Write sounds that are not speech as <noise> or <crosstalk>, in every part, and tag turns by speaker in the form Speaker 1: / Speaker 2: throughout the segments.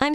Speaker 1: I'm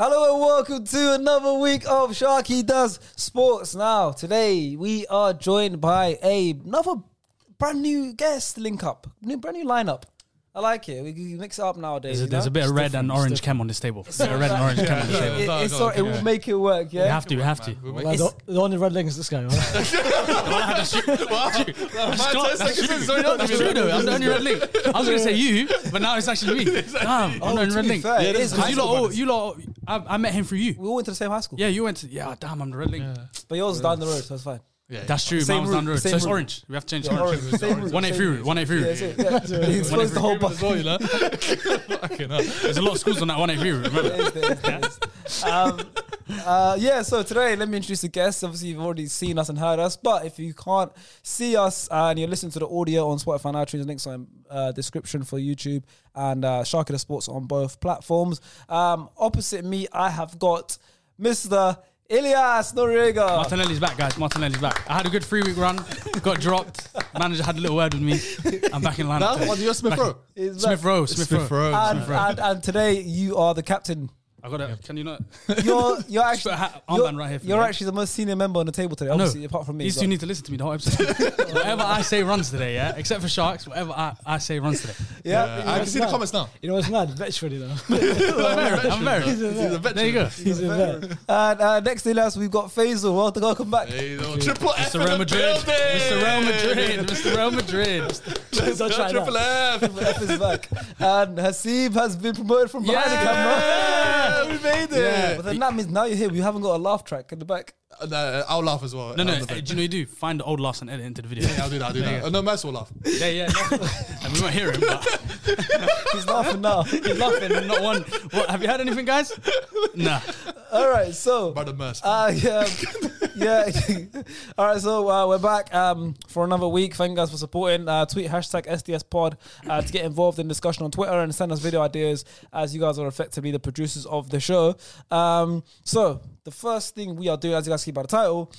Speaker 2: Hello and welcome to another week of Sharky Does Sports. Now, today we are joined by a, another brand new guest link up, new brand new lineup. I like it. We, we mix it up nowadays.
Speaker 3: There's a,
Speaker 2: you know?
Speaker 3: there's a bit of red and orange chem on this table. Bit of red and orange chem on this
Speaker 2: It,
Speaker 3: table.
Speaker 2: it's all- it will make it work. Yeah,
Speaker 3: You have to, you have to.
Speaker 4: Like, the, the only red leg is this guy. Right?
Speaker 3: <laughs> Scott, that's you. That's true though. I'm the only red link. I was gonna say you, but now it's actually me.
Speaker 2: <laughs>
Speaker 3: Damn, I'm the only
Speaker 2: oh, to
Speaker 3: red
Speaker 2: be
Speaker 3: link.
Speaker 2: fair, it is
Speaker 3: Because you
Speaker 2: high
Speaker 3: lot,
Speaker 2: school
Speaker 3: all- you lot, I, I met him through you.
Speaker 2: we all went to the same high school.
Speaker 3: Yeah, you went to. Yeah, damn, I'm the red link.
Speaker 2: but yours is down the road, so it's fine.
Speaker 3: That's true.
Speaker 2: Same
Speaker 3: Mine was down the
Speaker 2: route,
Speaker 3: road.
Speaker 2: same
Speaker 3: So it's
Speaker 2: route.
Speaker 3: orange. We have to change
Speaker 2: Yeah,
Speaker 3: to orange.
Speaker 2: orange. Same route,
Speaker 3: One eight
Speaker 2: same
Speaker 3: three
Speaker 2: route.
Speaker 3: route. One eight three
Speaker 2: <laughs> That's
Speaker 3: route.
Speaker 2: it. Yeah. He exposed the
Speaker 3: <laughs>
Speaker 2: whole bus.
Speaker 4: well, you know.
Speaker 3: There's a lot of schools on that one eight three route. Remember?
Speaker 2: <laughs> um, uh, yeah, so today let me introduce the guests. Obviously, you've already seen us and heard us, but if you can't see us uh, and you're listening to the audio on Spotify and iTunes, links on uh, description for YouTube and uh, Shark of the Sports on both platforms. Um, opposite me, I have got Mr. Ilias Noriega.
Speaker 3: Martinelli's back, guys. Martinelli's back. I had a good three week run, got dropped. Manager had a little word with me. I'm back in line.
Speaker 4: Now, what do you Smith Rowe?
Speaker 3: Smith Rowe. Smith Rowe.
Speaker 2: And, and, and today you are the captain.
Speaker 3: I got it. Can you not?
Speaker 2: You're you're actually
Speaker 3: put a hat-
Speaker 2: you're,
Speaker 3: armband right here for
Speaker 2: you're
Speaker 3: me.
Speaker 2: actually the most senior member on the table today.
Speaker 3: No.
Speaker 2: Obviously, apart from me,
Speaker 3: These
Speaker 2: but-
Speaker 3: two need to listen to me the whole episode. whatever I say runs today, yeah? Except for Sharks, whatever I, I say runs today.
Speaker 2: yeah.
Speaker 4: I can see the comments now.
Speaker 5: You know, it's mad. Veteran, you know.
Speaker 2: <laughs>
Speaker 3: I'm married. I'm married. There you go.
Speaker 5: He's a vet.
Speaker 2: And uh, next to us, we've got Faisal. Welcome, welcome back.
Speaker 4: Triple F.
Speaker 3: Mr. Real Madrid. Mr. Real Madrid. Mr. Real Madrid.
Speaker 5: Don't try
Speaker 4: Triple
Speaker 5: that.
Speaker 4: F.
Speaker 2: F is back. And Hasib has been promoted from behind the
Speaker 3: Yeah!
Speaker 2: camera. we made it. But then that means now you're here. We haven't got a laugh track in the back.
Speaker 4: No, I'll laugh as well.
Speaker 3: No, no.
Speaker 4: I'll
Speaker 3: hey, do you know what you do? Find the old laughs and edit it into the video.
Speaker 4: Yeah, I'll do that. I'll do that. Oh, no, Mercer will laugh.
Speaker 3: Yeah, yeah. and we won't hear him, but
Speaker 2: He's laughing now.
Speaker 3: he's laughing. and Not one. What, have you heard anything, guys? Nah.
Speaker 2: All right, so.
Speaker 4: Brother Mercer.
Speaker 2: Uh, yeah, yeah. <laughs> All right, so uh, we're back um, for another week. Thank you guys for supporting. Uh, tweet hashtag SDS Pod uh, to get involved in discussion on Twitter and send us video ideas, as you guys are effectively the producers of the show. Um, so the first thing we are doing, as you guys see by the title,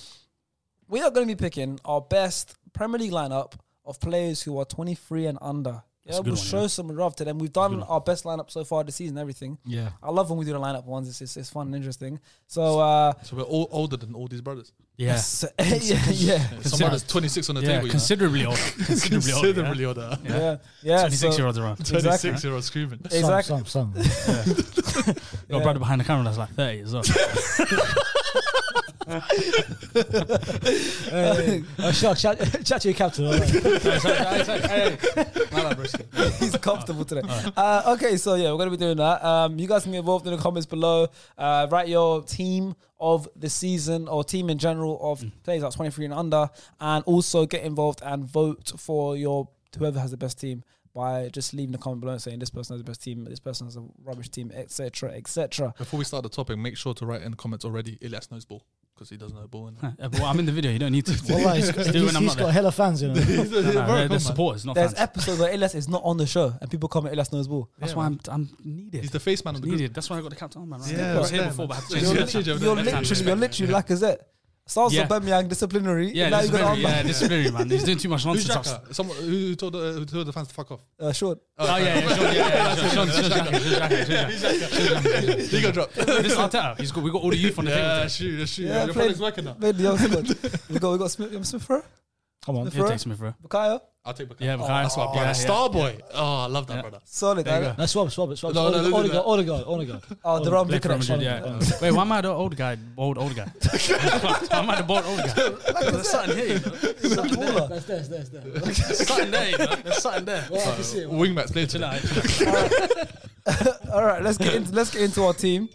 Speaker 2: we are going to be picking our best Premier League lineup of players who are 23 and under. Yeah,
Speaker 3: a good
Speaker 2: we'll
Speaker 3: one,
Speaker 2: show
Speaker 3: yeah.
Speaker 2: some love to them. We've done our best lineup so far this season, everything.
Speaker 3: Yeah.
Speaker 2: I love when we do the lineup ones. It's, it's, it's fun and interesting. So uh,
Speaker 4: so we're all older than all these brothers.
Speaker 2: <laughs>
Speaker 3: Yeah.
Speaker 2: so- yeah, yeah,
Speaker 4: Some
Speaker 3: Consider-
Speaker 4: brothers 26 on the
Speaker 3: Yeah,
Speaker 4: table. you know.
Speaker 3: considerably older. <laughs> Considerably, older.
Speaker 4: Considerably
Speaker 3: Yeah?
Speaker 4: older.
Speaker 2: yeah, yeah.
Speaker 3: 26
Speaker 2: so-
Speaker 3: year olds around.
Speaker 2: Exactly.
Speaker 4: 26 year old screaming.
Speaker 2: Exactly.
Speaker 5: Some, some, some.
Speaker 3: Got a brother behind the camera that's like 30 as well.
Speaker 5: Oh, sure. Chat, <laughs> chat to your captain. all right.
Speaker 2: He's comfortable today. Uh, okay, so yeah, we're gonna be doing that. Um, you guys can get involved in the comments below. Uh, write your team of the season or team in general of players like 23 and under, and also get involved and vote for your whoever has the best team by just leaving a comment below and saying this person has the best team, this person has a rubbish team, etc., etc.
Speaker 4: Before we start the topic, make sure to write in the comments already Elias knows ball because he doesn't know ball. innit?
Speaker 3: Yeah, well, I'm in the video. You don't need to.
Speaker 5: Wallah, he's,
Speaker 3: Just do it
Speaker 5: he's-
Speaker 3: when I'm
Speaker 5: he's
Speaker 3: not
Speaker 5: got
Speaker 3: there.
Speaker 5: hella fans, you <laughs> know.
Speaker 3: No, no, they're, they're supporters, not
Speaker 2: There's
Speaker 3: fans.
Speaker 2: episodes where Elias is not on the show, and people comment Elias knows ball.
Speaker 3: That's why I'm, I'm needed.
Speaker 4: He's the face man of the group.
Speaker 3: needed. That's why I got the captain on, man. Right?
Speaker 4: Yeah,
Speaker 3: I was here
Speaker 4: right there,
Speaker 3: before, but
Speaker 4: man.
Speaker 3: I have to
Speaker 4: Yeah,
Speaker 2: You're,
Speaker 3: change it.
Speaker 4: yeah, literally-
Speaker 2: literally,
Speaker 4: yeah.
Speaker 2: you're
Speaker 4: Yeah.
Speaker 2: literally, you're literally Lacazette. Starts
Speaker 3: Yeah.
Speaker 2: with Bamiyang, disciplinary.
Speaker 3: Yeah,
Speaker 2: now
Speaker 3: this
Speaker 2: you
Speaker 3: is
Speaker 2: got on
Speaker 3: very, yeah, disciplinary, man. He's doing too much
Speaker 4: Who's
Speaker 3: nonsense.
Speaker 4: Jacka? Someone who who told, the, who told the fans to fuck off.
Speaker 2: <laughs> uh, short.
Speaker 3: Oh, yeah, yeah, Sean, yeah, yeah, yeah. Sean, Sean, Jacka, Sean, Jacka, Sean, Jacka.
Speaker 4: He got dropped.
Speaker 3: This is Arteta. He's got, we got all the youth on the
Speaker 4: <laughs> Yeah,
Speaker 3: table. today.
Speaker 4: shoot, shoot.
Speaker 2: Yeah,
Speaker 4: Your
Speaker 2: played-
Speaker 4: product's working now.
Speaker 2: Made the other squad. we got we got Smith, um, Smith Rowe,
Speaker 5: Come on.
Speaker 3: Yeah, take Smith, bro.
Speaker 2: Bukayo,
Speaker 4: I'll take Bukayo.
Speaker 3: Yeah, Bukayo.
Speaker 4: that's my
Speaker 3: Oh,
Speaker 4: brother.
Speaker 3: yeah,
Speaker 4: Starboy. Oh, I love that brother.
Speaker 2: solid.
Speaker 3: There you
Speaker 2: uh,
Speaker 3: go.
Speaker 5: Let's swab, swab it, swab it.
Speaker 4: No, no, no, no,
Speaker 5: Odegaard,
Speaker 4: no.
Speaker 5: Odegaard, Odegaard.
Speaker 2: Oh, the wrong Oh.
Speaker 3: Play
Speaker 2: big
Speaker 3: for Madrid,
Speaker 2: connection.
Speaker 3: yeah. <laughs> Wait, why am I the old guy? Old, old
Speaker 2: <laughs>
Speaker 3: guy. Why am I the bald old guy? There's something here. you know.
Speaker 2: He's a baller.
Speaker 5: That's there, that's there, that's there.
Speaker 3: There's something there. you know. There's something there.
Speaker 5: Well, I can see it.
Speaker 4: Wingbacks playing tonight.
Speaker 2: All right, let's get into let's get into our team.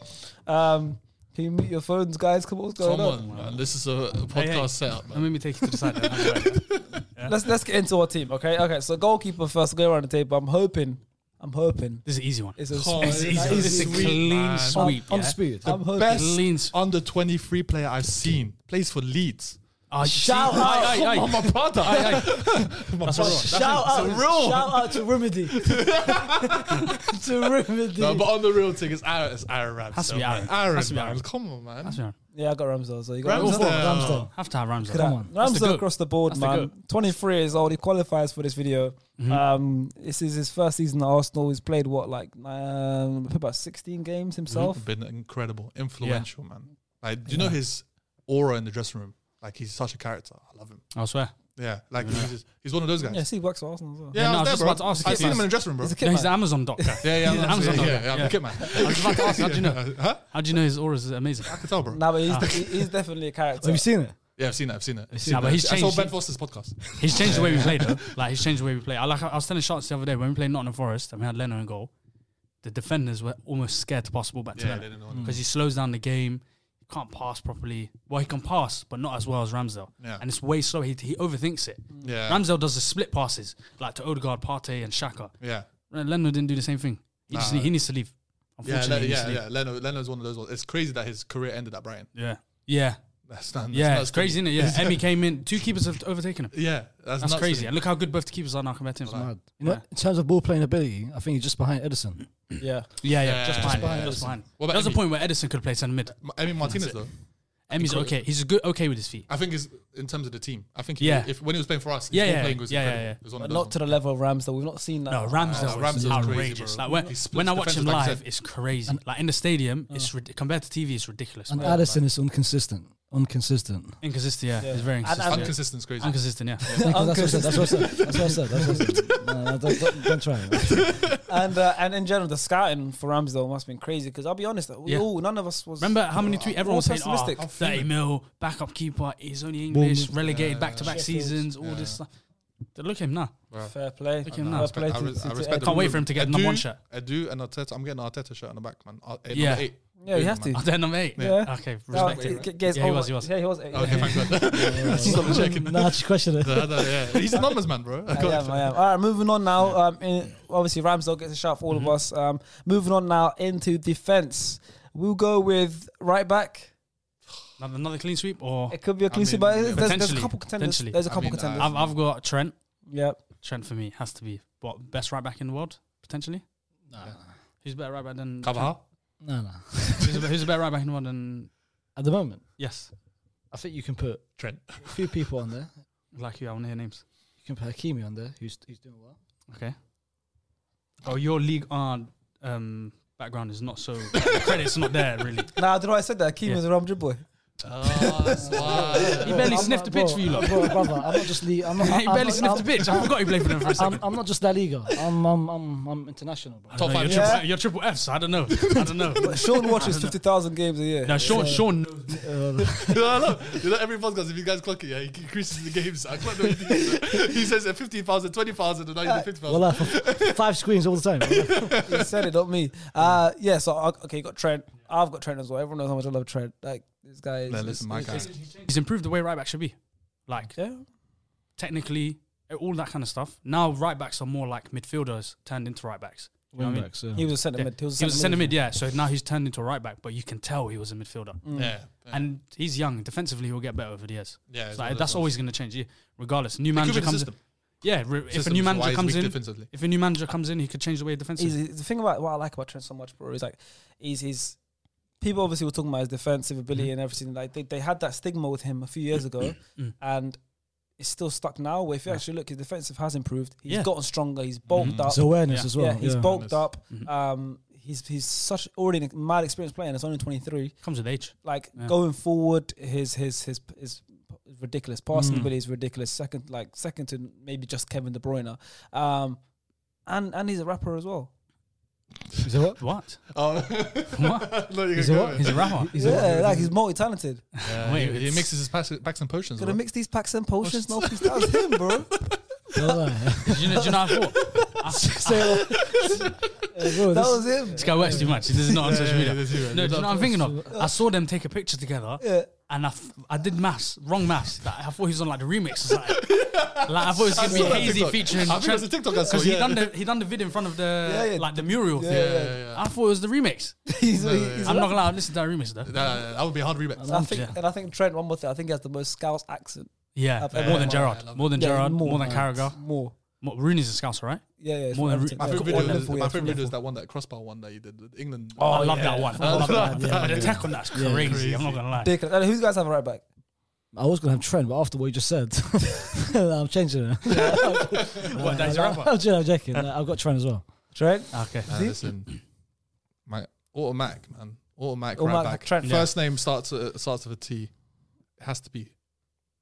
Speaker 2: Um, can you mute your phones, guys? Come on, what's going
Speaker 4: Come
Speaker 2: on?
Speaker 4: on, man. This is a, a podcast
Speaker 3: Hey, hey.
Speaker 4: setup,
Speaker 3: Let
Speaker 4: man.
Speaker 3: me take you to the side. then. That's right.
Speaker 2: Let's let's get into our team. Okay, okay. So goalkeeper first. Go around the table. I'm hoping I'm hoping.
Speaker 3: This is an easy one.
Speaker 2: It's a
Speaker 4: Oh,
Speaker 2: it's
Speaker 4: this
Speaker 2: an
Speaker 4: is
Speaker 2: easy
Speaker 3: This is a
Speaker 2: sweep.
Speaker 3: clean
Speaker 4: man.
Speaker 3: sweep. yeah?
Speaker 5: Undisputed.
Speaker 2: I'm hoping.
Speaker 4: Best
Speaker 3: Clean sweep.
Speaker 4: under 23 player I've seen. Plays for Leeds.
Speaker 3: Ah, you
Speaker 2: Shout
Speaker 3: see-
Speaker 2: out.
Speaker 3: Aye, aye,
Speaker 4: <laughs>
Speaker 3: aye.
Speaker 4: I'm a brother.
Speaker 3: Aye, aye.
Speaker 4: That's
Speaker 3: what-
Speaker 4: right.
Speaker 2: Shout
Speaker 4: That's
Speaker 2: out,
Speaker 4: a rule.
Speaker 2: shout out to Remedy. <laughs> to Remedy.
Speaker 4: No, but on the real thing, it's Aaron. It's Aaron Ramsdale.
Speaker 3: Has to be Aaron.
Speaker 4: man. Aaron,
Speaker 3: Has to be
Speaker 4: man.
Speaker 3: Aaron.
Speaker 4: Come on, man.
Speaker 3: That's me, man.
Speaker 2: yeah, I got Ramsdale. So you got
Speaker 4: Ramsdale.
Speaker 2: Ramsdale.
Speaker 3: Have to have Ramsdale.
Speaker 2: Come
Speaker 3: Come
Speaker 2: on.
Speaker 3: That's the
Speaker 2: Ramsdale
Speaker 3: goat.
Speaker 2: across the board,
Speaker 3: That's the
Speaker 2: man.
Speaker 3: goat.
Speaker 2: 23 years old. He qualifies for this video. Um, this is his first season at Arsenal. He's played, what, like um, about 16 games himself?
Speaker 4: He's been incredible, influential, man. Like, do you know his aura in the dressing room? Like, he's such a character. I love him.
Speaker 3: I swear.
Speaker 4: Yeah, like he's, just, he's one of those guys.
Speaker 2: Yeah, see, he works for Arsenal as well.
Speaker 4: Yeah,
Speaker 3: Yeah,
Speaker 4: I
Speaker 3: no, I was
Speaker 4: was,
Speaker 3: just
Speaker 4: there, bro.
Speaker 3: about to ask,
Speaker 4: I
Speaker 3: he's
Speaker 4: seen
Speaker 3: a
Speaker 4: him
Speaker 3: kid,
Speaker 4: in the dressing room, bro.
Speaker 2: He's a kid,
Speaker 3: No, he's the
Speaker 2: man. <laughs>
Speaker 3: Amazon doctor.
Speaker 4: Yeah, yeah,
Speaker 3: He's an
Speaker 4: I'm
Speaker 3: Amazon
Speaker 4: yeah,
Speaker 3: doctor.
Speaker 4: yeah, yeah, I'm a kid, man.
Speaker 3: I was about to ask, how do you know?
Speaker 4: Yeah,
Speaker 2: <laughs>
Speaker 4: huh?
Speaker 3: How do you know his aura is amazing?
Speaker 4: I can tell, bro.
Speaker 2: Nah, but he's, he- he's definitely a character.
Speaker 5: Have you seen it?
Speaker 4: Yeah, I've seen that. I've seen it. I've
Speaker 3: Nah,
Speaker 4: seen
Speaker 3: but
Speaker 4: that.
Speaker 3: he's
Speaker 4: I
Speaker 3: changed.
Speaker 4: saw Ben Foster's podcast.
Speaker 3: He's changed the way we play, though. Like he's changed the way we play. I like. I was telling shots the other day when we played Nottingham Forest and we had Leno in goal. The defenders were almost scared to pass the ball back to
Speaker 4: Yeah,
Speaker 3: Leno.
Speaker 4: they didn't know.
Speaker 3: because he slows down the game. He can't pass properly. Well, he can pass, but not as well as Ramsdale.
Speaker 4: Yeah.
Speaker 3: And it's way slow. He, he overthinks it.
Speaker 4: Yeah.
Speaker 3: Ramsdale does the split passes, like to Odegaard, Partey, and Shaka.
Speaker 4: Yeah.
Speaker 3: Leno didn't do the same thing. He, just
Speaker 4: Nah.
Speaker 3: need, he needs to leave.
Speaker 4: Yeah,
Speaker 3: Unfortunately,
Speaker 4: Leno,
Speaker 3: he needs
Speaker 4: yeah,
Speaker 3: to leave.
Speaker 4: yeah. Leno, Leno's one of those ones. It's crazy that his career ended at Brighton. <laughs>
Speaker 3: yeah, yeah,
Speaker 4: That's not, that's
Speaker 3: yeah.
Speaker 4: nuts
Speaker 3: It's
Speaker 4: to
Speaker 3: crazy,
Speaker 4: me.
Speaker 3: isn't it?
Speaker 4: <laughs>
Speaker 3: Yeah, Emmy came in. Two keepers have overtaken him.
Speaker 4: Yeah, that's,
Speaker 3: That's
Speaker 4: nuts to
Speaker 3: crazy.
Speaker 4: me.
Speaker 3: And look how good both the keepers are now compared to him.
Speaker 5: Mad. You
Speaker 3: Yeah.
Speaker 5: know, in terms of ball playing ability, I think he's just behind Edison.
Speaker 2: Yeah.
Speaker 3: Yeah, yeah,
Speaker 4: Yeah,
Speaker 3: just
Speaker 4: yeah,
Speaker 3: behind,
Speaker 4: yeah,
Speaker 3: just
Speaker 4: yeah.
Speaker 3: behind.
Speaker 4: What about
Speaker 3: There's a
Speaker 4: Emi?
Speaker 3: point where Edison could play centre mid.
Speaker 4: Ma- I mean, Martinez though.
Speaker 3: Emmy's okay. He's good, okay with his feet.
Speaker 4: I think is in terms of the team. I think he,
Speaker 3: Yeah.
Speaker 4: if when he was playing for us, his
Speaker 3: Yeah,
Speaker 4: ball
Speaker 3: yeah,
Speaker 4: playing was
Speaker 3: yeah, yeah,
Speaker 4: incredible.
Speaker 3: yeah.
Speaker 4: It was one
Speaker 2: But
Speaker 4: of those
Speaker 2: not to the level of Ramsdale. We've not seen that.
Speaker 3: No, Ramsdale
Speaker 4: Oh,
Speaker 3: was
Speaker 4: Ramsdale's
Speaker 3: outrageous.
Speaker 4: crazy, bro.
Speaker 3: like when,
Speaker 4: He splits
Speaker 3: when I watch
Speaker 4: defenders
Speaker 3: him
Speaker 4: like
Speaker 3: live,
Speaker 4: that.
Speaker 3: it's crazy. like in the stadium, it's rid- compared to TV, it's ridiculous.
Speaker 5: And
Speaker 3: bro.
Speaker 5: Addison is inconsistent.
Speaker 3: <laughs>
Speaker 5: Inconsistent.
Speaker 3: inconsistent, yeah, it's very
Speaker 2: And-
Speaker 3: inconsistent.
Speaker 4: ones.
Speaker 2: and-
Speaker 4: Inconsistent is crazy.
Speaker 3: inconsistent, yeah.
Speaker 5: That's what I said. That's what I said. That's what I said. That's what
Speaker 3: <laughs>
Speaker 5: I said. No, no, don't, don't, don't try. it.
Speaker 2: and uh, and in general, the scouting for Ramsdale must have been crazy because I'll be honest, we
Speaker 3: Yeah.
Speaker 2: all none of us was.
Speaker 3: Remember how many tweets everyone was saying, oh,
Speaker 2: pessimistic.
Speaker 3: 30 mil, backup keeper, he's only English,
Speaker 5: Bournemouth.
Speaker 3: relegated back-to-back
Speaker 2: Sheffield.
Speaker 3: seasons, all this stuff. Then Look at him now.
Speaker 2: fair play,
Speaker 3: Look at him
Speaker 2: fair
Speaker 3: now.
Speaker 2: play.
Speaker 4: I
Speaker 2: to-
Speaker 4: re-
Speaker 2: to-
Speaker 4: I
Speaker 2: to
Speaker 4: respect
Speaker 2: Ed-
Speaker 4: the
Speaker 3: Can't wait
Speaker 4: move.
Speaker 3: for him to get number one shirt.
Speaker 4: Edu and Arteta. I'm getting Arteta shirt on the back, man. Ar- eh,
Speaker 3: Yeah.
Speaker 4: number eight.
Speaker 2: Yeah, you
Speaker 4: Boom,
Speaker 2: have
Speaker 4: man.
Speaker 2: to.
Speaker 3: Oh, they're number eight.
Speaker 2: Yeah.
Speaker 3: Okay,
Speaker 2: No,
Speaker 3: respect
Speaker 2: it-
Speaker 3: him.
Speaker 2: it gets
Speaker 3: Yeah, he
Speaker 2: over-
Speaker 3: was, he was.
Speaker 2: Yeah, he was.
Speaker 4: Okay,
Speaker 2: yeah.
Speaker 3: <laughs>
Speaker 4: thank God. Just double checking.
Speaker 5: Uh, Nah, just question it.
Speaker 4: No, no, yeah. He's a numbers man, bro.
Speaker 2: I am, I am. All right, moving on now. Um, in, obviously, Ramsdale gets a shout for all
Speaker 3: Mm-hmm.
Speaker 2: of us. Um, moving on now into defense. We'll go with right back.
Speaker 3: Another, another clean sweep or...
Speaker 2: It could be a
Speaker 4: I
Speaker 2: clean sweep,
Speaker 4: mean,
Speaker 2: but
Speaker 4: yeah.
Speaker 2: there's, there's a
Speaker 3: Potentially,
Speaker 2: couple contenders.
Speaker 3: potentially.
Speaker 2: There's a
Speaker 4: I
Speaker 2: couple
Speaker 4: mean, uh,
Speaker 2: contenders.
Speaker 3: I've, I've got Trent.
Speaker 2: yeah,
Speaker 3: Trent for me has to be, what, best right-back in the world, potentially?
Speaker 5: Nah,
Speaker 3: Who's better right-back than...
Speaker 4: Carvajal.
Speaker 5: nah, nah.
Speaker 3: Trent? Who's a, who's a better right-back in the world than...
Speaker 5: At the moment,
Speaker 3: Yes.
Speaker 5: I think you can put
Speaker 3: <laughs>
Speaker 4: Trent. <laughs>
Speaker 5: a few people on there.
Speaker 3: Like you, I want to hear names.
Speaker 5: You can put Hakimi on there, who's who's doing well.
Speaker 3: Oh, your league on um, background is not so credit's not there really.
Speaker 2: nah, I don't know. why I said that. Keem
Speaker 3: Yeah.
Speaker 2: is a Ramsdale boy.
Speaker 3: <laughs>
Speaker 4: Oh, that's
Speaker 3: He
Speaker 4: why.
Speaker 3: barely
Speaker 5: I'm
Speaker 3: sniffed
Speaker 5: not-
Speaker 3: the pitch
Speaker 5: bro,
Speaker 3: for you lot.
Speaker 5: bro, brother, I'm not just league. I'm
Speaker 3: <laughs>
Speaker 5: not,
Speaker 3: he
Speaker 5: I'm
Speaker 3: barely
Speaker 5: not-
Speaker 3: sniffed
Speaker 5: I'm-
Speaker 3: the pitch. I forgot he played for them for a
Speaker 5: I'm,
Speaker 3: second.
Speaker 5: I'm not just La Liga. I'm I'm I'm, I'm
Speaker 3: <laughs>
Speaker 5: international, bro.
Speaker 3: I don't know,
Speaker 4: Top
Speaker 3: your
Speaker 4: five.
Speaker 3: triple,
Speaker 2: Yeah.
Speaker 3: your triple Fs. I don't know. I don't know.
Speaker 2: <laughs> But Sean watches fifty thousand games a year.
Speaker 3: Now, Sean, Sean, knows-
Speaker 5: Uh,
Speaker 4: I know. You know, every podcast, if you guys clock it, yeah, he increases the games. I clock the <laughs> He says uh, 15,000, 20,000, and now he's at 50,000.
Speaker 5: Well, uh, f- five screens all
Speaker 3: <laughs>
Speaker 5: the time.
Speaker 2: he said it, not me. Uh, yeah, so uh, okay, you got Trent. I've got Trent as well. Everyone knows how much I love Trent. Like this guy is.
Speaker 4: Nah, listen, my guy.
Speaker 3: he's improved the way right back should be, like
Speaker 2: Yeah,
Speaker 3: technically, all that kind of stuff. Now right backs are more like midfielders turned into right backs. You know what I mean?
Speaker 2: he was a centre
Speaker 3: Yeah.
Speaker 2: mid. He was a
Speaker 3: He was a
Speaker 2: centre
Speaker 3: centre mid, yeah. So now he's turned into a right back, but you can tell he was a midfielder.
Speaker 4: yeah.
Speaker 3: And he's young. Defensively, he'll get better over the years.
Speaker 4: Mm. Yeah,
Speaker 3: It's
Speaker 4: it's
Speaker 3: like,
Speaker 4: one of those
Speaker 3: that's always going to change. Yeah, regardless, new manager
Speaker 4: the
Speaker 3: comes.
Speaker 4: system.
Speaker 3: Yeah, re- if a
Speaker 4: System's
Speaker 3: new
Speaker 4: why
Speaker 3: manager
Speaker 4: he's
Speaker 3: comes
Speaker 4: weak
Speaker 3: in,
Speaker 4: defensively.
Speaker 3: if a new manager comes in, he could change the way defensively.
Speaker 2: He's, the thing about what I like about Trent so much, bro, is like he's he's people obviously were talking about his defensive
Speaker 3: Mm-hmm.
Speaker 2: ability and everything. Like they, they had that stigma with him a few years ago,
Speaker 3: Mm.
Speaker 2: and it's still stuck now. Where if you
Speaker 3: Yeah.
Speaker 2: actually look, his defensive has improved. He's
Speaker 3: Yeah. Mm-hmm.
Speaker 2: gotten stronger. He's bulked
Speaker 4: Mhm.
Speaker 2: up.
Speaker 5: It's awareness
Speaker 3: Yeah.
Speaker 5: as well.
Speaker 2: yeah, he's bulked
Speaker 4: Awareness.
Speaker 2: up.
Speaker 3: Mhm.
Speaker 2: Um, he's he's such already a mad experienced player, and it's only twenty three.
Speaker 3: Comes with
Speaker 4: <laughs>
Speaker 3: age.
Speaker 2: like
Speaker 3: Yeah.
Speaker 2: going forward, his his his his ridiculous passing
Speaker 3: Mm.
Speaker 2: ability is ridiculous. Second, like second to maybe just Kevin De Bruyne. Um, and and he's a rapper as well.
Speaker 5: Is it what?
Speaker 3: What?
Speaker 4: Oh.
Speaker 3: What?
Speaker 4: no, you
Speaker 5: Is
Speaker 4: can
Speaker 5: it
Speaker 4: go
Speaker 5: what?
Speaker 4: with
Speaker 3: He's a
Speaker 4: <laughs>
Speaker 3: rapper.
Speaker 5: He's
Speaker 2: yeah,
Speaker 5: a-
Speaker 2: like he's multi talented.
Speaker 4: Yeah,
Speaker 3: Wait,
Speaker 4: he, he
Speaker 3: it's-
Speaker 4: mixes his packs, packs and potions.
Speaker 2: Gonna
Speaker 4: right?
Speaker 2: mix these packs and potions. No, please, that's him, bro.
Speaker 5: That
Speaker 3: do, you know, do you know how
Speaker 4: <laughs>
Speaker 3: I thought? I-
Speaker 2: That was him.
Speaker 3: this guy works too much. This is not on
Speaker 4: Yeah,
Speaker 3: social
Speaker 4: yeah,
Speaker 3: media.
Speaker 4: yeah, that's you, man.
Speaker 3: No, do you know what I'm thinking
Speaker 5: that's
Speaker 3: of? I saw them take a picture together
Speaker 2: Yeah.
Speaker 3: And I, f- I did maths, wrong maths. That I thought he was on like the remix or
Speaker 4: <laughs>
Speaker 3: something. like I thought it was
Speaker 4: I
Speaker 3: gonna be
Speaker 4: saw that
Speaker 3: hazy
Speaker 4: TikTok.
Speaker 3: featuring.
Speaker 4: I think it was a TikTok I saw,
Speaker 3: because he
Speaker 4: yeah.
Speaker 3: done the he done the video in front of the
Speaker 2: Yeah, yeah.
Speaker 3: like the mural
Speaker 2: Yeah,
Speaker 3: thing.
Speaker 2: yeah,
Speaker 4: yeah, yeah.
Speaker 3: I thought it was the remix.
Speaker 2: He's,
Speaker 4: No,
Speaker 2: he's
Speaker 3: I'm not gonna lie, listen to that remix though.
Speaker 4: Nah, nah, nah, that would be a hard remix.
Speaker 2: And I think,
Speaker 3: Yeah.
Speaker 2: and I think Trent. One more thing. I think he has the most Scouse accent.
Speaker 3: Yeah,
Speaker 2: I've ever
Speaker 3: more
Speaker 2: heard
Speaker 3: than
Speaker 2: one.
Speaker 3: Gerard, more than
Speaker 2: Yeah,
Speaker 3: Gerard, more, than
Speaker 2: man.
Speaker 3: Carragher.
Speaker 2: More.
Speaker 3: Mo- Rooney's a scouser, right?
Speaker 2: Yeah, yeah. it's
Speaker 3: More
Speaker 2: from
Speaker 3: than
Speaker 2: Everton.
Speaker 3: Ru-
Speaker 4: My
Speaker 2: Yeah, it's all
Speaker 4: favorite video, is,
Speaker 2: Liverpool, yeah,
Speaker 4: my
Speaker 2: it's
Speaker 4: favorite
Speaker 2: all
Speaker 4: video is
Speaker 2: Liverpool.
Speaker 4: that one that crossbar one that you did with England.
Speaker 3: Oh, I love that one. I love that.
Speaker 5: yeah,
Speaker 3: But the
Speaker 5: yeah.
Speaker 3: tackle that's
Speaker 5: Yeah.
Speaker 3: crazy. I'm not gonna lie.
Speaker 2: Ridiculous. And Who's guys have a right back?
Speaker 5: I was gonna have Trent, but after what you just said, <laughs> I'm changing it.
Speaker 3: What, that's your other?
Speaker 5: I'm joking. I'm joking. Uh, I've got Trent as well.
Speaker 2: Trent.
Speaker 3: Okay.
Speaker 4: Nah, Uh, listen, my automatic man, automatic right
Speaker 2: Automatic
Speaker 4: back.
Speaker 2: Trent. Yeah.
Speaker 4: First name starts uh, starts with a T. It has to be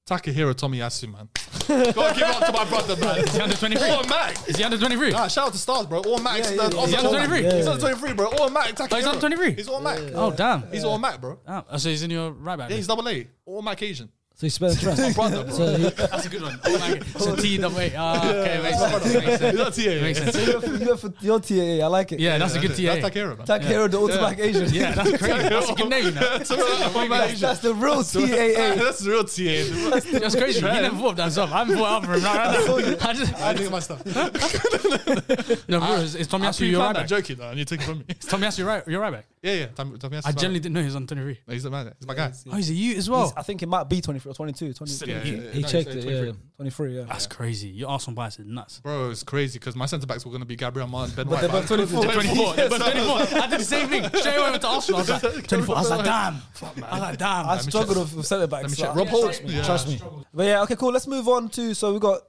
Speaker 4: Takahiro Tomiyasu, man. Gotta give it up to my brother, man. <laughs>
Speaker 3: Is he under 23?
Speaker 4: automatic.
Speaker 3: Is he under 23?
Speaker 4: Nah, shout out to Stars, bro. Automatic.
Speaker 2: Yeah,
Speaker 4: Yeah,
Speaker 2: yeah, yeah.
Speaker 4: He's
Speaker 3: He's on 23.
Speaker 4: He's on 23, bro. Automatic. Takahiro.
Speaker 3: Oh, he's on 23?
Speaker 4: He's automatic.
Speaker 3: Oh damn.
Speaker 4: He's automatic, bro.
Speaker 3: Ah, so he's in your right back.
Speaker 4: Yeah,
Speaker 3: then?
Speaker 4: he's double A. Automatic Asian.
Speaker 5: So you spent
Speaker 4: <laughs>
Speaker 5: Trent.
Speaker 4: Brother, bro.
Speaker 5: so he,
Speaker 3: <laughs> That's a good one. I like it. So T double A. Ah, okay, makes sense. Makes
Speaker 4: He's
Speaker 3: sense.
Speaker 4: not TA.
Speaker 3: Makes
Speaker 2: <laughs>
Speaker 3: sense.
Speaker 2: You have- you have for your TAA. I like it.
Speaker 3: Yeah, that's a good
Speaker 4: That's
Speaker 3: TA.
Speaker 4: Takahiro, man.
Speaker 2: Tag
Speaker 4: <laughs>
Speaker 2: Hero, the automatic Asian.
Speaker 3: Yeah, that's crazy. That's a good name. you know. <laughs>
Speaker 4: That's automatic
Speaker 2: <laughs>
Speaker 4: Asian.
Speaker 2: That's the real TAA.
Speaker 4: <laughs> That's real TA.
Speaker 3: That's crazy. He never thought of that stuff. I haven't thought up for him. No, I know. I
Speaker 4: I
Speaker 3: just,
Speaker 4: think of my stuff.
Speaker 3: no, bro, is, is
Speaker 4: I'm
Speaker 3: Tomiyasu
Speaker 4: pre
Speaker 3: your
Speaker 4: planned
Speaker 3: right back?
Speaker 4: that joke, you know, and you take it from me.
Speaker 3: Tomiyasu your right, your right back?
Speaker 4: Yeah, yeah. Tom, Tomiyasu.
Speaker 3: I generally didn't know he was on 23.
Speaker 4: No, he's the man. He's my guy.
Speaker 3: Oh, he's a U as well.
Speaker 2: I think it might be 23 or 22. 23,
Speaker 4: Yeah, yeah, yeah.
Speaker 5: he
Speaker 4: No,
Speaker 5: checked
Speaker 4: he's
Speaker 5: it.
Speaker 4: 23.
Speaker 5: Yeah.
Speaker 2: 23 yeah.
Speaker 3: That's crazy. Your Arsenal bias is nuts.
Speaker 4: Bro, it's crazy because my centre backs were going to be Gabriel Martin, Ben White.
Speaker 2: they're both 24.
Speaker 4: They're
Speaker 3: 24.
Speaker 4: Yeah,
Speaker 3: It was
Speaker 4: so-
Speaker 3: 24. I did the same thing. <laughs> Straight away went to Arsenal. I was like, 24. I was like, damn. I was like, damn.
Speaker 2: I struggled with, with centre
Speaker 4: Let
Speaker 2: backs.
Speaker 4: me
Speaker 2: so-
Speaker 4: check. Rob Holt. Yeah.
Speaker 5: Trust me.
Speaker 2: But yeah, okay, cool. Let's move on to so we got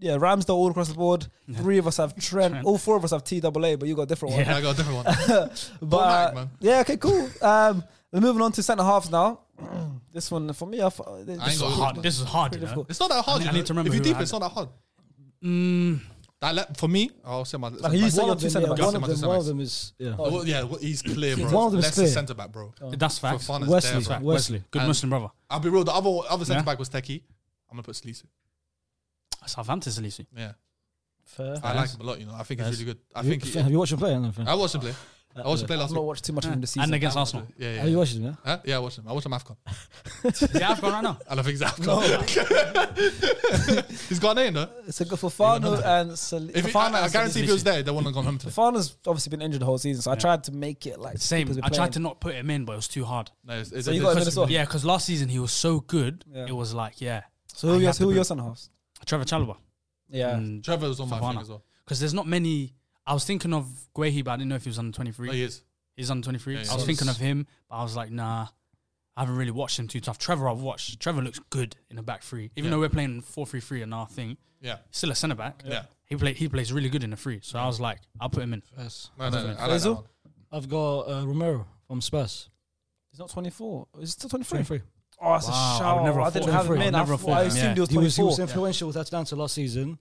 Speaker 2: yeah Ramsdale all across the board. Three of us have Trent.
Speaker 3: Trent.
Speaker 2: All four of us have T double A, but you got a different one.
Speaker 4: I got a different one.
Speaker 2: But
Speaker 4: Automatic,
Speaker 2: uh,
Speaker 4: man.
Speaker 2: yeah, okay, cool. Um, we're moving on to centre halves now. <clears throat> this one for me, I f- this
Speaker 4: I ain't
Speaker 3: This is
Speaker 4: got-
Speaker 3: hard. This is hard, you know.
Speaker 4: <laughs>
Speaker 2: difficult.
Speaker 4: It's not that hard.
Speaker 3: I
Speaker 4: you
Speaker 3: need
Speaker 4: know.
Speaker 3: to remember
Speaker 4: If you
Speaker 3: who
Speaker 4: deep,
Speaker 3: I
Speaker 4: it's
Speaker 3: had.
Speaker 4: not that hard.
Speaker 3: Mm,
Speaker 4: That le- for me, I'll say my.
Speaker 2: Like
Speaker 4: centre
Speaker 2: you
Speaker 4: back.
Speaker 2: said,
Speaker 5: One
Speaker 2: you're
Speaker 5: of
Speaker 2: two
Speaker 5: them,
Speaker 2: centre
Speaker 5: yeah,
Speaker 2: backs.
Speaker 5: one of
Speaker 4: my
Speaker 5: them.
Speaker 4: centre
Speaker 5: One
Speaker 4: backs.
Speaker 5: of them is yeah.
Speaker 4: Well, yeah, well, he's clear, bro.
Speaker 5: One of them is
Speaker 4: Leicester
Speaker 5: clear.
Speaker 4: centre back, bro.
Speaker 3: that's facts.
Speaker 4: Fafana's there,
Speaker 5: Wesley.
Speaker 4: bro.
Speaker 3: That's
Speaker 5: Wesley.
Speaker 3: fact. Wesley. Good
Speaker 4: And-
Speaker 3: Muslim brother.
Speaker 4: I'll be real. The other other centre
Speaker 3: Yeah.
Speaker 4: back was Teki. I'm gonna put Salisu.
Speaker 3: Southampton's Elise.
Speaker 4: Yeah,
Speaker 5: Fair.
Speaker 4: I like him a lot. You know, I think he's
Speaker 3: Yes.
Speaker 4: really good. I
Speaker 5: Have you,
Speaker 4: think. Oh,
Speaker 5: have
Speaker 4: He,
Speaker 5: you watched him play? I don't know.
Speaker 4: I watched him play. I watched him play
Speaker 2: I've
Speaker 4: last
Speaker 2: not
Speaker 4: week.
Speaker 2: watched too much of him this season.
Speaker 3: And against Arsenal.
Speaker 4: Yeah,
Speaker 5: Have you
Speaker 4: yeah.
Speaker 5: watched him? Yeah.
Speaker 4: Huh? Yeah, I watched him. I watched him AFCON.
Speaker 3: Is he Afghan right now?
Speaker 4: I don't think he's AFCON. <laughs> he's got a name, though.
Speaker 2: <laughs> It's a good Fofana and Sal-
Speaker 4: If he,
Speaker 2: Fofana
Speaker 4: I, I
Speaker 2: and
Speaker 4: guarantee if he was there, they wouldn't have gone home to him.
Speaker 2: Fofana's obviously been injured the whole season, so I tried to make it like
Speaker 3: Same.
Speaker 2: people's been
Speaker 3: I tried to
Speaker 2: playing.
Speaker 3: not put him in, but it was too hard.
Speaker 4: No, it's, it's,
Speaker 2: So you
Speaker 4: it's,
Speaker 2: got him in
Speaker 4: it's
Speaker 2: as well.
Speaker 3: Yeah, because last season he was so good.
Speaker 2: Yeah.
Speaker 3: It was like, yeah.
Speaker 2: So who
Speaker 3: I
Speaker 2: are your-
Speaker 3: had to
Speaker 2: who are
Speaker 3: put-
Speaker 2: your centre halves?
Speaker 3: Trevor Chalobah.
Speaker 2: Yeah,
Speaker 4: Trevor was on my thing
Speaker 3: Fofana.
Speaker 4: as well.
Speaker 3: Because there's not many. I was thinking of Guehi, but I didn't know if he was under 23.
Speaker 4: No, he is.
Speaker 3: He's under 23.
Speaker 4: Oh, Yeah, yeah.
Speaker 3: I was
Speaker 4: So
Speaker 3: thinking of
Speaker 4: it's-
Speaker 3: him, but I was like, nah, I haven't really watched him too tough. Trevor, I've watched. Trevor looks good in the back three. Even
Speaker 4: Yeah.
Speaker 3: though we're playing 4 3 3 and our thing,
Speaker 4: Yeah.
Speaker 3: still a centre back.
Speaker 4: Yeah.
Speaker 3: He, play, he plays really good in the three. So I was like, I'll put him in.
Speaker 4: No, no, no. I like that
Speaker 2: Faisal?
Speaker 4: one.
Speaker 5: I've got uh, Romero from Spurs.
Speaker 2: he's not 24. He's still 23.
Speaker 5: 23.
Speaker 2: Oh, it's
Speaker 3: Wow,
Speaker 2: a
Speaker 3: I
Speaker 2: shout.
Speaker 3: would
Speaker 2: I,
Speaker 3: never have
Speaker 2: didn't
Speaker 3: thought
Speaker 2: have
Speaker 3: that.
Speaker 2: him in.
Speaker 3: I
Speaker 2: I,
Speaker 3: never
Speaker 2: f-
Speaker 3: thought
Speaker 2: I
Speaker 3: that.
Speaker 2: assumed
Speaker 3: Yeah.
Speaker 2: he was
Speaker 5: He was, he
Speaker 2: 24.
Speaker 5: was influential with Atlanta last season.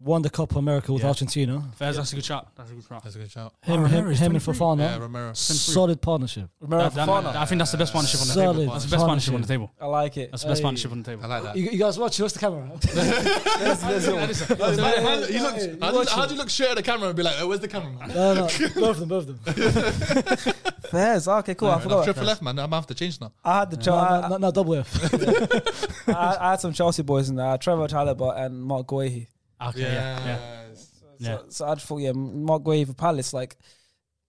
Speaker 5: Won the Copa America with
Speaker 3: Yeah.
Speaker 5: Argentina.
Speaker 3: Fairs, that's a good shot. That's a good shot.
Speaker 4: That's a good shout.
Speaker 5: Him, him,
Speaker 3: Romero's
Speaker 5: him and
Speaker 3: 23.
Speaker 5: Fofana.
Speaker 4: Yeah, Romero.
Speaker 5: Solid partnership.
Speaker 2: Remember
Speaker 3: That- that-
Speaker 2: Fofana?
Speaker 3: I think that's the best partnership on the
Speaker 5: Solid.
Speaker 3: table. That's the best partnership on the
Speaker 5: Partnership.
Speaker 3: table.
Speaker 2: I like it.
Speaker 3: That's the best
Speaker 5: Hey.
Speaker 3: partnership on the table.
Speaker 4: I like that.
Speaker 5: You, you guys watch. Where's the camera?
Speaker 2: <laughs>
Speaker 4: Man, man,
Speaker 5: yeah,
Speaker 4: he looks-
Speaker 5: yeah,
Speaker 4: How
Speaker 5: watch
Speaker 4: do- how
Speaker 5: him.
Speaker 4: do you look straight at the camera and be like, oh, where's the camera, man?
Speaker 5: <laughs> no, no, both of them, both of them.
Speaker 2: Fairs. Okay, cool. I
Speaker 4: Fair
Speaker 2: forgot.
Speaker 4: enough. Triple F, man. I'm gonna have to change now.
Speaker 2: I had the Chel-
Speaker 5: No,
Speaker 2: I-
Speaker 5: no, no, no, double F.
Speaker 2: I, I, I had some Chelsea boys in there. Trevor Chalobah and Mark Guehi.
Speaker 3: Okay, yeah, yeah. Yeah.
Speaker 2: So, so I just thought, yeah, Mark Guehi for Palace, like,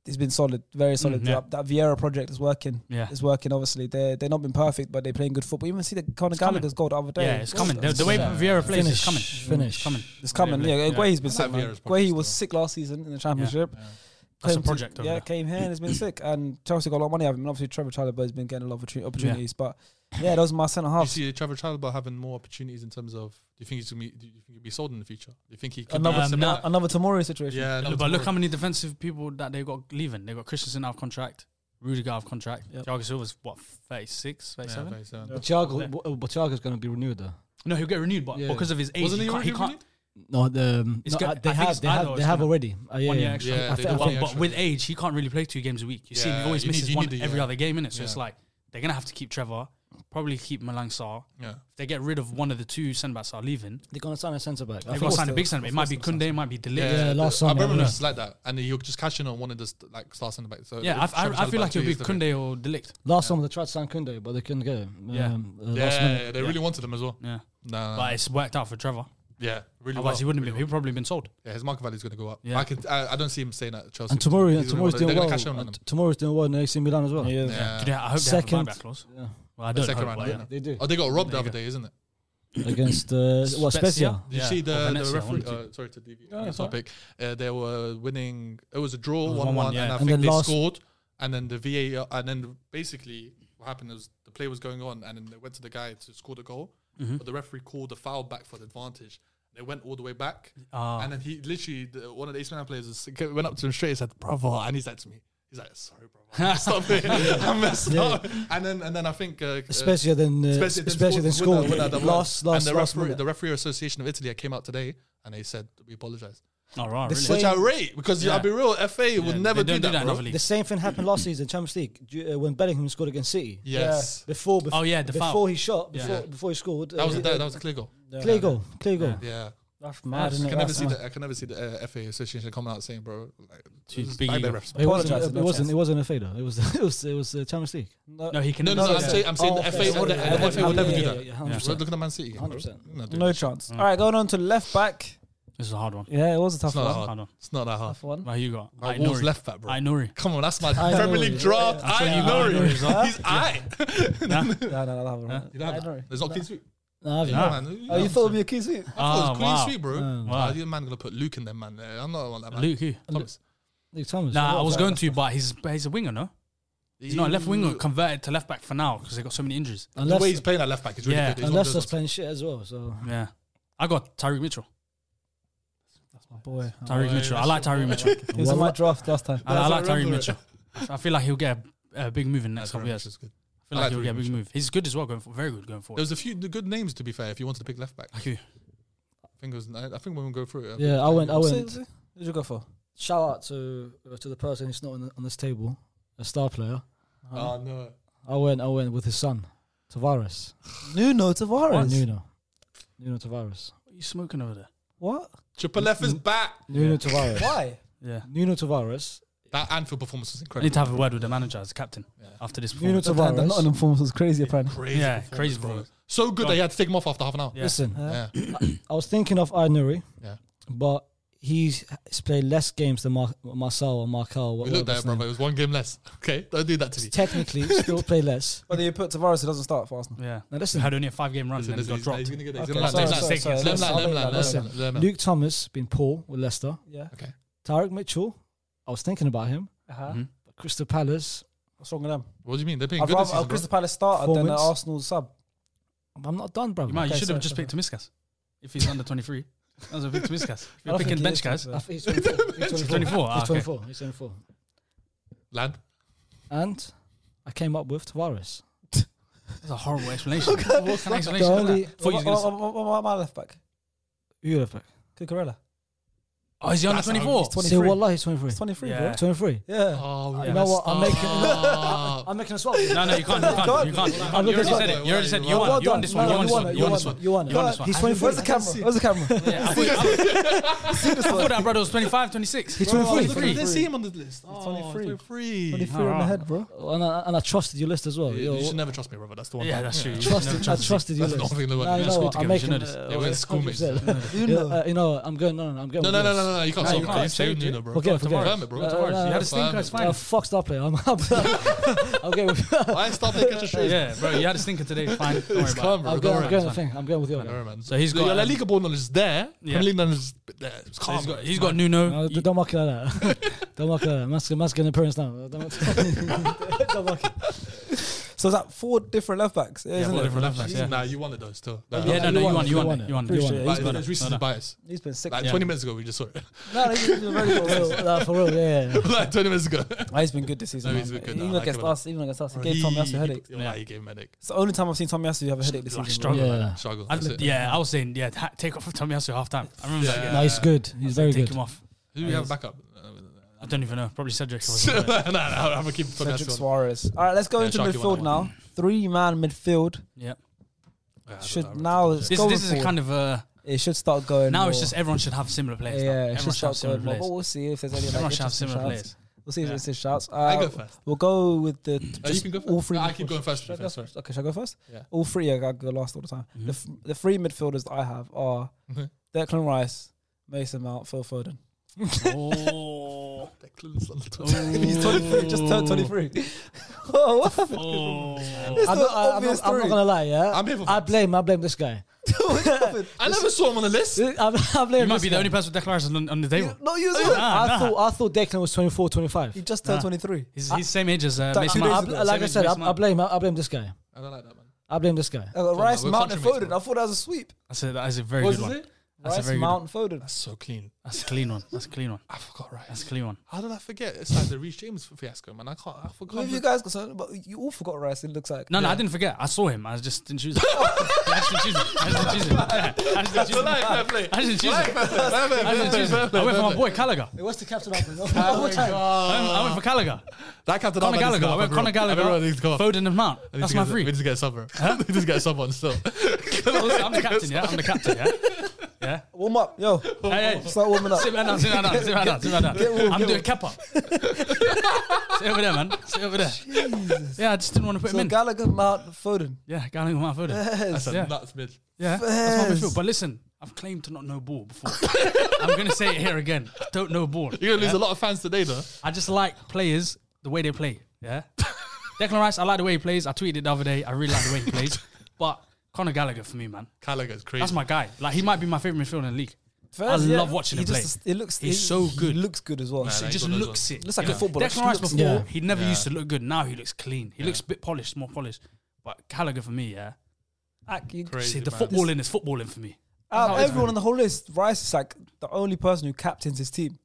Speaker 2: he's been solid, very solid.
Speaker 3: Mm, yeah.
Speaker 2: that, that Vieira project is working.
Speaker 3: Yeah.
Speaker 2: It's working, obviously. They're, they're not been perfect, but they're playing good football. You even see the Conor
Speaker 3: coming.
Speaker 2: Gallagher's goal the other day.
Speaker 3: Yeah, it's coming. The, the way Vieira plays
Speaker 5: Finish.
Speaker 3: is coming.
Speaker 5: Finish.
Speaker 3: It's coming.
Speaker 2: It's coming. Yeah, yeah. Guehi's been
Speaker 4: I
Speaker 2: sick.
Speaker 4: like
Speaker 2: Man.
Speaker 4: Vieira's project
Speaker 2: Guehi was
Speaker 4: still.
Speaker 2: sick last season in the championship.
Speaker 3: That's a
Speaker 2: Came to-
Speaker 3: project over
Speaker 2: yeah,
Speaker 3: there.
Speaker 2: came here and it's been sick. And Chelsea got a lot of money out of him. And obviously, Trevor Chalobah has been getting a lot of opportu- opportunities. But yeah, those are my centre
Speaker 4: <laughs> You
Speaker 2: halves.
Speaker 4: see Trevor Chalobah having more opportunities in terms of. Do you think he's gonna be? Do you think he'll be sold in the future? Do you think he could? be
Speaker 2: Another,
Speaker 4: a
Speaker 3: Um, <laughs> no.
Speaker 5: <laughs>
Speaker 4: similar-
Speaker 2: another Tomori situation.
Speaker 4: Yeah, another
Speaker 3: but look
Speaker 4: tomorrow.
Speaker 3: how many defensive people that they got leaving. They got Christensen out of contract, Rudiger out of contract.
Speaker 2: Yep.
Speaker 3: Thiago Silva's what 36,
Speaker 4: Yeah,
Speaker 3: 37?
Speaker 4: very soon.
Speaker 5: But Thiago, but Thiago's going to be renewed though.
Speaker 3: No, he'll get renewed, but
Speaker 5: Yeah.
Speaker 3: because of his age,
Speaker 4: Wasn't
Speaker 3: he
Speaker 4: he
Speaker 3: can't. He
Speaker 4: already
Speaker 3: can't
Speaker 4: renewed?
Speaker 5: No, the, um,
Speaker 3: It's
Speaker 5: no,
Speaker 3: go-
Speaker 5: uh, they
Speaker 3: I think
Speaker 5: have,
Speaker 3: it's-
Speaker 5: they
Speaker 3: I
Speaker 5: have,
Speaker 3: know
Speaker 5: they
Speaker 3: it's
Speaker 5: have
Speaker 3: gonna-
Speaker 5: already. Uh, yeah,
Speaker 3: One year
Speaker 5: yeah.
Speaker 3: extra.
Speaker 4: Yeah,
Speaker 5: I
Speaker 4: they
Speaker 5: think-
Speaker 4: do
Speaker 5: I
Speaker 4: one
Speaker 5: think-
Speaker 4: year
Speaker 3: But
Speaker 4: extra.
Speaker 3: with age, he can't really play two games a week. You see, him,
Speaker 4: Yeah,
Speaker 3: he always
Speaker 4: you
Speaker 3: misses
Speaker 4: need- you
Speaker 3: one
Speaker 4: need the-
Speaker 3: every
Speaker 4: yeah.
Speaker 3: other game, innit? So it's
Speaker 4: Yeah.
Speaker 3: like they're gonna have to keep Trevor. probably keep Malang Sarr.
Speaker 4: Yeah.
Speaker 3: If they get rid of one of the two centre backs that are leaving,
Speaker 5: They're gonna sign a centre back. I
Speaker 3: they've got
Speaker 5: think
Speaker 3: to
Speaker 5: it's
Speaker 3: sign a
Speaker 5: the-
Speaker 3: big centre back. It might be Kunde, it might be Delay.
Speaker 5: Yeah, last
Speaker 4: I
Speaker 5: summer,
Speaker 4: remember
Speaker 5: yeah.
Speaker 4: it was like that, and he was just cashing on one of the st- like stars in the back. So
Speaker 3: Yeah, I, I, I feel like it'll be Kunde or Delict.
Speaker 5: Last summer they tried to sign Kunde, but they couldn't get him.
Speaker 3: Yeah.
Speaker 5: Um, uh,
Speaker 4: Yeah,
Speaker 5: last minute.
Speaker 4: yeah, they really wanted him as well.
Speaker 3: Yeah.
Speaker 4: Nah, nah,
Speaker 3: But it's worked out for Trevor.
Speaker 4: yeah, really.
Speaker 3: Otherwise,
Speaker 4: well,
Speaker 3: he wouldn't
Speaker 4: really
Speaker 3: have been. He'd probably been sold.
Speaker 4: well. Yeah, his market value is going to go up.
Speaker 3: Yeah.
Speaker 4: I, could, I, I don't see him staying at Chelsea.
Speaker 5: And tomorrow,
Speaker 4: He's
Speaker 5: and
Speaker 4: gonna
Speaker 5: tomorrow's
Speaker 4: wanna-
Speaker 5: doing
Speaker 4: they're
Speaker 5: well.
Speaker 4: gonna cash in on
Speaker 5: And
Speaker 4: him.
Speaker 5: t- Tomorrow's doing well in AC Milan as well.
Speaker 2: Yeah.
Speaker 4: Yeah.
Speaker 3: Do they- I hope they have
Speaker 5: Second-
Speaker 3: a buyback clause.
Speaker 5: Yeah.
Speaker 3: Well, I
Speaker 4: The
Speaker 3: don't
Speaker 4: second
Speaker 3: hope,
Speaker 4: round,
Speaker 3: but
Speaker 4: yeah.
Speaker 3: yeah.
Speaker 5: They do
Speaker 4: Oh, <clears throat> they got robbed the
Speaker 3: There you
Speaker 4: other
Speaker 3: go.
Speaker 4: day, isn't it?
Speaker 5: against uh, what Spezia.
Speaker 4: Did you
Speaker 3: Yeah,
Speaker 4: see the,
Speaker 3: or
Speaker 4: the
Speaker 3: Venezia, one
Speaker 4: referee?
Speaker 3: of the
Speaker 4: Uh, sorry to deviate
Speaker 2: No,
Speaker 4: from the
Speaker 2: that's all
Speaker 4: topic. Uh, they were winning. It was a draw,
Speaker 3: was
Speaker 4: one-one,
Speaker 3: 1-1, yeah.
Speaker 4: and I
Speaker 3: And
Speaker 4: think
Speaker 5: then
Speaker 4: they
Speaker 5: last-
Speaker 4: scored. And then the VAR, and then basically what happened was the play was going on, and then they went to the guy to score the goal,
Speaker 3: Mm-hmm.
Speaker 4: but the referee called the foul back for the advantage. They went all the way back,
Speaker 3: Ah.
Speaker 4: and then he literally the, one of the Ace Milan players was- went up to him straight and said, "Bravo!" And he's like to me, he's like, "Sorry, bravo,
Speaker 3: <laughs>
Speaker 4: <laughs> I messed up. here. I messed up." And then and then I think uh, uh,
Speaker 5: Spezia then, uh,
Speaker 4: Especially
Speaker 5: Spezia then scored. Last, last,
Speaker 4: and the
Speaker 5: last
Speaker 4: referee,
Speaker 5: minute.
Speaker 4: the referee association of Italy came out today and they said we apologize,
Speaker 3: Oh, right,
Speaker 5: The
Speaker 3: really?
Speaker 5: same-
Speaker 4: which I rate because
Speaker 3: Yeah.
Speaker 4: I'll be real, FA
Speaker 3: Yeah,
Speaker 4: would never
Speaker 3: they
Speaker 4: do
Speaker 3: don't
Speaker 4: that.
Speaker 3: in
Speaker 4: bro.
Speaker 3: other
Speaker 5: The
Speaker 3: leagues.
Speaker 5: same thing happened last season, Champions League, du- uh, when Bellingham scored against City.
Speaker 4: Yes,
Speaker 5: Before, before,
Speaker 3: Oh, yeah, the
Speaker 5: before
Speaker 3: foul.
Speaker 5: he shot, before,
Speaker 4: Yeah.
Speaker 5: before he scored,
Speaker 4: that was a,
Speaker 5: uh,
Speaker 4: that, that was a clear goal.
Speaker 5: clear goal, clear goal.
Speaker 4: Yeah,
Speaker 2: That's
Speaker 3: mad,
Speaker 2: mad.
Speaker 3: isn't
Speaker 4: I can never see the I can never see the uh, FA association coming out saying, bro, like,
Speaker 3: Dude,
Speaker 4: just
Speaker 3: big
Speaker 4: bang their
Speaker 3: ego.
Speaker 4: refs.
Speaker 5: But It wasn't,
Speaker 2: Apologise,
Speaker 5: it,
Speaker 2: no
Speaker 5: wasn't,
Speaker 2: chance.
Speaker 5: it wasn't a fader. It was, <laughs> it was, it was uh, Champions League.
Speaker 3: No, he can
Speaker 4: No, no, no, I'm saying, I'm saying
Speaker 5: Oh,
Speaker 4: the FA,
Speaker 5: okay,
Speaker 4: the,
Speaker 5: sorry, yeah,
Speaker 4: the FA would
Speaker 5: yeah,
Speaker 4: never do
Speaker 5: yeah,
Speaker 4: that.
Speaker 5: yeah, 100%.
Speaker 4: Look at the Man City. game, bro.
Speaker 5: 100%.
Speaker 4: No, dude,
Speaker 2: No chance. All right, going on to left back.
Speaker 3: This is a hard one.
Speaker 2: Yeah, it was a tough
Speaker 4: It's not that
Speaker 2: one.
Speaker 4: hard.
Speaker 3: Hold on.
Speaker 4: It's not that hard.
Speaker 2: Tough one.
Speaker 3: <laughs> Right, who you got?
Speaker 4: I
Speaker 3: Aïnouri.
Speaker 4: was left back, bro.
Speaker 3: Aïnouri.
Speaker 4: Come on, <laughs> that's my
Speaker 5: I
Speaker 4: Premier
Speaker 5: know,
Speaker 4: League
Speaker 5: yeah.
Speaker 4: draft.
Speaker 3: That's what
Speaker 4: I
Speaker 3: you
Speaker 4: know
Speaker 3: got. I know
Speaker 4: it.
Speaker 3: he's up.
Speaker 4: He's I. <laughs>
Speaker 2: No, no, no, that one.
Speaker 3: Huh?
Speaker 4: You don't
Speaker 2: Aïnouri.
Speaker 4: have that. There's not clean sweep.
Speaker 5: No, I've-
Speaker 4: Yeah, man.
Speaker 2: Oh, you thought it would be a key sweep?
Speaker 4: I thought it was
Speaker 3: Ah,
Speaker 4: clean
Speaker 3: wow.
Speaker 4: sweep, bro.
Speaker 5: Mm.
Speaker 3: Wow.
Speaker 4: Nah, you man gonna put Luke in them, man. Eh, I'm not on that man.
Speaker 3: Luke, who?
Speaker 4: Thomas.
Speaker 5: Luke Thomas.
Speaker 3: Nah, I was
Speaker 2: fair
Speaker 3: going
Speaker 2: enough.
Speaker 3: to, but he's he's a winger, no? He's not a left winger, converted to left back for now because they got so many injuries.
Speaker 4: The way
Speaker 5: Unless,
Speaker 4: he's playing at left back is really
Speaker 3: Yeah.
Speaker 4: good. He's one of
Speaker 5: unless
Speaker 4: those
Speaker 5: they're playing shit as well. So
Speaker 3: Yeah. I got Tyreek Mitchell.
Speaker 5: Oh,
Speaker 2: Boy,
Speaker 3: Tyreek Mitchell. I like Tyreek Mitchell.
Speaker 2: he was in my draft last time.
Speaker 3: I, I like Tyreek
Speaker 4: I remember it.
Speaker 3: Mitchell. I feel like he'll get a, a big move in the next couple
Speaker 4: ones.
Speaker 3: of years. I
Speaker 4: That's good.
Speaker 3: feel
Speaker 4: I
Speaker 3: like
Speaker 4: like
Speaker 3: he'll
Speaker 4: Tyreek
Speaker 3: get a big
Speaker 4: Mitchell.
Speaker 3: move. He's good as well, going for, very good going
Speaker 4: There
Speaker 3: forward.
Speaker 4: was a few good names to be fair. If you wanted to pick left back, I
Speaker 3: Like who?
Speaker 4: think it was. I think when we go through it,
Speaker 5: yeah, I went. I
Speaker 2: What
Speaker 5: went.
Speaker 2: did you go for?
Speaker 5: Shout out to uh, to the person who's not on, the, on this table, a star player.
Speaker 4: Oh no,
Speaker 5: I went. I went with his son, Tavares.
Speaker 2: Nuno Tavares.
Speaker 5: Nuno. Nuno Tavares.
Speaker 3: What are you smoking over there?
Speaker 2: What?
Speaker 4: triple left is back.
Speaker 5: Nuno Tavares.
Speaker 2: Why?
Speaker 3: Yeah.
Speaker 5: Nuno Tavares.
Speaker 4: That Anfield performance was
Speaker 3: I
Speaker 4: incredible.
Speaker 3: need to have a word with the manager as captain after this
Speaker 5: Nuno
Speaker 3: performance.
Speaker 2: And the
Speaker 5: Tavares.
Speaker 2: Nottingham form was crazy, apparently.
Speaker 4: Crazy,
Speaker 3: Yeah,
Speaker 4: performance,
Speaker 3: crazy
Speaker 4: bro.
Speaker 3: performance.
Speaker 4: So good
Speaker 3: Go
Speaker 4: that
Speaker 3: on.
Speaker 4: you had to take him off after half an hour.
Speaker 3: Yeah.
Speaker 5: Listen, uh,
Speaker 4: Yeah,
Speaker 5: I was thinking of Ainuri,
Speaker 4: Yeah.
Speaker 5: but he's he's played less games than Mar- Marcel or Markel.
Speaker 4: we
Speaker 5: What,
Speaker 4: looked at it, brother. It was one game less. Okay, don't do that to me. <laughs>
Speaker 5: Technically, still play less.
Speaker 2: But then you put Tavares, he doesn't start for Arsenal.
Speaker 3: Yeah.
Speaker 5: Now
Speaker 3: We
Speaker 5: listen,
Speaker 3: had only a five game run
Speaker 4: Listen,
Speaker 3: and then
Speaker 4: listen,
Speaker 3: got
Speaker 4: he's not-
Speaker 3: dropped.
Speaker 4: he's gonna get that. He's
Speaker 2: Okay,
Speaker 4: gonna
Speaker 2: sorry,
Speaker 4: land-
Speaker 2: sorry,
Speaker 4: he's
Speaker 2: sorry,
Speaker 4: not taking it.
Speaker 2: sorry,
Speaker 4: Let him
Speaker 2: sorry,
Speaker 4: land,
Speaker 2: listen.
Speaker 4: let him land.
Speaker 5: Luke Thomas been poor with Leicester.
Speaker 2: Yeah.
Speaker 4: Okay.
Speaker 5: Tarek Mitchell, I was thinking about him.
Speaker 2: Uh-huh.
Speaker 3: Mhm.
Speaker 5: But Crystal Palace,
Speaker 2: What's wrong with them?
Speaker 4: What do you mean? They're playing
Speaker 2: I'd
Speaker 4: good this
Speaker 2: rather a
Speaker 4: season. bro.
Speaker 2: Crystal Palace starter than an
Speaker 5: Performance.
Speaker 2: Arsenal sub.
Speaker 5: I'm not done, bro.
Speaker 3: You, might, you
Speaker 2: Okay,
Speaker 3: should
Speaker 2: sorry,
Speaker 3: have just
Speaker 2: sorry.
Speaker 3: picked Tomiskas if he's under 23. That was a big Tomiskas. If
Speaker 2: I
Speaker 3: you're
Speaker 2: don't think
Speaker 3: picking
Speaker 2: he is,
Speaker 3: bench guys.
Speaker 2: to be
Speaker 5: I
Speaker 2: fair.
Speaker 3: <laughs>
Speaker 5: think he's 24. He's
Speaker 3: 24,
Speaker 5: 24.
Speaker 3: ah,
Speaker 5: He's
Speaker 3: okay.
Speaker 5: 24. He's 24.
Speaker 4: Land.
Speaker 5: And I came up with Tavares.
Speaker 3: That's a horrible explanation. what kind of explanation
Speaker 5: The
Speaker 3: is
Speaker 5: only-
Speaker 3: that? Thought you was gonna
Speaker 2: What-
Speaker 3: say-
Speaker 2: what- what- what- what am I oh, left back?
Speaker 5: Who you left back?
Speaker 2: Cucurella.
Speaker 3: Oh, is he under
Speaker 4: That's how-
Speaker 3: 24?
Speaker 4: he's
Speaker 5: Say
Speaker 2: 23.
Speaker 5: Wallah, he's 23.
Speaker 2: It's 23,
Speaker 3: Yeah.
Speaker 2: bro.
Speaker 5: 23.
Speaker 2: Yeah.
Speaker 4: Oh,
Speaker 5: Uh, You know what? I'm making. <laughs> I'm making a swap.
Speaker 3: No, no, you can't. You can't. You can't. You, can't. you already said it. You already said it. You
Speaker 4: Well
Speaker 3: won. You won this one. You
Speaker 5: No,
Speaker 3: won this one. You won this
Speaker 5: it,
Speaker 3: one.
Speaker 5: You won. it.
Speaker 3: You won this one.
Speaker 5: He's
Speaker 3: I-
Speaker 5: 23.
Speaker 2: Where's the camera? Where's the camera?
Speaker 3: Yeah, I thought I thought that brother was 25, 26.
Speaker 5: He's 23.
Speaker 4: Look, I didn't see him on the list. Oh,
Speaker 2: 23.
Speaker 4: 23.
Speaker 2: 23 on the
Speaker 3: Alright.
Speaker 2: head, bro.
Speaker 5: And I, and I trusted your list as well.
Speaker 4: You,
Speaker 5: Yo,
Speaker 4: you should never trust me, brother. That's the one.
Speaker 3: Yeah,
Speaker 4: thing.
Speaker 3: that's true. You should never
Speaker 5: trusted, I
Speaker 3: trust him.
Speaker 5: trusted your
Speaker 4: That's the
Speaker 5: list.
Speaker 4: only thing that
Speaker 5: Nah,
Speaker 4: worked.
Speaker 5: you
Speaker 4: We
Speaker 5: know
Speaker 4: schooled
Speaker 5: what?
Speaker 3: together,
Speaker 5: I'm
Speaker 3: you
Speaker 5: making.
Speaker 3: know
Speaker 5: uh,
Speaker 4: They were schoolmates.
Speaker 5: 100%.
Speaker 2: You
Speaker 5: Yeah,
Speaker 2: know.
Speaker 5: uh, You know, what? I'm going. No, no, I'm going.
Speaker 4: No,
Speaker 5: with
Speaker 4: no, no,
Speaker 5: yours.
Speaker 4: no, no, You can't
Speaker 3: No,
Speaker 4: say
Speaker 3: you
Speaker 4: no.
Speaker 3: can't.
Speaker 4: You say
Speaker 3: Say
Speaker 4: no,
Speaker 3: it,
Speaker 4: bro.
Speaker 5: Forget it, forget
Speaker 4: Confirm
Speaker 5: it.
Speaker 4: it, bro.
Speaker 5: Uh,
Speaker 4: Confirm
Speaker 5: uh,
Speaker 4: it.
Speaker 3: You had a stink, it's
Speaker 4: Confirm
Speaker 3: fine.
Speaker 4: it.
Speaker 5: Uh, fuck star player. I'm <laughs> up. okay,
Speaker 4: Why stop taking a shit?
Speaker 3: Yeah, bro, you had a stinker today. Fine. Don't worry
Speaker 4: It's
Speaker 3: about
Speaker 4: calm,
Speaker 3: it.
Speaker 4: bro.
Speaker 5: I'm
Speaker 4: Don't
Speaker 5: going.
Speaker 4: worry.
Speaker 5: I'm going. I think I'm going with you.
Speaker 4: Don't worry, man.
Speaker 3: So he's got,
Speaker 4: Your La
Speaker 3: um,
Speaker 4: Liga ball knowledge is there.
Speaker 3: Yeah.
Speaker 4: Premier League knowledge is there. It's
Speaker 3: So
Speaker 4: calm.
Speaker 3: He's got,
Speaker 4: bro.
Speaker 3: he's got Nuno.
Speaker 5: No,
Speaker 3: You-
Speaker 5: don't mock it like that.
Speaker 3: <laughs>
Speaker 5: don't mock it like that. Mask, mask an appearance now. Don't mock it. Don't mock it.
Speaker 2: So is that four different left backs? Yeah, isn't
Speaker 3: four
Speaker 2: it?
Speaker 3: different left backs, yeah.
Speaker 4: Nah, you wanted those still.
Speaker 3: Yeah, no, no, you won. You won. You won.
Speaker 5: You won it.
Speaker 4: But
Speaker 2: he's
Speaker 4: it's recency bias.
Speaker 2: He's been sick.
Speaker 4: Like
Speaker 3: Yeah.
Speaker 4: 20 minutes ago, we just saw it.
Speaker 5: No, no, he's been very good. No, <laughs> for real, yeah. yeah.
Speaker 4: Like 20 minutes ago.
Speaker 2: Ah, <laughs> he's been good this season.
Speaker 4: No,
Speaker 2: man.
Speaker 4: he's been good,
Speaker 2: Even
Speaker 4: nah, I
Speaker 2: against
Speaker 4: like him a
Speaker 2: us, even against us, he
Speaker 4: Bro,
Speaker 2: gave Tom Yasu
Speaker 4: he-
Speaker 2: a headache.
Speaker 4: Yeah, he gave him a headache.
Speaker 2: It's the only time I've seen Tom Yasu have a headache this
Speaker 3: Like,
Speaker 2: season. bro.
Speaker 3: strong.
Speaker 5: Yeah.
Speaker 4: Struggle.
Speaker 3: I-
Speaker 4: That's it.
Speaker 3: yeah, I was saying, yeah, ha- take off Tomiyasu half time. I remember that.
Speaker 4: Yeah.
Speaker 3: game.
Speaker 5: No, he's good. He's
Speaker 3: I
Speaker 5: very
Speaker 3: said, take
Speaker 5: good.
Speaker 3: him off. <laughs>
Speaker 4: Who do you have backup?
Speaker 3: I don't even know. Probably Cedric.
Speaker 4: <laughs> no,
Speaker 3: wasn't
Speaker 4: no, no, I'm gonna keep
Speaker 2: Cedric
Speaker 4: Tomiyasu. on.
Speaker 2: Suarez. All right, let's go
Speaker 4: Yeah,
Speaker 2: into
Speaker 4: Sharky won
Speaker 2: midfield
Speaker 4: that
Speaker 2: now. Three man midfield
Speaker 3: Yeah.
Speaker 4: Yeah, I don't know,
Speaker 2: should
Speaker 4: I reckon.
Speaker 2: now. It's
Speaker 3: This,
Speaker 2: going
Speaker 3: this is a
Speaker 2: forward.
Speaker 3: kind of a.
Speaker 2: It should start going.
Speaker 3: Now it's
Speaker 2: more.
Speaker 3: just everyone should have similar players. now.
Speaker 2: yeah, it
Speaker 3: everyone
Speaker 2: should
Speaker 3: should
Speaker 2: start
Speaker 3: have similar
Speaker 2: going. more,
Speaker 3: players.
Speaker 2: But we'll see if there's any. Like,
Speaker 3: Everyone should have
Speaker 2: interesting
Speaker 3: similar
Speaker 2: shouts.
Speaker 3: players.
Speaker 2: We'll see if
Speaker 3: Yeah.
Speaker 2: it's just shouts. Uh,
Speaker 4: I go first.
Speaker 2: We'll go with
Speaker 3: Mm.
Speaker 2: the. Just
Speaker 4: Oh, can go
Speaker 2: All
Speaker 4: first.
Speaker 2: three.
Speaker 4: No, I keep going first,
Speaker 2: Should I
Speaker 4: you
Speaker 2: go
Speaker 4: first,
Speaker 2: first? Okay, should I go first?
Speaker 4: Yeah.
Speaker 2: All three. I go last all the time. The, f- the three midfielders that I have are Declan Rice, Mason Mount, Phil Foden.
Speaker 4: <laughs>
Speaker 3: Oh.
Speaker 4: Declan's on the top.
Speaker 2: He's 23. Just turned 23. <laughs> oh, what?
Speaker 3: Oh.
Speaker 2: It's
Speaker 5: I'm
Speaker 2: the
Speaker 5: not, I- I'm,
Speaker 2: obvious
Speaker 5: not, I'm not
Speaker 2: three. <laughs>
Speaker 5: gonna lie, yeah.
Speaker 4: I'm here for
Speaker 5: I
Speaker 4: facts.
Speaker 5: blame, I blame this guy.
Speaker 4: I never saw him on the list.
Speaker 5: I, I blame
Speaker 3: You might
Speaker 5: this
Speaker 3: be the
Speaker 5: guy.
Speaker 3: only person with declaration on, on the table.
Speaker 2: Not you.
Speaker 5: I,
Speaker 3: Nah, nah.
Speaker 5: thought, I thought Declan was 24, 25.
Speaker 2: He just turned 23.
Speaker 3: He's, he's same age as uh,
Speaker 2: Two
Speaker 3: Mason
Speaker 2: days
Speaker 3: Mount.
Speaker 2: ago.
Speaker 3: Same
Speaker 5: like I
Speaker 3: age as
Speaker 5: said, I,
Speaker 3: Mason
Speaker 5: I
Speaker 3: Mount.
Speaker 5: blame, I blame this guy.
Speaker 4: I don't like that man.
Speaker 5: I blame this guy.
Speaker 2: I got Rice,
Speaker 4: we're
Speaker 2: Mount, and
Speaker 4: countrymates,
Speaker 2: Foden.
Speaker 4: man.
Speaker 2: I thought that was a sweep.
Speaker 3: That's a, that is a very
Speaker 4: What
Speaker 3: good
Speaker 4: does
Speaker 3: one.
Speaker 4: it?
Speaker 3: That's a
Speaker 2: Rice,
Speaker 3: very good
Speaker 2: Mount, and Foden.
Speaker 4: That's so clean.
Speaker 3: That's a clean one. That's a clean one.
Speaker 4: I forgot right.
Speaker 3: That's a clean one.
Speaker 4: How did I forget? It's like the Reece James fiasco, man. I can't. I
Speaker 2: Who
Speaker 4: forgot.
Speaker 2: have you guys got something? But you all forgot Rice. It looks like.
Speaker 3: No, no, I didn't forget. I saw him. I just didn't choose him. I just didn't choose him. I just didn't choose him. Yeah, I just didn't choose him.
Speaker 4: fair play.
Speaker 3: I didn't choose him. I didn't choose him. I
Speaker 4: I
Speaker 3: went for my boy Callagher.
Speaker 5: What's the captain up with?
Speaker 4: Oh my
Speaker 3: I went- I went
Speaker 4: god.
Speaker 3: for Callagher.
Speaker 4: That captain
Speaker 3: Conor
Speaker 4: Ahmad needs
Speaker 3: Gallagher.
Speaker 4: to go
Speaker 3: I
Speaker 4: off,
Speaker 3: went
Speaker 4: bro.
Speaker 3: Conor Gallagher.
Speaker 4: Everyone needs to go off.
Speaker 3: Foden and Mount.
Speaker 4: I need
Speaker 3: That's
Speaker 4: to
Speaker 3: my
Speaker 4: get-
Speaker 3: three.
Speaker 4: We need to get someone. we need to get someone still. <laughs>
Speaker 3: I'm the captain, yeah? I'm the captain, yeah? Yeah?
Speaker 2: Warm up, yo. <laughs>
Speaker 3: Hey, hey.
Speaker 2: Start warming up.
Speaker 3: Sit right down, sit right down, sit right down, sit right down.
Speaker 2: warm,
Speaker 3: I'm
Speaker 2: get
Speaker 3: doing Kepa. <laughs> sit over there, man. Sit over there. Yeah, I just didn't want to put him
Speaker 2: So
Speaker 3: in.
Speaker 2: Gallagher, Mount, and Foden.
Speaker 3: yeah, Gallagher and Mount Foden.
Speaker 4: That's a
Speaker 3: Yeah.
Speaker 4: nuts mid.
Speaker 3: Yeah, that's my
Speaker 2: Fez.
Speaker 3: midfield. But listen, I've claimed to not know
Speaker 2: <laughs>
Speaker 3: ball before. I'm gonna say it here again. I don't know ball.
Speaker 4: You're gonna lose a lot of fans today, though.
Speaker 3: I just like players the way they play.
Speaker 4: <laughs>
Speaker 3: Yeah, Declan Rice. I like the way he plays. I tweeted the other day. I really like the way
Speaker 4: <laughs>
Speaker 3: he plays. But Conor Gallagher for me, man,
Speaker 4: Gallagher's crazy.
Speaker 3: that's my guy. Like he might be my favorite midfielder in the league. I
Speaker 2: Fez, yeah.
Speaker 3: love watching
Speaker 2: He
Speaker 3: him play.
Speaker 2: just- It looks.
Speaker 3: He's
Speaker 2: he-
Speaker 3: so good.
Speaker 2: He looks good as well.
Speaker 4: Nah,
Speaker 3: He
Speaker 4: nah,
Speaker 3: just
Speaker 4: got those
Speaker 3: looks
Speaker 4: ones.
Speaker 3: it.
Speaker 2: Looks like a footballer. He
Speaker 3: Declan Rice
Speaker 2: looks
Speaker 3: before
Speaker 5: good.
Speaker 3: he never
Speaker 4: Yeah.
Speaker 3: used to look good. Now he looks clean. He looks a bit polished, more polished. But Gallagher for me, yeah.
Speaker 2: Ack, you-
Speaker 4: Crazy.
Speaker 3: See, the
Speaker 4: man.
Speaker 3: footballing is footballing for me.
Speaker 2: Out of everyone on the whole list, Rice is like the only person who captains his team.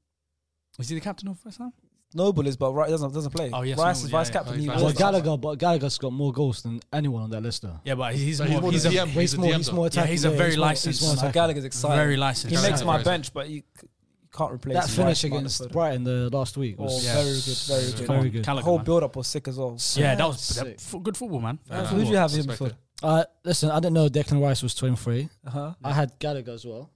Speaker 3: Is he the captain of first time?
Speaker 2: Noble is, but Rice doesn't doesn't play.
Speaker 3: Oh, yes,
Speaker 2: Rice is
Speaker 3: Noble, yeah,
Speaker 2: vice
Speaker 3: yeah.
Speaker 2: captain.
Speaker 4: Oh, he's
Speaker 2: he
Speaker 4: vice
Speaker 5: Well,
Speaker 2: was
Speaker 4: captain. Gallagher-
Speaker 5: Gallagher, but Gallagher's got more goals than anyone on that list, though.
Speaker 3: Yeah, but he's
Speaker 4: But he's more
Speaker 3: he's
Speaker 4: the
Speaker 3: a
Speaker 4: DM. He's
Speaker 5: He's,
Speaker 4: a
Speaker 5: more,
Speaker 4: DM
Speaker 5: he's
Speaker 4: though.
Speaker 5: more
Speaker 3: Yeah,
Speaker 5: attacking.
Speaker 3: he's a
Speaker 5: player.
Speaker 3: very
Speaker 5: more-
Speaker 3: licensed-
Speaker 5: more
Speaker 3: So
Speaker 2: So
Speaker 5: attacking.
Speaker 2: Gallagher's exciting.
Speaker 3: very licensed.
Speaker 2: He makes
Speaker 4: Gallagher.
Speaker 2: my bench, but you, c- you can't replace
Speaker 5: That
Speaker 2: him.
Speaker 5: finish
Speaker 2: Rice, Mount,
Speaker 5: against
Speaker 2: and Foden.
Speaker 5: Brighton the last week
Speaker 2: Oh,
Speaker 5: was
Speaker 2: very good, very good.
Speaker 5: very good.
Speaker 2: The
Speaker 3: Gallagher,
Speaker 2: whole
Speaker 3: man.
Speaker 2: build up was sick as well.
Speaker 3: Yeah, that was
Speaker 5: Sick.
Speaker 3: f- good football, man.
Speaker 4: Nah,
Speaker 2: Who do you have here
Speaker 4: respect
Speaker 2: before?
Speaker 4: it.
Speaker 5: Uh, listen, I didn't know Declan Rice was 23.
Speaker 2: Uh huh.
Speaker 5: I had Gallagher as well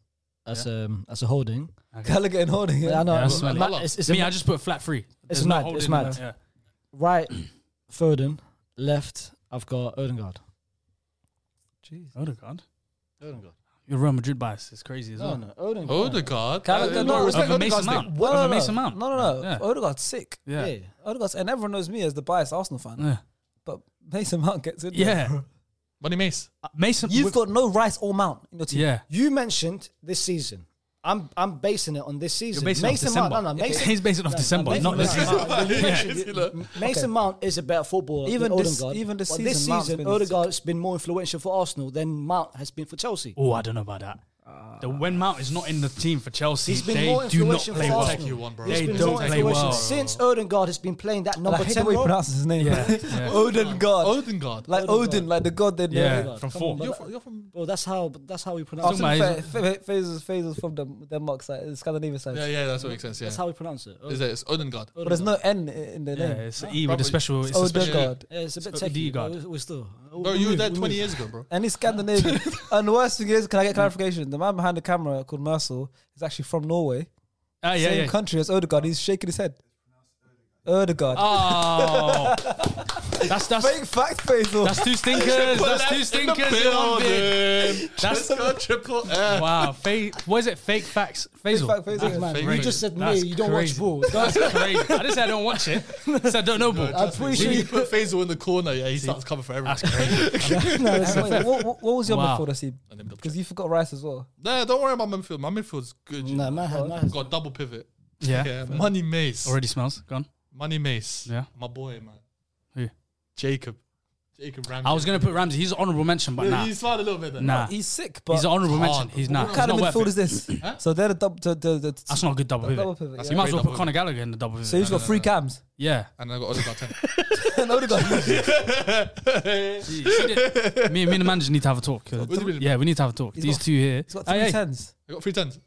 Speaker 5: as um as a <laughs> holding.
Speaker 2: <laughs> Gallagher and Holding.
Speaker 5: But I
Speaker 2: Yeah.
Speaker 5: know
Speaker 3: Yeah, that's
Speaker 5: it's,
Speaker 3: mad.
Speaker 5: ma- it's, it's
Speaker 3: Me,
Speaker 5: a-
Speaker 3: I just put flat three. There's
Speaker 5: mad,
Speaker 3: holding
Speaker 5: it's
Speaker 3: in
Speaker 5: mad.
Speaker 3: there. Yeah.
Speaker 5: right, Foden, left. I've got Odegaard.
Speaker 2: Jeez.
Speaker 3: Odegaard.
Speaker 5: Odegaard.
Speaker 3: Your Real Madrid bias is crazy as
Speaker 5: No,
Speaker 3: well.
Speaker 5: Oh, no, Odegaard.
Speaker 4: Odegaard.
Speaker 2: Gallagher,
Speaker 4: Uh,
Speaker 2: no, respect
Speaker 4: respect
Speaker 3: Over Mason
Speaker 4: Odegaard's
Speaker 3: Mount.
Speaker 4: name.
Speaker 2: Well,
Speaker 3: Over
Speaker 2: no,
Speaker 3: Mason Mount.
Speaker 2: No, no, no.
Speaker 3: Yeah.
Speaker 2: Odegaard's sick.
Speaker 3: Yeah.
Speaker 5: Yeah.
Speaker 3: Yeah.
Speaker 2: Odegaard's, and everyone knows me as the biased Arsenal fan. But Mason Mount gets in. there.
Speaker 5: <laughs>
Speaker 3: Yeah.
Speaker 4: Money Mace.
Speaker 3: Uh, Mason.
Speaker 2: <laughs> You've
Speaker 3: with-
Speaker 2: got no Rice or Mount in your team.
Speaker 3: Yeah.
Speaker 5: You mentioned this season. I'm I'm basing it on this season.
Speaker 3: You're basing it off
Speaker 5: Mason
Speaker 3: December.
Speaker 5: Mount, no, no, Mason,
Speaker 3: He's basing off <laughs> December,
Speaker 5: Mason
Speaker 3: not this
Speaker 5: Mount.
Speaker 3: season.
Speaker 4: <laughs>
Speaker 3: <laughs>
Speaker 5: Mason
Speaker 2: Okay.
Speaker 5: Mount is a better footballer.
Speaker 2: Even
Speaker 5: than
Speaker 2: this-
Speaker 5: Odegaard.
Speaker 2: even this
Speaker 5: But
Speaker 2: season,
Speaker 5: this
Speaker 2: Mount's
Speaker 5: season,
Speaker 2: been
Speaker 5: Odegaard has been more influential for Arsenal than Mount has been for Chelsea.
Speaker 3: Oh, I don't know about that. The when Mount is not in the team for Chelsea,
Speaker 5: Ah. He's been
Speaker 3: they
Speaker 5: more
Speaker 3: do not
Speaker 5: influential
Speaker 3: play
Speaker 5: for
Speaker 3: well.
Speaker 4: Take you one, bro.
Speaker 5: He's
Speaker 3: They
Speaker 5: been
Speaker 3: don't
Speaker 5: more
Speaker 3: play
Speaker 5: influential
Speaker 3: well.
Speaker 5: since Odegaard has been playing that
Speaker 2: And I
Speaker 5: number
Speaker 2: hate
Speaker 5: ten
Speaker 2: the way he
Speaker 5: role.
Speaker 2: pronounces his name. <laughs>
Speaker 3: Yeah. Yeah.
Speaker 2: Odin God.
Speaker 4: Odegaard.
Speaker 2: like
Speaker 5: Odegaard.
Speaker 2: Odin, like the god that
Speaker 3: Yeah.
Speaker 2: they
Speaker 3: From four.
Speaker 4: You're from- you're from.
Speaker 5: Bro, that's how that's how we
Speaker 2: Oh,
Speaker 5: pronounce
Speaker 3: Still
Speaker 5: it.
Speaker 3: my-
Speaker 2: Phases Phases from the Denmark side, the Scandinavian side.
Speaker 4: Yeah, yeah, that's what makes sense. Yeah.
Speaker 5: That's how we pronounce it.
Speaker 4: Is it? It's Odegaard.
Speaker 2: But there's no N i- in the
Speaker 3: Yeah,
Speaker 2: name. Oh,
Speaker 3: it's an E with a
Speaker 4: Probably.
Speaker 3: special. It's a
Speaker 5: Oh,
Speaker 3: special.
Speaker 2: Odegaard.
Speaker 5: Yeah, it's a bit
Speaker 3: So
Speaker 5: techy.
Speaker 3: Odegaard.
Speaker 5: but we- We're still.
Speaker 4: Bro, you were there 20 years ago, bgo, bro.
Speaker 2: And he's
Speaker 3: <laughs>
Speaker 2: Scandinavian. and the worst thing is, can I get clarification? The man behind the camera called Mercil is actually from Norway.
Speaker 3: Ah, yeah,
Speaker 2: Same
Speaker 3: yeah.
Speaker 2: country as Odegaard. He's shaking his head. Odegaard.
Speaker 3: Ah, Oh, that's that's
Speaker 2: <laughs> Fake fact, Faisal.
Speaker 3: that's two stinkers. That's two stinkers. in one bit. That's-
Speaker 4: <laughs> That's got
Speaker 3: <laughs>
Speaker 4: triple F.
Speaker 3: Wow, fa- what is it? Fake facts, Faisal.
Speaker 2: fact, Faisal.
Speaker 4: That's
Speaker 3: <laughs>
Speaker 5: Man,
Speaker 4: fake
Speaker 5: you
Speaker 4: news.
Speaker 5: just said me.
Speaker 3: That's
Speaker 5: You don't watch
Speaker 3: crazy.
Speaker 5: ball.
Speaker 3: That's crazy. I didn't say I don't watch it. I said I don't know ball.
Speaker 5: I'm pretty sure
Speaker 4: When you
Speaker 5: you.
Speaker 4: put Faisal in the corner, yeah, he starts covering for everyone.
Speaker 3: That's crazy.
Speaker 5: No,
Speaker 2: And
Speaker 5: it's not
Speaker 2: wait,
Speaker 5: fair.
Speaker 2: what, what, what was your
Speaker 3: Wow.
Speaker 2: midfield, Asim?
Speaker 4: And then double
Speaker 2: Because
Speaker 4: check.
Speaker 2: you forgot Rice as well.
Speaker 4: <laughs> Nah, don't worry about my midfield. My midfield's good. you
Speaker 5: No,
Speaker 4: know.
Speaker 2: Oh.
Speaker 5: man, had- man. had-
Speaker 4: Got double pivot.
Speaker 3: Yeah.
Speaker 4: Yeah, Money Mace.
Speaker 3: Already smells. Gone.
Speaker 4: Money Mace.
Speaker 3: Yeah.
Speaker 4: My boy, man.
Speaker 3: Who?
Speaker 4: Jacob. Jacob Ramsey.
Speaker 3: I was gonna put Ramsey. He's an honourable mention, but
Speaker 4: Yeah,
Speaker 3: nah,
Speaker 4: You smiled a little bit there.
Speaker 3: nah. Ah. He's
Speaker 2: He's sick, but
Speaker 3: an honourable
Speaker 4: Hard.
Speaker 3: mention. He's nah.
Speaker 2: what
Speaker 3: He's
Speaker 2: kind of
Speaker 3: not
Speaker 2: midfield
Speaker 3: worth
Speaker 2: is
Speaker 3: it.
Speaker 2: this? so they're the double. The, the, the,
Speaker 3: That's not a good double pivot.
Speaker 2: double pivot.
Speaker 4: That's
Speaker 2: yeah.
Speaker 3: You might as well
Speaker 4: Double
Speaker 3: put
Speaker 4: pivot.
Speaker 3: Conor Gallagher in the double pivot.
Speaker 2: So he's got three cams. <laughs>
Speaker 3: yeah.
Speaker 4: And I got
Speaker 3: <laughs>
Speaker 4: Odegaard 10.
Speaker 2: and Odegaard.
Speaker 3: Jeez, he did- me, me and the manager need to have a talk.
Speaker 4: do you mean?
Speaker 3: Yeah, we need to have a talk.
Speaker 2: He's
Speaker 3: These
Speaker 2: got-
Speaker 3: two here.
Speaker 2: He's got
Speaker 3: Hey,
Speaker 2: three
Speaker 3: hey.
Speaker 2: tens.
Speaker 4: I got three tens.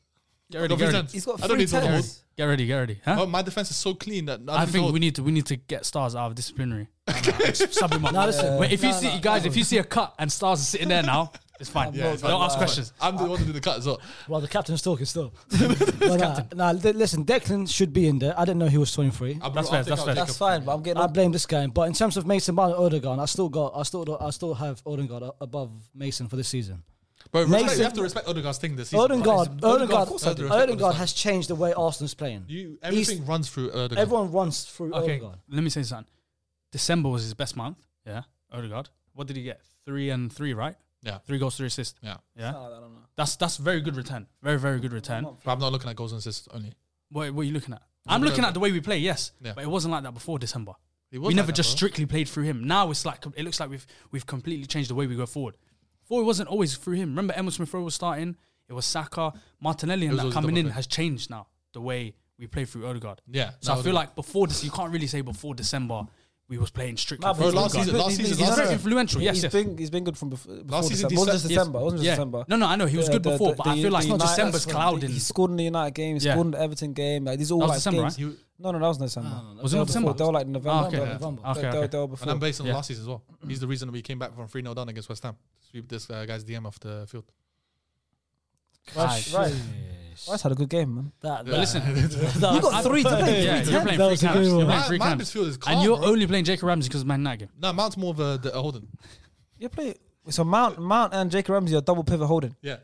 Speaker 3: Get
Speaker 4: I
Speaker 3: ready, get
Speaker 4: got three
Speaker 3: ready.
Speaker 4: tens.
Speaker 2: He's got
Speaker 4: I don't
Speaker 2: three
Speaker 4: need to hold.
Speaker 2: tens.
Speaker 3: Get ready, get ready. Huh?
Speaker 4: Oh, my defense is so clean that
Speaker 3: I think we need to we need to get stars out of
Speaker 4: <laughs>
Speaker 3: disciplinary. Sub him up.
Speaker 5: No, listen.
Speaker 3: Wait, if you
Speaker 5: No,
Speaker 3: see
Speaker 5: no,
Speaker 3: guys, if you see a cut and stars are sitting there now, it's fine.
Speaker 4: Yeah, it's
Speaker 3: Don't
Speaker 4: fine.
Speaker 3: ask questions.
Speaker 4: I'm the one who did the cut as well.
Speaker 5: Well, the captain's
Speaker 3: <laughs>
Speaker 5: talking still. no, nah, nah, li- listen, Declan should be in there. I didn't know he was 23.
Speaker 4: I-
Speaker 3: That's
Speaker 4: I
Speaker 3: fair,
Speaker 4: think
Speaker 3: that's
Speaker 4: I'll
Speaker 3: fair.
Speaker 4: take
Speaker 2: That's
Speaker 4: a-
Speaker 2: fine, but I'm getting.
Speaker 5: I blame this game, but in terms of Mason Mount and Odegaard, I still got, I still, I still have Odegaard a- above Mason for this season.
Speaker 4: But respect,
Speaker 5: Mason-
Speaker 4: you have to respect Odegaard's thing this season.
Speaker 5: Odegaard,
Speaker 4: Odegaard,
Speaker 5: Odegaard,
Speaker 4: of course I do.
Speaker 5: Odegaard, Odegaard has changed the way Arsenal's playing.
Speaker 4: You, everything
Speaker 5: He's-
Speaker 4: runs through Odegaard.
Speaker 5: Everyone runs through
Speaker 3: Okay,
Speaker 5: Odegaard.
Speaker 3: let me say something. December was his best month. Yeah, Odegaard. What did he get? Three and three, right?
Speaker 4: Yeah.
Speaker 3: Three goals, three assists.
Speaker 4: Yeah.
Speaker 3: Yeah, that's that's very good return. Very very good return.
Speaker 4: But I'm not looking at goals and assists only.
Speaker 3: What, what are you looking at? I'm looking at the way we play. Yes,
Speaker 4: Yeah.
Speaker 3: but it wasn't like that before December.
Speaker 4: He was
Speaker 3: We
Speaker 4: like
Speaker 3: never
Speaker 4: that,
Speaker 3: just
Speaker 4: bro.
Speaker 3: strictly played through him. Now it's like it looks like we've we've completely changed the way we go forward. Before it wasn't always through him. Remember, Emil Smith Rowe was starting. It was Saka, Martinelli,
Speaker 4: It was
Speaker 3: and that
Speaker 4: always
Speaker 3: coming
Speaker 4: double
Speaker 3: in
Speaker 4: play.
Speaker 3: has changed now. The way we play through Odegaard.
Speaker 4: Yeah,
Speaker 3: So
Speaker 4: no,
Speaker 3: I feel
Speaker 4: Odegaard.
Speaker 3: like before this, you can't really say before December we was playing strictly.
Speaker 2: Nah,
Speaker 3: through
Speaker 2: but he's
Speaker 4: Bro, last
Speaker 2: been
Speaker 4: season,
Speaker 2: good.
Speaker 4: last
Speaker 2: He's-
Speaker 4: season,
Speaker 3: he's
Speaker 4: last
Speaker 3: very
Speaker 4: season.
Speaker 3: influential. Yes,
Speaker 2: He's
Speaker 3: yes.
Speaker 2: been he's been good from before, before
Speaker 4: season,
Speaker 2: December. It wasn't just
Speaker 4: Decem-
Speaker 2: December. It wasn't just
Speaker 3: Yeah.
Speaker 2: December.
Speaker 3: No, no, I know he was
Speaker 2: The-
Speaker 3: good
Speaker 2: the-
Speaker 3: before,
Speaker 2: the-
Speaker 3: but I
Speaker 2: the-
Speaker 3: feel like
Speaker 2: the
Speaker 3: not
Speaker 2: United-
Speaker 3: December's
Speaker 2: he-
Speaker 3: clouding.
Speaker 2: He scored in the United game. He
Speaker 3: Yeah.
Speaker 2: scored in the Everton game. Like these are all
Speaker 3: That was
Speaker 2: like
Speaker 3: December,
Speaker 2: games.
Speaker 3: right?
Speaker 2: No, no, that wasn't
Speaker 4: Ah,
Speaker 2: December.
Speaker 3: Was it
Speaker 2: They were
Speaker 3: not December? Ah,
Speaker 2: before. They were like November.
Speaker 3: okay.
Speaker 2: they were
Speaker 3: Yeah.
Speaker 2: November.
Speaker 3: Okay,
Speaker 2: They- they
Speaker 3: okay.
Speaker 2: were- they were before.
Speaker 4: And I'm based on
Speaker 3: Yeah.
Speaker 4: last season as well. He's the reason we came back from 3 0 down against West Ham. Sweep this uh, guy's DM off the field.
Speaker 2: Rice, Rice, Rice had a good game, man.
Speaker 5: That,
Speaker 4: Yeah.
Speaker 3: But
Speaker 5: <laughs>
Speaker 3: listen,
Speaker 5: that-
Speaker 2: You got three to play.
Speaker 3: yeah,
Speaker 2: three
Speaker 3: you're
Speaker 2: times.
Speaker 3: playing
Speaker 5: That
Speaker 3: free
Speaker 5: was a good
Speaker 3: camps. You're
Speaker 5: one.
Speaker 3: playing
Speaker 4: My-
Speaker 3: free
Speaker 4: my
Speaker 3: camps.
Speaker 4: midfield is calm,
Speaker 3: And you're
Speaker 4: bro.
Speaker 3: only playing Jacob Ramsey because of Man United.
Speaker 4: No, Mount's more of a, the, a Holden.
Speaker 2: You play so Mount Mount and Jacob Ramsey are double pivot holding.
Speaker 4: Yeah.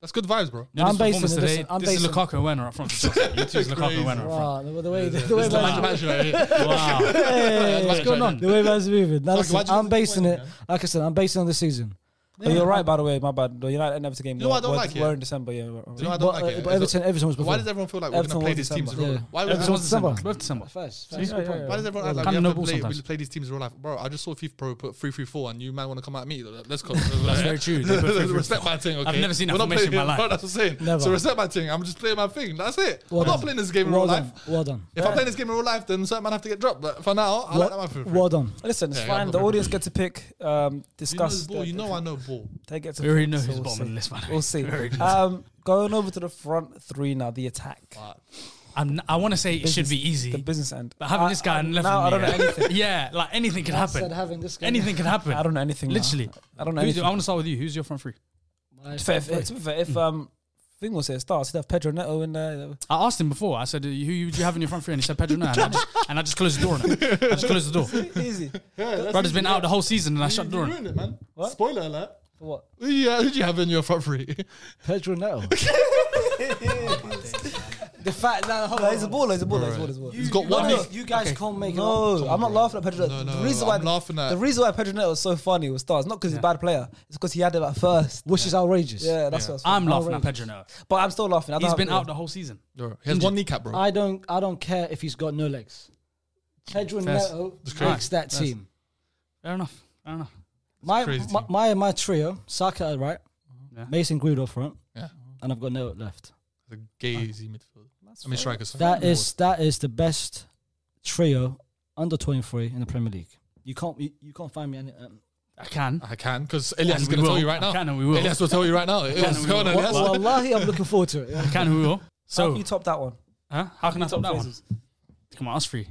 Speaker 4: That's good vibes, bro.
Speaker 3: No,
Speaker 5: I'm
Speaker 3: this
Speaker 5: basing
Speaker 3: performance
Speaker 5: it-
Speaker 3: today,
Speaker 5: listen, I'm
Speaker 3: this is
Speaker 5: basing-
Speaker 3: Lukaku and Werner up front. for Chelsea. You two is Lukaku
Speaker 4: Crazy.
Speaker 3: and Werner up front.
Speaker 5: Wow, the, the way the,
Speaker 4: This
Speaker 5: the way
Speaker 4: is the
Speaker 5: Man's-
Speaker 4: match- match
Speaker 3: <laughs>
Speaker 4: right
Speaker 2: <laughs>
Speaker 4: here.
Speaker 3: Wow.
Speaker 5: Hey,
Speaker 4: What's going on?
Speaker 5: the way man's moving. Now,
Speaker 4: Like,
Speaker 5: listen,
Speaker 4: why'd you
Speaker 5: I'm
Speaker 4: disappoint
Speaker 5: basing
Speaker 4: me,
Speaker 5: it.
Speaker 4: man?
Speaker 5: Like I said, I'm basing on the season.
Speaker 2: Oh, you're right, by the way. My bad. The United and Everton game.
Speaker 4: You
Speaker 2: were-
Speaker 4: know what I don't
Speaker 2: were-
Speaker 4: like, yeah?
Speaker 2: We're in December. Yeah. we're-
Speaker 4: Do you know what
Speaker 5: But,
Speaker 4: I don't like
Speaker 5: uh,
Speaker 4: it?
Speaker 5: but Everton, Everton was before.
Speaker 4: Why does everyone feel like we're
Speaker 2: Everton
Speaker 4: going to play
Speaker 2: was
Speaker 4: these
Speaker 2: December.
Speaker 4: teams in real life?
Speaker 5: Yeah.
Speaker 4: Why, would
Speaker 3: Everton
Speaker 4: everyone,
Speaker 3: was December.
Speaker 5: December.
Speaker 3: Both December.
Speaker 5: First,
Speaker 3: See?
Speaker 5: first good point.
Speaker 4: why does everyone act like
Speaker 3: Can't
Speaker 4: we have to
Speaker 3: know
Speaker 4: play,
Speaker 3: sometimes.
Speaker 4: we play these teams in real life? Bro, I just saw FIFA Pro put 3 3 4 and you man want to come at me. Let's go.
Speaker 3: That's very
Speaker 4: <laughs>
Speaker 3: true. They put three-
Speaker 4: respect my thing, okay?
Speaker 3: I've never seen that
Speaker 4: We're not
Speaker 3: formation in my
Speaker 4: playing-
Speaker 3: life.
Speaker 4: <laughs> That's what I'm saying.
Speaker 5: Never.
Speaker 4: So respect my thing. I'm just playing my thing. That's it.
Speaker 5: Well
Speaker 4: I'm not
Speaker 5: done.
Speaker 4: playing this game in
Speaker 5: well
Speaker 4: real
Speaker 5: done.
Speaker 4: life.
Speaker 5: Well done.
Speaker 4: If I'm playing this game in real life, then certain man have to get dropped. But for now, I like that man for
Speaker 5: Well,
Speaker 4: free.
Speaker 5: well done.
Speaker 2: Listen, it's
Speaker 4: Yeah,
Speaker 2: fine.
Speaker 4: I'm
Speaker 2: The
Speaker 4: not
Speaker 2: audience get to pick, um,
Speaker 4: You know,
Speaker 2: discuss.
Speaker 4: this ball, you know I know ball.
Speaker 2: They get to
Speaker 3: We already
Speaker 2: pick,
Speaker 3: know
Speaker 2: so
Speaker 3: who's
Speaker 2: we'll
Speaker 3: bottom of
Speaker 2: see.
Speaker 3: the list, by the way.
Speaker 2: We'll
Speaker 3: <laughs>
Speaker 2: see.
Speaker 3: We already know.
Speaker 2: Um, going over to the front three now, the attack.
Speaker 3: I'm, I want to say it should be easy,
Speaker 2: The business end.
Speaker 3: but having this guy
Speaker 2: I,
Speaker 3: and left
Speaker 2: now, I
Speaker 3: with
Speaker 2: don't
Speaker 3: me,
Speaker 2: know
Speaker 3: <laughs> yeah.
Speaker 2: anything.
Speaker 3: Yeah, like anything could
Speaker 5: That
Speaker 3: happen.
Speaker 5: said, having this guy-
Speaker 3: anything could happen.
Speaker 2: I don't know anything. now.
Speaker 3: Literally.
Speaker 2: I don't know
Speaker 3: Who do-
Speaker 2: anything.
Speaker 3: I want to start with you. Who's your Mm. front three?
Speaker 2: If, if, if, <laughs> if, if um, thing was it starts, he'd have Pedro Neto in there.
Speaker 3: I asked him before. I said, "Who you, do you have in your front three? And he said, "Pedro." No, and, I just, and I just closed the door on him. I just closed the door.
Speaker 4: <laughs>
Speaker 2: Easy.
Speaker 3: Brother's been out the whole season, and I shut the door on him.
Speaker 4: it, man. Spoiler alert.
Speaker 2: What?
Speaker 4: Yeah, who do you have in your
Speaker 3: <laughs>
Speaker 4: front three?
Speaker 5: Pedro Neto.
Speaker 2: The fact that hold on, he's a baller. He's a baller. He's a baller. He's a baller.
Speaker 4: He's got one.
Speaker 5: No, you guys can't make it.
Speaker 2: No, I'm not laughing at Pedro. Neto.
Speaker 4: No,
Speaker 2: the
Speaker 4: no,
Speaker 2: reason
Speaker 4: I'm
Speaker 2: why
Speaker 4: laughing at-
Speaker 2: the reason why Pedro Neto was so funny with stars, not because he's a bad player, it's because he had it at first.
Speaker 5: Which is outrageous.
Speaker 2: Yeah, that's what. I was
Speaker 3: I'm laughing at Pedro now.
Speaker 2: but I'm still laughing. I don't
Speaker 3: He's
Speaker 2: have-
Speaker 3: been out the whole season.
Speaker 4: Bro, He has one kneecap, bro.
Speaker 5: I don't. I don't care if he's got no legs. Pedro
Speaker 3: That's-
Speaker 5: Neto
Speaker 3: that's crazy.
Speaker 5: makes that
Speaker 3: That's-
Speaker 5: team.
Speaker 3: Fair enough. Fair enough.
Speaker 5: My,
Speaker 4: crazy
Speaker 5: my
Speaker 4: team.
Speaker 5: my my trio: Saka at right,
Speaker 3: Yeah.
Speaker 5: Mason Greenwood up front,
Speaker 4: Yeah.
Speaker 5: and I've got no left.
Speaker 4: The gazy midfield. I mean, strikers.
Speaker 5: That is that is the best trio under twenty three in the Premier League. You can't you, you can't find me any. Um,
Speaker 3: I can.
Speaker 4: I can because Elias
Speaker 3: And
Speaker 4: is
Speaker 3: we
Speaker 4: going to tell
Speaker 3: will.
Speaker 4: you right
Speaker 3: I
Speaker 4: now.
Speaker 3: can and we will.
Speaker 4: Elias will tell you right now.
Speaker 3: and
Speaker 4: What's
Speaker 3: we
Speaker 4: going on,
Speaker 3: will.
Speaker 4: Elias?
Speaker 3: Well,
Speaker 5: Wallahi, I'm looking forward to it. yeah.
Speaker 3: I can. Who will?
Speaker 2: How can
Speaker 3: <laughs> So,
Speaker 2: you top that one?
Speaker 3: huh? how can I top that one?
Speaker 2: Phrases.
Speaker 3: Come on, us three.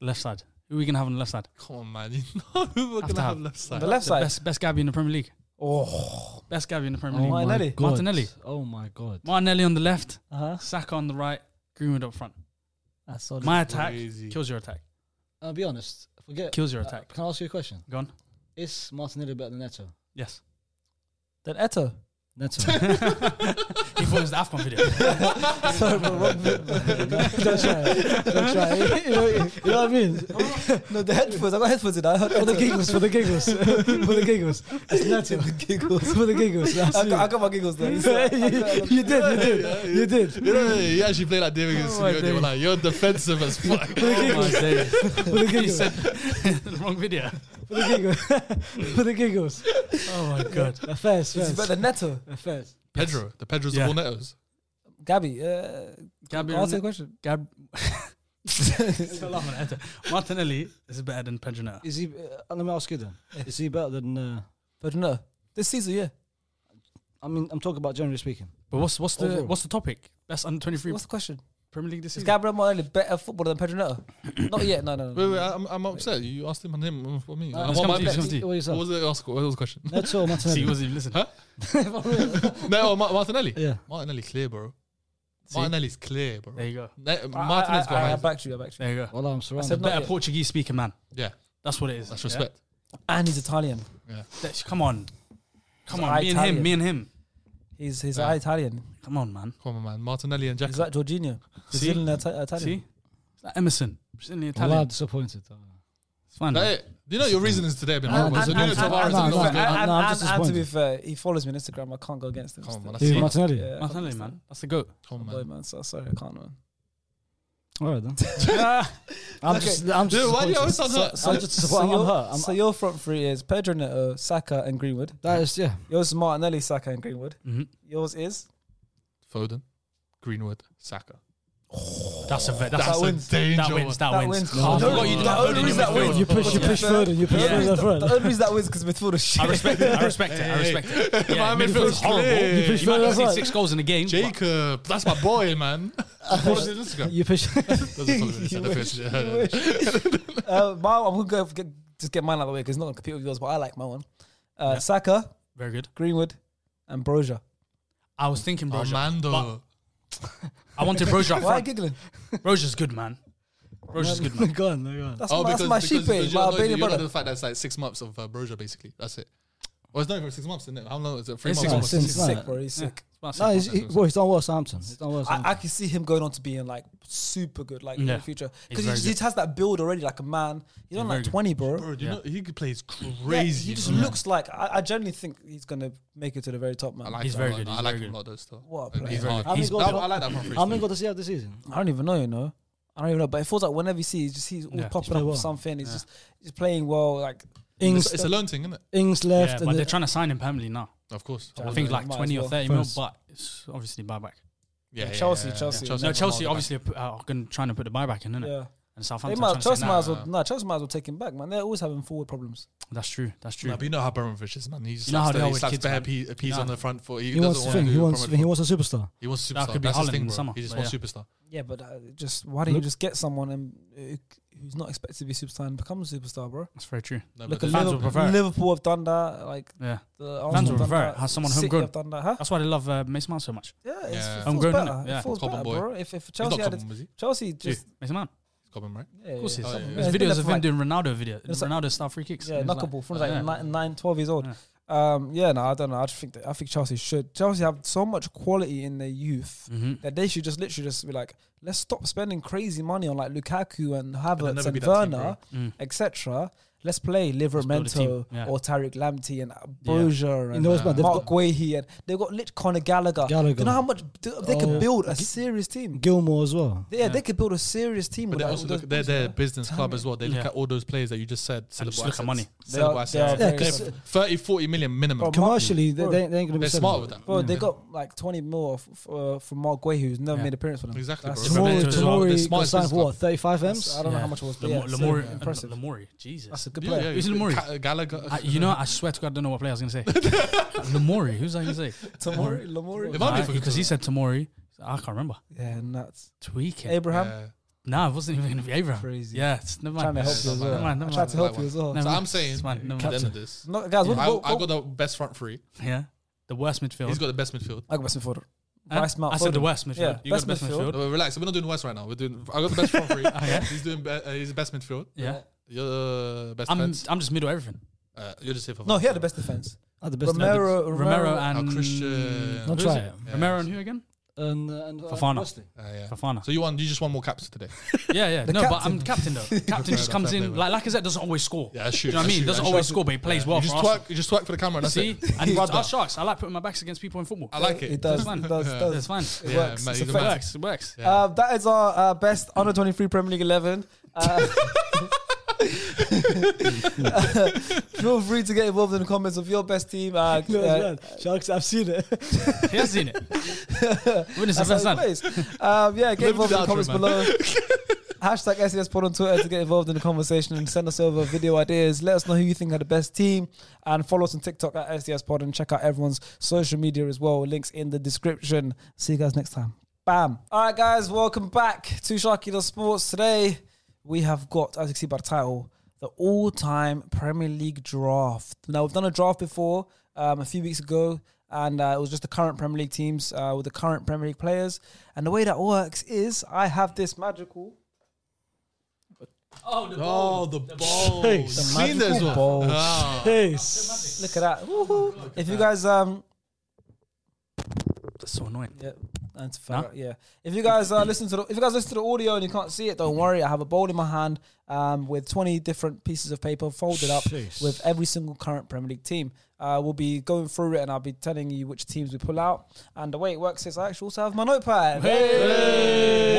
Speaker 3: Left side. Who are we gonna have on the left side?
Speaker 4: Come on, man. You know <laughs> who we're
Speaker 3: Have
Speaker 4: going
Speaker 3: to
Speaker 4: to have
Speaker 3: have.
Speaker 4: left side.
Speaker 2: The left
Speaker 3: The
Speaker 2: side.
Speaker 3: best best Gabby in the Premier League.
Speaker 2: Oh,
Speaker 3: Best Gabby in the Premier
Speaker 5: Oh
Speaker 3: League.
Speaker 5: my
Speaker 2: Martinelli.
Speaker 5: God.
Speaker 3: Martinelli.
Speaker 5: Oh my god.
Speaker 3: Martinelli on the left,
Speaker 2: uh-huh.
Speaker 3: Saka on the right, Greenwood up front.
Speaker 2: That's <laughs> solid.
Speaker 3: My attack
Speaker 4: Crazy. <laughs>
Speaker 3: kills your attack.
Speaker 5: I'll be honest. Forget. Uh,
Speaker 3: Kills your attack.
Speaker 5: Can I ask you a question?
Speaker 3: Go on.
Speaker 5: Is Martinelli better than Neto?
Speaker 3: Yes.
Speaker 2: Then Eto.
Speaker 5: Neto. <laughs>
Speaker 3: He thought it was the AFCON video. <laughs>
Speaker 5: Sorry, bro. Wrong bit. Don't try. it. Don't try. it. You know, you know what I mean?
Speaker 2: No, the headphones. I got headphones in. I heard
Speaker 5: For the giggles, for the giggles, for the giggles. It's Neto. giggles. For the giggles. That's
Speaker 2: I
Speaker 5: you.
Speaker 2: got, I got my giggles
Speaker 5: <laughs>
Speaker 2: there. It's like- I got- I
Speaker 5: you,
Speaker 2: got-
Speaker 5: you did, you did, you did.
Speaker 4: You know, you actually played
Speaker 3: <laughs>
Speaker 4: like David against Simeone. They were like, you're defensive as fuck. <laughs>
Speaker 3: Oh my days.
Speaker 5: For the
Speaker 3: He
Speaker 5: giggles.
Speaker 3: said the wrong video.
Speaker 2: <laughs>
Speaker 5: For the giggles. for the giggles.
Speaker 3: Oh my god.
Speaker 5: Affairs,
Speaker 2: It's better
Speaker 5: affairs.
Speaker 2: than Neto.
Speaker 5: Affairs.
Speaker 4: Pedro. The Pedros
Speaker 3: Yeah.
Speaker 4: of all netos.
Speaker 2: Gabby, uh,
Speaker 3: Gabby
Speaker 2: answer the
Speaker 3: Rene-
Speaker 2: question.
Speaker 3: Gab <laughs> Still laughing at it. Martinelli is better than Pedro Neto.
Speaker 5: Is he? Uh, let me ask you then. Is he better than? Uh,
Speaker 2: But no, this season, yeah.
Speaker 5: I mean, I'm talking about generally speaking.
Speaker 3: But what's what's the
Speaker 5: Overall.
Speaker 3: what's the topic? Best under twenty three
Speaker 2: What's the question?
Speaker 3: Premier League this
Speaker 2: Is
Speaker 3: season.
Speaker 2: Gabriel Martinelli better footballer than Pedro Neto? Not yet. No, no, no.
Speaker 4: Wait, wait, I'm, I'm upset. You asked him on him, uh, for me.
Speaker 5: Uh,
Speaker 4: I'm
Speaker 3: let's
Speaker 4: on
Speaker 3: come
Speaker 4: my
Speaker 3: to you, let's
Speaker 4: picks.
Speaker 3: come to you.
Speaker 5: What was
Speaker 4: What
Speaker 5: that?
Speaker 4: was the ask? What was the question?
Speaker 5: <laughs> That's <laughs>
Speaker 2: <laughs>
Speaker 5: all,
Speaker 3: See,
Speaker 5: Martinelli.
Speaker 3: was he listen?
Speaker 4: Huh? no, oh, Ma- Martinelli.
Speaker 5: Yeah.
Speaker 4: Martinelli clear, bro.
Speaker 3: See?
Speaker 4: Martinelli's clear, bro.
Speaker 3: There you go.
Speaker 4: Ne-
Speaker 2: I-
Speaker 4: Martinelli's
Speaker 2: I, I, I, I
Speaker 4: got hands.
Speaker 2: backed you. I backed you.
Speaker 3: There you go.
Speaker 5: Well, I'm
Speaker 2: I
Speaker 5: surrounded.
Speaker 2: said not
Speaker 3: Better
Speaker 2: yet.
Speaker 3: Portuguese speaking man.
Speaker 4: Yeah,
Speaker 3: That's what it is.
Speaker 4: that's
Speaker 3: yeah?
Speaker 4: respect.
Speaker 2: and he's Italian.
Speaker 3: That's- come on, come
Speaker 2: He's
Speaker 3: on. Me
Speaker 2: Italian.
Speaker 3: and him. Me and him.
Speaker 2: He's he's
Speaker 4: Yeah.
Speaker 2: Italian.
Speaker 3: Come on, man.
Speaker 4: Come on, man. Martinelli and
Speaker 2: He's
Speaker 4: Jackson.
Speaker 2: like Jorginho.
Speaker 3: See?
Speaker 2: Brazilian Ita- Italian.
Speaker 3: See, it's like Emerson. Brazilian
Speaker 5: I'm
Speaker 3: Italian.
Speaker 5: disappointed.
Speaker 3: It's fine. man.
Speaker 4: That it? Do you know your reasonings today have been horrible?
Speaker 5: and-
Speaker 4: So
Speaker 5: and-
Speaker 4: Nuno Tavares
Speaker 5: and-
Speaker 4: and
Speaker 5: no,
Speaker 4: Lopez-
Speaker 5: no,
Speaker 2: and,
Speaker 5: no, I'm
Speaker 2: and-
Speaker 5: just
Speaker 2: and to be
Speaker 5: disappointed.
Speaker 2: fair, he follows me on Instagram. I can't go against him.
Speaker 4: Come on, man.
Speaker 2: still.
Speaker 4: That's it.
Speaker 5: Martinelli.
Speaker 2: yeah,
Speaker 3: I'm telling you, man. That's the goat.
Speaker 4: Come on,
Speaker 2: Boy,
Speaker 4: man.
Speaker 2: man. So, sorry, I can't, man.
Speaker 5: All <laughs> right then. I'm
Speaker 2: Okay.
Speaker 5: just. I'm just.
Speaker 4: Dude, why do you always sound
Speaker 5: disappointed.
Speaker 2: <laughs>
Speaker 4: hurt?
Speaker 5: So- I'm just disappointed.
Speaker 2: your,
Speaker 5: I'm hurt. I'm-
Speaker 2: so your front three is Pedro Neto, Saka, and Greenwood.
Speaker 5: That is yeah.
Speaker 2: Yours is Martinelli, Saka, and Greenwood.
Speaker 3: Mhm.
Speaker 2: Yours is
Speaker 4: Foden, Greenwood, Saka.
Speaker 3: That's a ve- that's
Speaker 4: That's
Speaker 3: a,
Speaker 4: a danger
Speaker 3: That wins. That,
Speaker 2: that
Speaker 3: wins.
Speaker 2: wins.
Speaker 3: Half
Speaker 4: No,
Speaker 3: of what
Speaker 4: no,
Speaker 3: you do
Speaker 4: no,
Speaker 3: after
Speaker 4: no,
Speaker 3: you
Speaker 4: no,
Speaker 3: win
Speaker 4: that
Speaker 3: midfield.
Speaker 4: wins.
Speaker 5: You push. You push further. You push
Speaker 2: The only
Speaker 5: <laughs> further.
Speaker 2: reason-
Speaker 5: further.
Speaker 2: the only reason that wins because midfield is shit.
Speaker 3: I respect it. I respect
Speaker 4: <laughs>
Speaker 3: it. I respect it. Yeah,
Speaker 4: My
Speaker 3: midfield's
Speaker 4: midfield's
Speaker 3: horrible.
Speaker 4: clear.
Speaker 3: You
Speaker 5: You
Speaker 3: might
Speaker 5: push
Speaker 3: concede
Speaker 5: further.
Speaker 3: six goals in a game. but-
Speaker 4: Jacob, that's my boy, man. Follow us on Instagram.
Speaker 5: You push.
Speaker 4: Doesn't follow me, so
Speaker 2: You
Speaker 4: don't
Speaker 2: wish,
Speaker 4: feel-
Speaker 2: you wish. uh, my, I'm gonna go get, just get mine out of the way because it's not gonna compete with yours, but I like my one. Uh, Saka,
Speaker 3: Very good.
Speaker 2: Greenwood, and Brozier.
Speaker 3: I was thinking
Speaker 4: Oh,
Speaker 3: Broja. but
Speaker 4: Armando.
Speaker 3: I
Speaker 2: <laughs>
Speaker 3: wanted Broja up
Speaker 2: Why Oh are you
Speaker 3: front.
Speaker 2: giggling?
Speaker 3: Broja's good, man.
Speaker 2: <laughs>
Speaker 3: Broja's good, man.
Speaker 5: Go on. Go on.
Speaker 2: That's
Speaker 4: Oh,
Speaker 2: my, that's my sheep, eh?
Speaker 4: you
Speaker 2: my
Speaker 4: know,
Speaker 2: baby
Speaker 4: you know
Speaker 2: brother.
Speaker 4: the fact that it's like six months of uh, Broja, basically. That's it. Well, it's not even six months, isn't it? How long is it? Three
Speaker 3: It's
Speaker 4: months.
Speaker 3: six
Speaker 4: almost.
Speaker 2: He's
Speaker 5: months.
Speaker 2: sick, bro. He's sick.
Speaker 5: No, he's, he, well, he's done well. Southampton. He's done well.
Speaker 2: I, I
Speaker 5: Southampton.
Speaker 2: can see him going on to being like super good, like in
Speaker 3: Yeah.
Speaker 2: the future,
Speaker 3: He's
Speaker 2: because he,
Speaker 3: very
Speaker 2: just- he
Speaker 3: good.
Speaker 2: just has that build already, like a man. He's on
Speaker 3: very
Speaker 2: like
Speaker 3: good.
Speaker 2: twenty, bro.
Speaker 4: Bro, do you
Speaker 3: Yeah.
Speaker 4: know he plays
Speaker 2: Yeah,
Speaker 4: crazy.
Speaker 2: he just
Speaker 4: bro.
Speaker 2: looks like I, I genuinely think he's gonna make it to the very top, man.
Speaker 4: I
Speaker 2: I,
Speaker 4: like
Speaker 3: He's
Speaker 4: him
Speaker 3: very
Speaker 4: a lot.
Speaker 3: good, he's
Speaker 4: I like
Speaker 3: very
Speaker 4: him
Speaker 3: good.
Speaker 4: a lot, though, still.
Speaker 2: What a
Speaker 4: And
Speaker 2: player.
Speaker 4: He's
Speaker 3: How
Speaker 4: hard.
Speaker 3: many
Speaker 4: He's-
Speaker 5: goals
Speaker 4: I
Speaker 5: do you-
Speaker 4: I like that front three
Speaker 5: How many
Speaker 4: still.
Speaker 5: goals does he have this season?
Speaker 2: don't even know, you know. I don't even know, but it feels like whenever you see, he's just he's all
Speaker 3: Yeah, he's
Speaker 2: popping up
Speaker 5: playing
Speaker 2: with
Speaker 5: well.
Speaker 2: something. He's just he's playing well, like
Speaker 4: It's
Speaker 5: Ings,
Speaker 4: it's a loan thing, isn't it?
Speaker 5: Ings left.
Speaker 3: Yeah,
Speaker 5: and
Speaker 3: but they're
Speaker 5: the-
Speaker 3: trying to sign him permanently now.
Speaker 4: Of course.
Speaker 2: Yeah,
Speaker 3: I think
Speaker 2: Yeah,
Speaker 3: like
Speaker 2: might as
Speaker 3: 20 or
Speaker 2: well.
Speaker 3: 30 mil,
Speaker 5: First.
Speaker 3: but it's obviously buyback.
Speaker 4: Yeah, yeah,
Speaker 2: Chelsea,
Speaker 4: yeah, yeah.
Speaker 2: Chelsea.
Speaker 3: No, Chelsea
Speaker 4: Ronaldo.
Speaker 3: obviously are pu- are gonna- trying to put the buyback in, isn't it?
Speaker 2: yeah.
Speaker 3: And
Speaker 2: They
Speaker 3: Southampton.
Speaker 2: might,
Speaker 3: are trying to
Speaker 2: Chelsea
Speaker 3: say,
Speaker 2: might
Speaker 3: nah,
Speaker 2: as well.
Speaker 4: nah.
Speaker 2: No, Chelsea might as well take him back, man. They're always having forward problems.
Speaker 3: That's true. That's true.
Speaker 4: Nah, but you know how Bramovich is, man. He
Speaker 3: You know how
Speaker 4: slaps,
Speaker 3: they
Speaker 4: the,
Speaker 3: are
Speaker 4: he
Speaker 3: with
Speaker 4: slaps
Speaker 3: kids,
Speaker 4: bare
Speaker 3: man.
Speaker 4: pe- peas
Speaker 3: Nah.
Speaker 4: on the front foot. He,
Speaker 5: He wants the
Speaker 4: doesn't
Speaker 5: thing.
Speaker 4: want
Speaker 5: He
Speaker 4: to
Speaker 5: wants. He wants a superstar.
Speaker 4: He wants superstar.
Speaker 3: That could be
Speaker 4: That's his
Speaker 3: Haaland
Speaker 4: thing,
Speaker 3: in
Speaker 4: bro.
Speaker 3: summer,
Speaker 4: He just
Speaker 3: but
Speaker 4: wants
Speaker 3: yeah.
Speaker 4: superstar.
Speaker 2: Yeah, but uh, just why don't you just get someone and uh, who's not expected to be a superstar and become a superstar, bro?
Speaker 3: That's very true.
Speaker 4: No,
Speaker 2: Look
Speaker 4: but
Speaker 2: at
Speaker 4: the-
Speaker 3: fans will
Speaker 2: Liverpool.
Speaker 3: prefer it.
Speaker 2: Liverpool have done that. Like
Speaker 3: Yeah.
Speaker 2: the
Speaker 3: Fans
Speaker 2: Arsenal
Speaker 3: will
Speaker 2: have done
Speaker 3: prefer it.
Speaker 2: that.
Speaker 3: Has someone
Speaker 2: City
Speaker 3: homegrown.
Speaker 2: have done that, huh?
Speaker 3: That's why they love uh, Mason Mount so much.
Speaker 2: Yeah, it's,
Speaker 4: Yeah.
Speaker 2: it feels
Speaker 3: Homegrown,
Speaker 2: better.
Speaker 3: innit? Yeah.
Speaker 2: It feels
Speaker 4: Cobham
Speaker 2: better,
Speaker 4: boy.
Speaker 2: bro. If, if
Speaker 4: He's
Speaker 2: Chelsea
Speaker 4: not
Speaker 2: had it,
Speaker 4: Cobham, is he?
Speaker 2: Chelsea just
Speaker 3: Mason Mount.
Speaker 4: Cobham, right?
Speaker 2: yeah,
Speaker 3: Of course he
Speaker 2: yeah,
Speaker 3: is.
Speaker 4: Oh, yeah,
Speaker 3: There's
Speaker 4: yeah.
Speaker 2: Been
Speaker 3: videos
Speaker 2: there
Speaker 3: of
Speaker 2: for
Speaker 3: him
Speaker 2: like-
Speaker 3: doing Ronaldo video. There's
Speaker 2: like-
Speaker 3: Ronaldo style free kicks.
Speaker 2: yeah,
Speaker 3: It's
Speaker 2: knuckleball from like
Speaker 3: yeah.
Speaker 2: nine, nine, 12 years old.
Speaker 3: Yeah.
Speaker 2: Um, yeah, no, I don't know. I just think that, I think Chelsea should. Chelsea have so much quality in their youth
Speaker 3: Mhm.
Speaker 2: that they should just literally just be like, let's stop spending crazy money on like Lukaku and
Speaker 4: they'll
Speaker 2: Havertz
Speaker 4: never
Speaker 2: and
Speaker 4: be that team,
Speaker 2: Werner,
Speaker 3: Mm.
Speaker 2: etc. Let's play
Speaker 3: build a
Speaker 2: Livermento
Speaker 3: team, yeah.
Speaker 2: or Tariq Lamptey and Brozier and
Speaker 5: knows, man, they've
Speaker 2: Mark
Speaker 5: got-
Speaker 2: Guehi and they've got lit Conor Gallagher. Do
Speaker 5: Gallagher.
Speaker 2: you know how much do- they could
Speaker 5: Oh.
Speaker 2: build a serious team?
Speaker 5: Gilmore as well.
Speaker 2: Yeah, they could build a serious team.
Speaker 4: But
Speaker 2: with
Speaker 4: they
Speaker 2: that-
Speaker 4: also
Speaker 2: with those
Speaker 4: look, they're
Speaker 2: boys,
Speaker 4: their
Speaker 2: you know?
Speaker 4: business club as well. They look
Speaker 3: Yeah.
Speaker 4: at all those players that you just said.
Speaker 3: And just
Speaker 4: sellable
Speaker 3: look at
Speaker 4: assets.
Speaker 3: money.
Speaker 2: They
Speaker 4: Sellable
Speaker 2: are- they
Speaker 4: assets.
Speaker 2: are
Speaker 5: Yeah,
Speaker 2: very
Speaker 5: 'cause-
Speaker 2: good.
Speaker 4: 30, 40 million minimum.
Speaker 2: Mark-
Speaker 5: Commercially, they,
Speaker 2: bro.
Speaker 5: they, they ain't gonna be
Speaker 4: They're smart with that. Mm.
Speaker 2: Bro, they got like 20 more f- f- uh, from Mark Guay, who's never
Speaker 3: Yeah.
Speaker 2: made an appearance for them.
Speaker 4: Exactly,
Speaker 2: That's-
Speaker 4: bro.
Speaker 5: Tomori,
Speaker 3: Remember, they're
Speaker 5: Tomori
Speaker 4: smart
Speaker 5: got signed
Speaker 4: business
Speaker 5: for what? Thirty-five m's.
Speaker 2: I don't know
Speaker 3: Yeah.
Speaker 2: how much it was, but yeah,
Speaker 3: Lamore,
Speaker 2: it's
Speaker 3: Lamore,
Speaker 2: still
Speaker 3: and
Speaker 2: impressive.
Speaker 3: Lamori, Jesus.
Speaker 2: That's a good
Speaker 4: Yeah,
Speaker 2: player.
Speaker 4: yeah,
Speaker 3: Who's
Speaker 4: yeah.
Speaker 3: Lamori?
Speaker 4: Ca- Gallagher.
Speaker 3: I, you know, I swear to God, I don't know what player I was gonna say. Lamori, who's I gonna say?
Speaker 2: Tomori, Lamori.
Speaker 4: It might be for-
Speaker 3: Because he said Tamori. I can't remember.
Speaker 2: Yeah, nuts.
Speaker 3: Tweaking.
Speaker 2: Abraham,
Speaker 4: <laughs> Yeah.
Speaker 3: Nah, it wasn't even gonna be Abraham.
Speaker 2: Crazy.
Speaker 3: Yeah, it's, never
Speaker 2: trying
Speaker 3: mind.
Speaker 2: to help
Speaker 4: Yeah,
Speaker 2: you as
Speaker 4: never
Speaker 2: well.
Speaker 3: mind, never
Speaker 2: I tried
Speaker 3: mind.
Speaker 2: to help
Speaker 4: That
Speaker 2: you as well.
Speaker 3: Never
Speaker 4: So
Speaker 3: mind.
Speaker 4: I'm saying,
Speaker 3: It's fine,
Speaker 4: at
Speaker 3: never
Speaker 4: the end
Speaker 3: mind.
Speaker 4: of this,
Speaker 2: No, guys, what,
Speaker 4: I,
Speaker 2: what,
Speaker 4: I
Speaker 2: what,
Speaker 4: got the best front three.
Speaker 3: Yeah, the worst midfield.
Speaker 4: He's got the best midfield.
Speaker 2: I got best midfielder.
Speaker 3: Huh?
Speaker 2: Rice Mount.
Speaker 3: I said the
Speaker 2: Foden.
Speaker 3: worst midfield.
Speaker 2: Yeah,
Speaker 3: You
Speaker 2: best
Speaker 3: got the best
Speaker 2: midfield.
Speaker 3: midfield.
Speaker 4: No, but relax. We're not doing West right now. We're doing. I got the best front
Speaker 3: <laughs>
Speaker 4: three.
Speaker 3: Okay.
Speaker 4: He's doing. Be, uh, he's the best midfield.
Speaker 3: Yeah,
Speaker 4: You're the best
Speaker 3: I'm.
Speaker 4: defense.
Speaker 3: I'm just middle everything.
Speaker 4: Uh, you're just here for
Speaker 2: No,
Speaker 4: fun.
Speaker 2: he had the best defense.
Speaker 5: At the best.
Speaker 2: Romero,
Speaker 3: Romero and
Speaker 4: Oh, Christian.
Speaker 3: Who
Speaker 5: Not
Speaker 3: is
Speaker 5: try
Speaker 3: it?
Speaker 5: it.
Speaker 4: Yeah.
Speaker 3: Romero and who again?
Speaker 5: and uh, and uh,
Speaker 3: Fofana.
Speaker 5: Wesley.
Speaker 4: Uh, yeah.
Speaker 3: Fafana.
Speaker 4: So you want you just want more caps today.
Speaker 3: yeah, yeah.
Speaker 2: The
Speaker 3: No, but I'm
Speaker 2: captain.
Speaker 3: captain though. Captain just
Speaker 4: enough,
Speaker 3: comes
Speaker 4: fair play,
Speaker 3: in
Speaker 4: man.
Speaker 3: like like I said, doesn't always score.
Speaker 4: Yeah, that's
Speaker 3: Do you
Speaker 4: true,
Speaker 3: know what I
Speaker 4: that's
Speaker 3: mean?
Speaker 4: true,
Speaker 3: Doesn't
Speaker 4: that's
Speaker 3: always
Speaker 4: true.
Speaker 3: score, but he plays well.
Speaker 4: you just
Speaker 3: for Arsenal.
Speaker 4: twerk. You just twerk for the camera. And that's
Speaker 3: See,
Speaker 4: it.
Speaker 3: and
Speaker 4: Love
Speaker 3: our
Speaker 4: that.
Speaker 3: sharks. I like putting my backs against people in football.
Speaker 4: I like it.
Speaker 2: It does,
Speaker 3: That's fine.
Speaker 2: it does,
Speaker 4: Yeah.
Speaker 2: does.
Speaker 3: It's fine.
Speaker 2: It
Speaker 4: Yeah,
Speaker 2: works.
Speaker 4: mate,
Speaker 2: It's
Speaker 4: he's
Speaker 2: a
Speaker 4: a
Speaker 3: It
Speaker 4: man.
Speaker 2: fact.
Speaker 3: works. It works.
Speaker 4: Yeah.
Speaker 2: Uh, that is our uh, best under 23 Premier League 11. Uh, <laughs> feel free to get involved in the comments of your best team. Uh,
Speaker 5: No,
Speaker 2: uh,
Speaker 5: man, Sharks, I've seen it.
Speaker 3: He has seen it. Witness
Speaker 2: that's
Speaker 3: of
Speaker 2: how it
Speaker 3: that.
Speaker 2: plays. um, yeah, get
Speaker 4: Live
Speaker 2: involved in the
Speaker 4: the
Speaker 2: comments
Speaker 4: outro, man.
Speaker 2: below. Hashtag SES Pod on Twitter to get involved in the conversation and send us over video ideas. Let us know who you think are the best team and follow us on TikTok at SDS Pod and check out everyone's social media as well. Links in the description. See you guys next time. Bam. All right, guys, welcome back to Sharky the Sports. Today we have got, as you can see by the title, the all-time Premier League draft. Now we've done a draft before um, a few weeks ago, and uh, it was just the current Premier League teams uh, with the current Premier League players. And the way that works is I have this magical
Speaker 3: Oh, the
Speaker 4: Oh, the balls.
Speaker 2: the
Speaker 5: Jeez.
Speaker 4: Clean
Speaker 2: magical
Speaker 4: those up.
Speaker 2: balls.
Speaker 4: Ah,
Speaker 5: Peace.
Speaker 2: Look at that. Woohoo. If you guys um
Speaker 3: That's so annoying.
Speaker 2: yeah, that's fair, yeah. If you guys uh, listen to the if you guys listen to the audio and you can't see it, don't worry. I have a bowl in my hand um with 20 different pieces of paper folded up
Speaker 5: Jeez.
Speaker 2: with every single current Premier League team. Uh, we'll be going through it and I'll be telling you which teams we pull out. And the way it works is I actually also have my notepad.